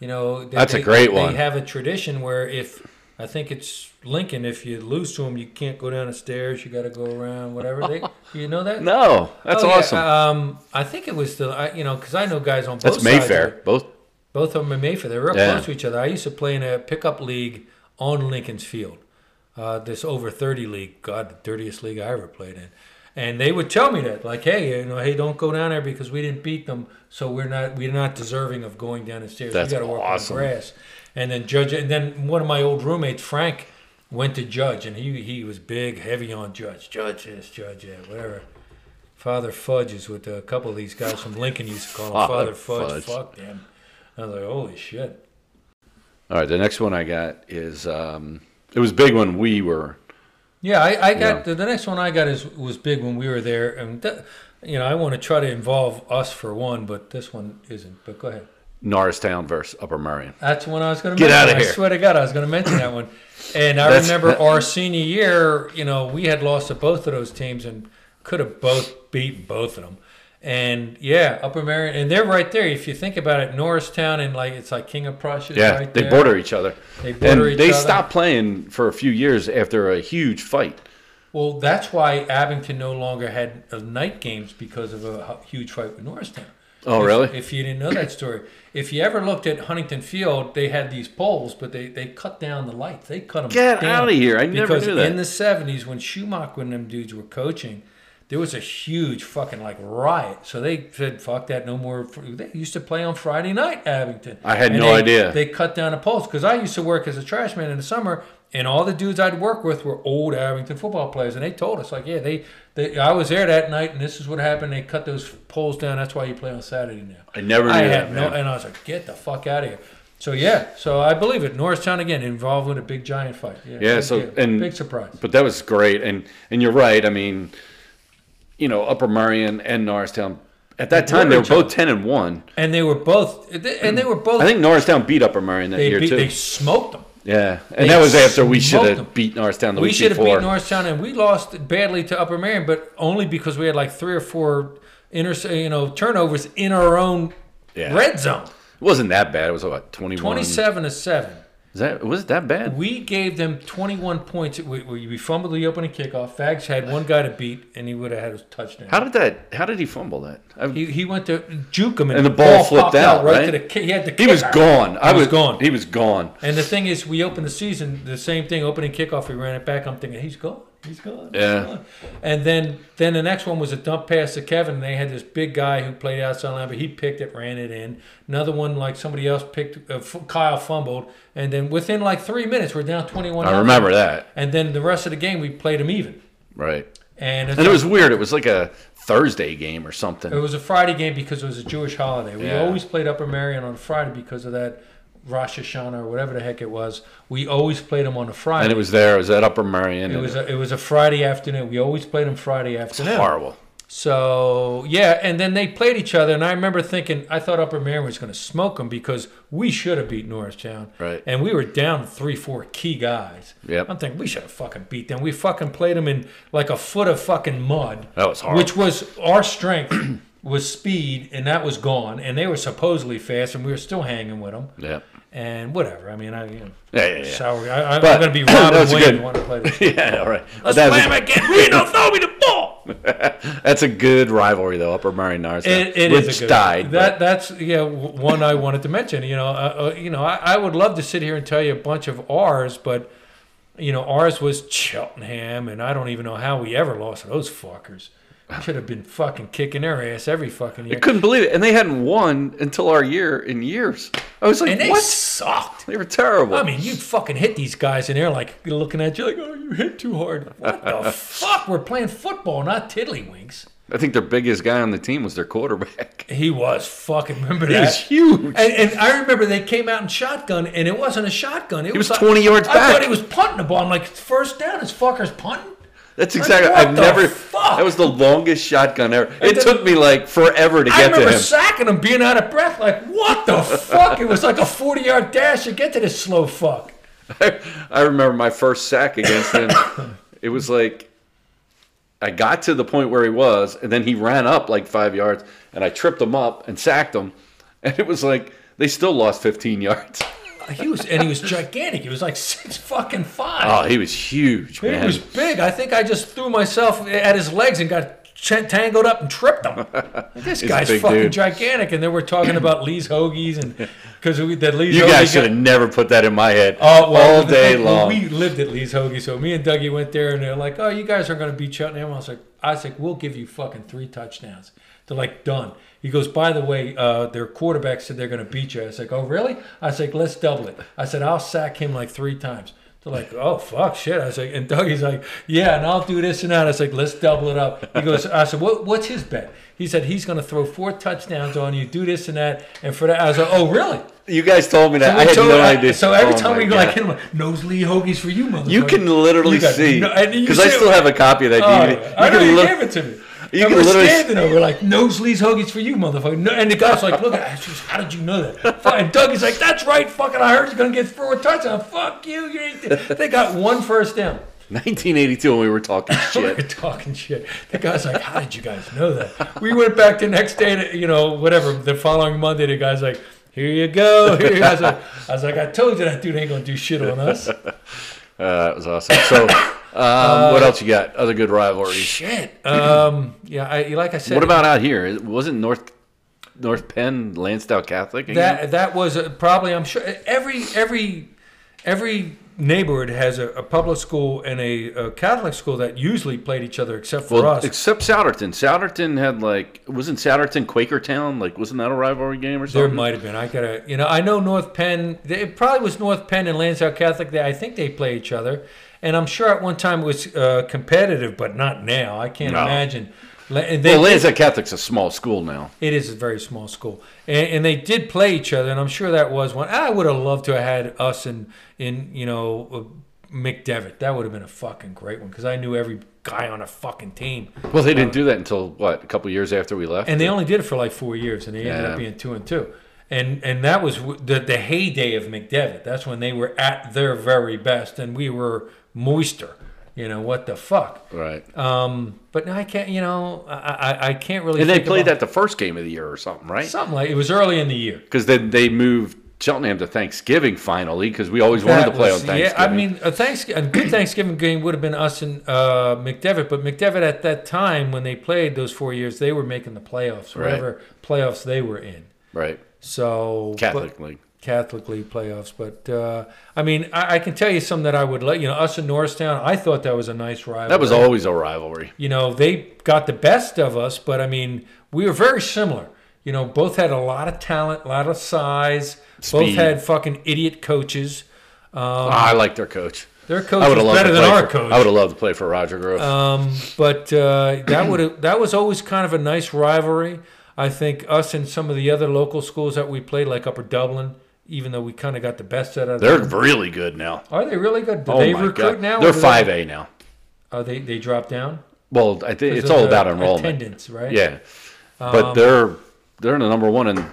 You know, they, That's a they- great one. They have a tradition where if I think it's Lincoln, if you lose to him, you can't go down the stairs. You got to go around, whatever. They, you know that? no, that's Oh, yeah, awesome. um, I think it was the I, you know because I know guys on both that's sides of Mayfair. it. Both Both of them in Mayfair. They're real Yeah. close to each other. I used to play in a pickup league on Lincoln's Field, uh, this over 30 league. God, the dirtiest league I ever played in. And they would tell me that, like, hey, you know, hey, don't go down there because we didn't beat them, so we're not we're not deserving of going down the stairs. That's we got to work awesome. on grass. And then judge, and then one of my old roommates, Frank, went to judge, and he he was big, heavy on judge, judge this, judge that, whatever. Father Fudge is what uh, a couple of these guys from Lincoln used to call him. Father Father, Fudge. Fudge. Fuck them. I was like, holy shit. All right, the next one I got is um, it was big when we were Yeah, I, I got Yeah. The, the next one I got is was big when we were there, and that, you know I want to try to involve us for one, but this one isn't. But go ahead. Norristown versus Upper Marion. That's the one I was going to Get mention. outta here. I swear to God, I was going to mention that one. And I That's- remember our senior year, you know, we had lost to both of those teams and could have both beat both of them. And yeah, Upper Marion, and they're right there. If you think about it, Norristown and like it's like King of Prussia. is Yeah, right they there. border each other. They border and each they other. stopped playing for a few years after a huge fight. Well, that's why Abington no longer had uh, night games because of a hu- huge fight with Norristown. Oh, If- really? If you didn't know that story, if you ever looked at Huntington Field, they had these poles, but they, they cut down the lights. They cut them. Get outta here. I never because knew that. in the seventies, when Schumacher and them dudes were coaching, there was a huge fucking like riot. So they said, "Fuck that, no more." fr- They used to play on Friday night, Abington. I had And no they- idea. They cut down the poles because I used to work as a trash man in the summer, and all the dudes I'd work with were old Abington football players, and they told us like, yeah, they, they I was there that night, and this is what happened. They cut those poles down. That's why you play on Saturday now. I never knew I that. had no, man. and I was like, get the fuck out of here. So yeah, so I believe it. Norristown again involved with a big giant fight. Yeah, Yeah, big so- deal. and- big surprise. but that was great, and and you're right. I mean, you know, Upper Marion and Norristown at that They time they were border each both ten and one. And they were both, and they were both. I think Norristown beat Upper Marion that they year beat, too. they smoked them. yeah, and they that was after we should smoked them. have beat Norristown the We week should have before. beat Norristown, and we lost badly to Upper Marion, but only because we had like three or four inter, you know, turnovers in our own Yeah. Red zone. It wasn't that bad. It was about 21. 27 to 7. Is that, was it that bad? We gave them 21 points. We, we we fumbled the opening kickoff. Fags had one guy to beat, and he would have had a touchdown. How did that? How did he fumble that? I, he, he went to juke him, and, And the ball flipped popped out, right, right? to the kick. He had the he was gone. I was gone. He was gone. And the thing is, we opened the season the same thing. Opening kickoff, we ran it back. I'm thinking he's gone. He's gone. he's Yeah. gone. And then then the next one was a dump pass to Kevin. And they had this big guy who played outside linebacker. He picked it, ran it in. Another one like somebody else picked. Uh, F- Kyle fumbled, and then within like three minutes, we're down 21. I remember that. And then the rest of the game, we played him even. Right. And, it's And it like- was weird. It was like a Thursday game or something. It was a Friday game because it was a Jewish holiday. We Yeah. always played Upper Marion on Friday because of that Rosh Hashanah or whatever the heck it was. We always played them on a Friday. and it was there. It was at Upper Marion. it and was a, it was a Friday afternoon. We always played them Friday it afternoon. was horrible. So yeah, and then they played each other, and I remember thinking I thought Upper Marion was going to smoke them because we should have beat Norristown, Right. And we were down three, four key guys. Yep. I'm thinking we should have fucking beat them. We fucking played them in like a foot of fucking mud. That was horrible. Which was our strength was speed, and that was gone. And they were supposedly fast, and we were still hanging with them. Yeah. And whatever. I mean, I you know, Yeah, yeah, yeah. sour. I, I'm But- going to be that Robin was Wayne. good. Want to play this? yeah. All right. Let's But that play was- him again. Reno, throw me the ball. That's a good rivalry, though. Upper Marion Narsa, It, it which is a good died. That that's yeah w- one I wanted to mention. You know, uh, uh, you know, I, I would love to sit here and tell you a bunch of ours, but you know, ours was Cheltenham, and I don't even know how we ever lost to those fuckers. Should have been fucking kicking their ass every fucking but I year. couldn't believe it, and they hadn't won until our year in years. I was like, And they what? sucked. They were terrible. I mean, you fucking hit these guys, and they're like looking at you like, "Oh, you hit too hard." What the fuck? We're playing football, not tiddlywinks. I think their biggest guy on the team was their quarterback. He was fucking. Remember He that? was huge. And, and I remember they came out in shotgun, and it wasn't a shotgun. It was like- 20 yards I thought back. he was punting the ball. I'm like, first down, this fucker's punting. That's exactly. what I've the never. fuck? That was the longest shotgun ever. It then- took me like forever to I get to remember him. sacking him, being out of breath. Like, what the fuck? It was like a 40 yard dash to get to this slow fuck. I remember my first sack against him. it was like I got to the point where he was, and then he ran up like five yards, and I tripped him up and sacked him, and it was like they still lost 15 yards. He was, and he was gigantic. He was like six fucking five. Oh, he was huge, he man. was big. I think I just threw myself at his legs and got ch- tangled up and tripped him. This a guy's big fucking dude. gigantic. And then we're talking about Lee's hoagies and because that Lee's you hoagie guys got- should have never put that in my head Oh, well, all day long. We lived at Lee's Hoagie, so me and Dougie went there, and they're like, "Oh, you guys aren't going to beat Cheltenham." I was like, "I was like, we'll give you fucking three touchdowns." They're like, "Done." He goes, "By the way, uh, their quarterback said they're going to beat you." I was like, "Oh, really?" I was like, "Let's double it." I said, "I'll sack him like three times." They're like, "Oh fuck, shit." I was like, and Dougie's like, "Yeah, and I'll do this and that." I was like, "Let's double it up." He goes, "I said, what, what's his bet?" He said, "He's going to throw four touchdowns on you, do this and that." And for that, I was like, "Oh, really?" you guys told me that. I had so, no I- idea. so every Oh time my we go God. like hit him, like, nose Lee Hoagie's for you, motherfucker. you can literally You got- see no, and you because I see- still have a copy of that Oh, DVD. You I know can you look- gave it to me. you and can we're literally- standing over like nose Lee's Hoagie's for you, motherfucker. No, and the guy's like, look, at it. how did you know that? And Doug is like, that's right, fucking. I heard you're gonna get through a touchdown. Fuck you. You ain't they got one first down. 1982 when we were talking We're shit. talking shit. The guy's like, "How did you guys know that?" We went back the next day to you know whatever. The following Monday, the guy's like, "Here you go." Here you go. I, was like, I was like, "I told you that dude ain't gonna do shit on us." Uh, that was awesome. So, um, what else you got? Other good rivalries. Uh, Shit. Um. Yeah. I like I said. What about out here? It Wasn't North North Penn Lansdowne Catholic? again? that? That was uh, probably. I'm sure every every every neighborhood has a, a public school and a, a Catholic school that usually played each other, except for well, us. except Souderton. Souderton had like wasn't Souderton Quakertown? Like wasn't that a rivalry game or There something? might have been. I gotta, you know, I know North Penn. they- It probably was North Penn and Lansdowne Catholic. They, I think they play each other, and I'm sure at one time it was uh, competitive, but not now. I can't No. imagine. La- and they well, did- Lansdowne Catholic's a small school now. it is a very small school, and, and they did play each other, and I'm sure that was one. I would have loved to have had us in, in you know, uh, McDevitt. That would have been a fucking great one because I knew every guy on a fucking team. Well, they didn't do that until what a couple years after we left. and they only did it for like four years, and they ended Yeah. up being two and two. And and that was w- the the heyday of McDevitt. That's when they were at their very best, and we were moister. you know what the fuck. Right. Um, but no, I can't. You know, I I, I can't really. And they think played about- that the first game of the year or something, right? something like it was early in the year. Because then they moved Cheltenham to Thanksgiving finally because we always wanted to That play was- on Thanksgiving. Yeah, I mean, a, Thanks- a good Thanksgiving game would have been us and uh, McDevitt, but McDevitt at that time when they played those four years, they were making the playoffs, Right. whatever playoffs they were in. right. So Catholic League. but, Catholic League playoffs. But uh, I mean, I, I can tell you some that I would let you know. Us and Norristown, I thought that was a nice rival. That was always a rivalry. You know, they got the best of us, but I mean, we were very similar. You know, both had a lot of talent, a lot of size. Both Speed. had fucking idiot coaches. Um, Ah, I like their coach. their coach I would was have loved better to than play our for, coach. I would have loved to play for Roger Grove. Um, but uh, that would that was always kind of a nice rivalry. I think us and some of the other local schools that we played, like Upper Dublin, even though we kind of got the best out of They're them. really good now. Are they really good? Do oh they my recruit god, now? or they're do five A now. They, oh, they they drop down. Well, I think 'Cause it's of all the about enrollment. attendance, Um, right? Yeah, but they're they're the number one in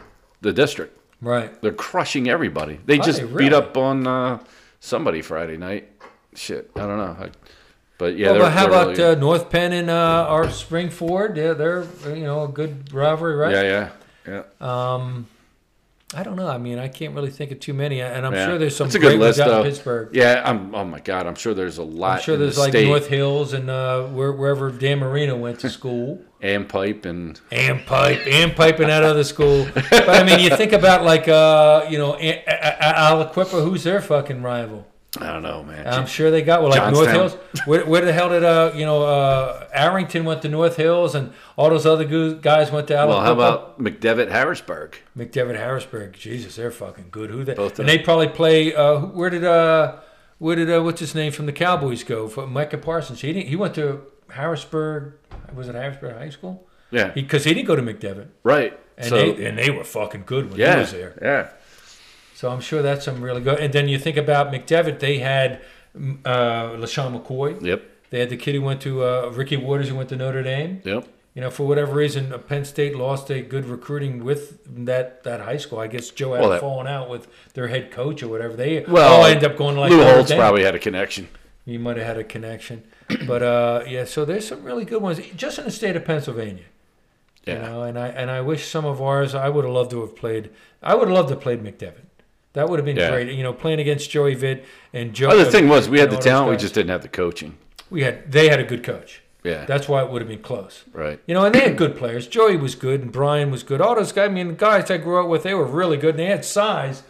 the district. right. They're crushing everybody. They Are just they beat really? up on uh, somebody Friday night. Shit, I don't know. I, but yeah, well, they're, but how they're about really good. uh, North Penn and uh, our Spring Ford? Yeah, they're you know a good rivalry, right? yeah, yeah, yeah. Um, I don't know. I mean, I can't really think of too many, and I'm yeah. sure there's some It's a great good ones list out in though. Pittsburgh. Yeah, I'm. Oh my god, I'm sure there's a lot. I'm sure in the there's like state. North Hills and uh, where, wherever Dan Marino went to school. and pipe and and pipe, and piping out of the school. But I mean, you think about like, uh, you know, A- A- A- Aliquippa, who's their fucking rival? I don't know, man. I'm sure they got, well, like North Johnstown. Hills. Where, where the hell did, uh, you know, uh, Arrington went to North Hills and all those other goo- guys went to Aliquippa? well, how about McDevitt Harrisburg? McDevitt Harrisburg? Jesus, they're fucking good. Who they? Both of and them. they probably play, uh, who- where did, uh, where did, uh, what's his name from the Cowboys go? For Micah Parsons. He, didn't, he went to Harrisburg, was it Harrisburg High School? Yeah, because he, didn't go to McDevitt, right. and so they and they were fucking good when yeah, he was there. yeah. So I'm sure that's some really good. And then you think about McDevitt; they had mm, uh, Lashawn McCoy. Yep. They had the kid who went to uh, Ricky Waters, who went to Notre Dame. Yep. You know, for whatever reason, uh, Penn State lost a good recruiting with that that high school. I guess Joe had Well, that- fallen out with their head coach or whatever. They Well, all end up going to, like Lou Notre Holtz Dame. probably had a connection. You might have had a connection, but uh, yeah. So there's some really good ones just in the state of Pennsylvania. Yeah. You know, and I and I wish some of ours I would have loved to have played. I would have loved to have played McDevitt. That would have been Yeah. great. You know, playing against Joey Vitt and Joe. Other thing was we had and the all those talent, we guys. just didn't have the coaching. we had they had a good coach. Yeah. That's why it would have been close. right. You know, and they had good players. Joey was good, and Brian was good. All those guys, I mean, guys I grew up with, they were really good, and they had size,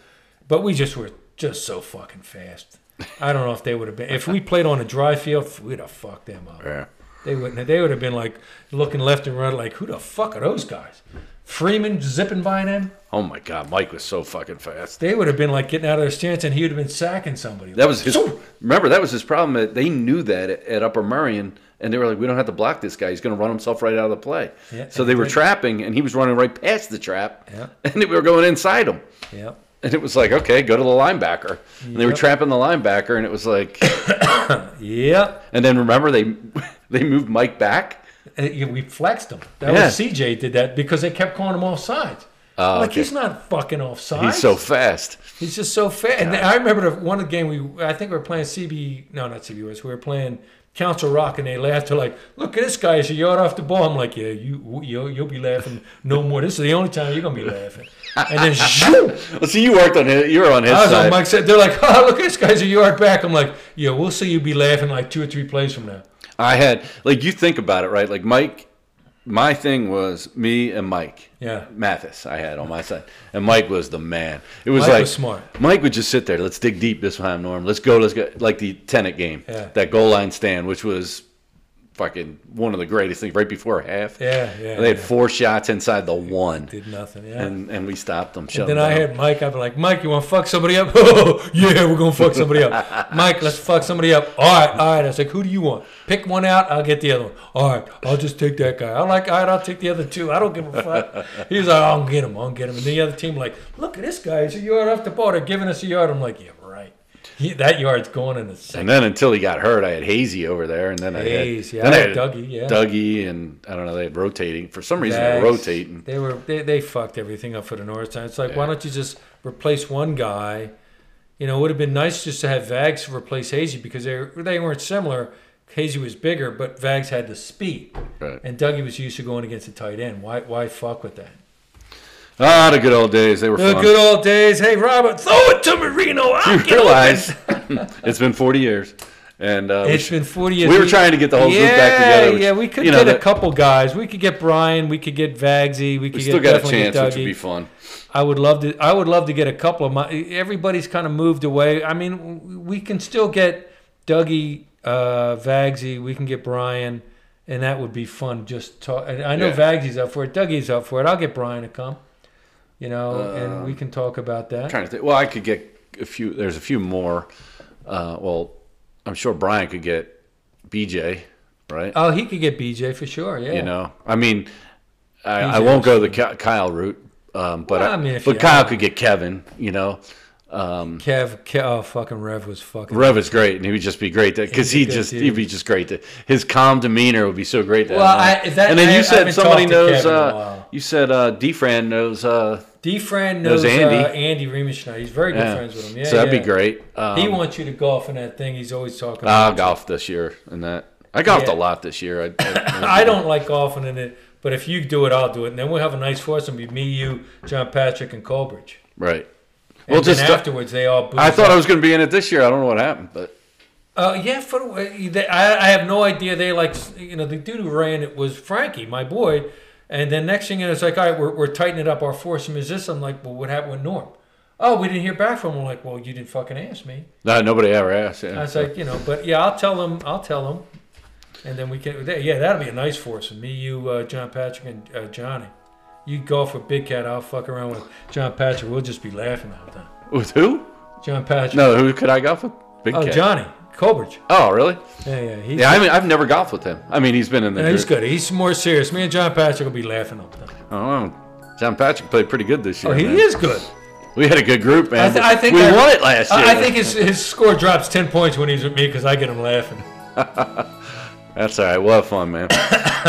but we just were just so fucking fast. I don't know if they would have been. If we played on a dry field, we'd have fucked them up. Yeah. They wouldn't. They would have been like looking left and right, like who the fuck are those guys? Freeman zipping by them. Oh my God, Mike was so fucking fast. They would have been like getting out of their stance, and he would have been sacking somebody. That was his. So- Remember, that was his problem. that They knew that at, at Upper Murrayan, and they were like, "We don't have to block this guy. He's going to run himself right out of the play." Yeah, so they were okay. trapping, and he was running right past the trap, Yeah. and we were going inside him. Yep. And it was like, okay, go to the linebacker. And they were Yep. trapping the linebacker, and it was like, Yep. and then remember they they moved Mike back. And, yeah, we flexed him. That Yeah. was CJ did that because they kept calling him offsides. Oh, like okay. he's not fucking offside. He's so fast. He's just so fat. And I remember the one game we, I think we were playing CB, no, not CBS. We were playing Council Rock, and they laughed. They're like, "Look at this guy! He's a yard off the ball." I'm like, "Yeah, you, you, you'll be laughing no more. This is the only time you're gonna be laughing." And then, zoom, Well, see, you worked on his, you were on his I was side. on Mike's side. They're like, "Oh, look at this guy's a yard back." I'm like, "Yeah, we'll see you be laughing like two or three plays from now." I had like you think about it, right? Like Mike, my thing was me and Mike. Yeah. Mathis, I had on my side, and Mike was the man. It was Mike like was smart. Mike would just sit there. Let's dig deep this time, Norm. Let's go. Let's go. Like the tenant game, Yeah. that goal line stand, which was fucking one of the greatest things. Right before half, Yeah, yeah. they had yeah. four shots inside the one, did nothing. Yeah. and and we stopped them. Shut then them I down. had Mike. I'd be like, Mike, you want to fuck somebody up? Oh, yeah, we're gonna fuck somebody up. Mike, let's fuck somebody up. All right, all right. I was like, who do you want? Pick one out. I'll get the other one. All right, I'll just take that guy. I'm like, all right, I'll take the other two. I don't give a fuck. He was like, I'll get him. I'll get him. And the other team like, look at this guy. He's a yard off the ball. They're giving us a yard. I'm like, yeah, right. He, that yard's going in a second. And then until he got hurt, I had Hazy over there, and then Hayes, I yeah, had, then I had Dougie, yeah. Dougie, and I don't know, they had rotating for some reason. They Bags. were rotating. They were they, they fucked everything up for the North Side. It's like why don't you just replace one guy? You know, it would have been nice just to have Vags replace Hazy because they they weren't similar. Hazy was bigger, but Vags had the speed, Right. and Dougie was used to going against a tight end. Why why fuck with that? Ah, the good old days. They were The fun. good old days. Hey Robert, throw it to me, Reno. I'll you get realize it's been 40 years, and uh, we It's sh- been 40 years. we were trying to get the whole group yeah, back together, which, yeah, we could you know, get a that- couple guys. We could get Brian. We could get Vagsy. We could get we still got a definitely chance, get which would Dougie. be fun. I would love to. I would love to get a couple of my. Everybody's kind of moved away. I mean, w- we can still get Dougie, uh, Vagsy. We can get Brian, and that would be fun. Just talk. and I know Yeah. Vagsy's up for it. Dougie's up for it. I'll get Brian to come. You know, and Um, we can talk about I'm that. trying to think. Well, I could get a few. There's a few more. Uh, well, I'm sure Brian could get BJ, right? Oh, he could get BJ for sure. Yeah. You know, I mean, I, BJ I won't go the Ky- Kyle route, um, but Well, I, I mean, if but you- Kyle could get Kevin. You know, um, Kev, Kev, oh fucking Rev was fucking. Rev is great, and he would just be great because He's a he good just dude. he'd be just great. To, his calm demeanor would be so great. To Well, I, have. that, and then I- you I said haven't somebody talked to knows. Kevin in a Uh, while. you said uh, D. Fran knows. Uh, D. Fran knows knows, Andy. Andy. Uh, Andy Riemenschneider. He's very good yeah. friends with him. Yeah, so that'd yeah. be great. Um, He wants you to golf in that thing. He's always talking. I about golfed this year and that. I golfed Yeah. a lot this year. I, I, I don't like golfing in it, but if you do it, I'll do it. And then we'll have a nice foursome. Be me, you, John Patrick, and Colbridge. Right. And Well, then just uh, afterwards, they all. Booze I thought I up. was going to be in it this year. I don't know what happened, but Uh, yeah, for they, I, I have no idea. They like you know the dude who ran it was Frankie, my boy. And then next thing you know, it's like, all right, we're, we're tightening up our foursome. Is this? I'm like, well, what happened with Norm? Oh, we didn't hear back from him. I'm like, well, you didn't fucking ask me. no, nobody ever asked. Yeah. I was like, you know, but yeah, I'll tell them. I'll tell them. And then we can, yeah, that'll be a nice foursome. Me, you, uh, John Patrick, and uh, Johnny. You golf with Big Cat. I'll fuck around with John Patrick. We'll just be laughing the whole time. With who? John Patrick. No, who could I golf with? Big oh, Cat. Johnny Colbridge. Oh, really? Yeah, yeah. He's, Yeah, I mean, I've never golfed with him. I mean, he's been in the. no, he's group. good. He's more serious. Me and John Patrick will be laughing all the time. Oh, John Patrick played pretty good this year. Oh, he man. is good. We had a good group, man. I, th- I think we I- won it last year. I, I think his, his score drops ten points when he's with me because I get him laughing. that's all right. We'll have fun, man.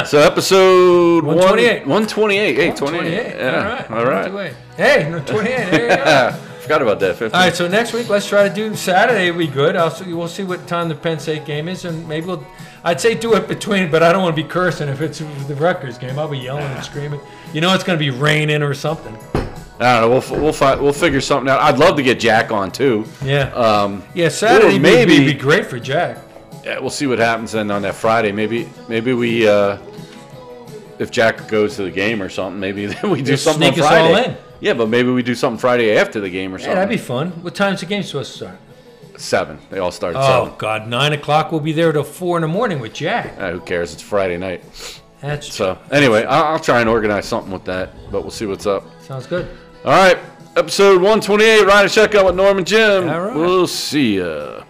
so episode one- 128. 128. Hey, 28. 28. Yeah. All right. All right. Ah, 28. Hey, no, 28. Hey, yeah. Forgot about that. 15. All right, so next week let's try to do Saturday. Would be good. I'll see, we'll see what time the Penn State game is, and maybe we'll. I'd say do it between, but I don't want to be cursing if it's the Rutgers game. I'll be yelling and screaming. You know it's going to be raining or something. I don't know. We'll f- we'll fi- we'll figure something out. I'd love to get Jack on too. Yeah. Um, yeah, Saturday or Uh, maybe maybe- be great for Jack. yeah, we'll see what happens then on that Friday. Maybe maybe we uh, if Jack goes to the game or something, maybe then we do Just something on sneak us all Friday. in. Yeah, but maybe we do something Friday after the game or Yeah, something. that'd be fun. What time's the game supposed to start? seven. They all start at Oh seven. God, nine o'clock. We'll be there till four in the morning with Jack. Ah, who cares? It's Friday night. That's So anyway, I'll, I'll try and organize something with that, but we'll see what's up. sounds good. All right, episode 128. Ryan Check out with Norman Jim. All right. We'll see ya.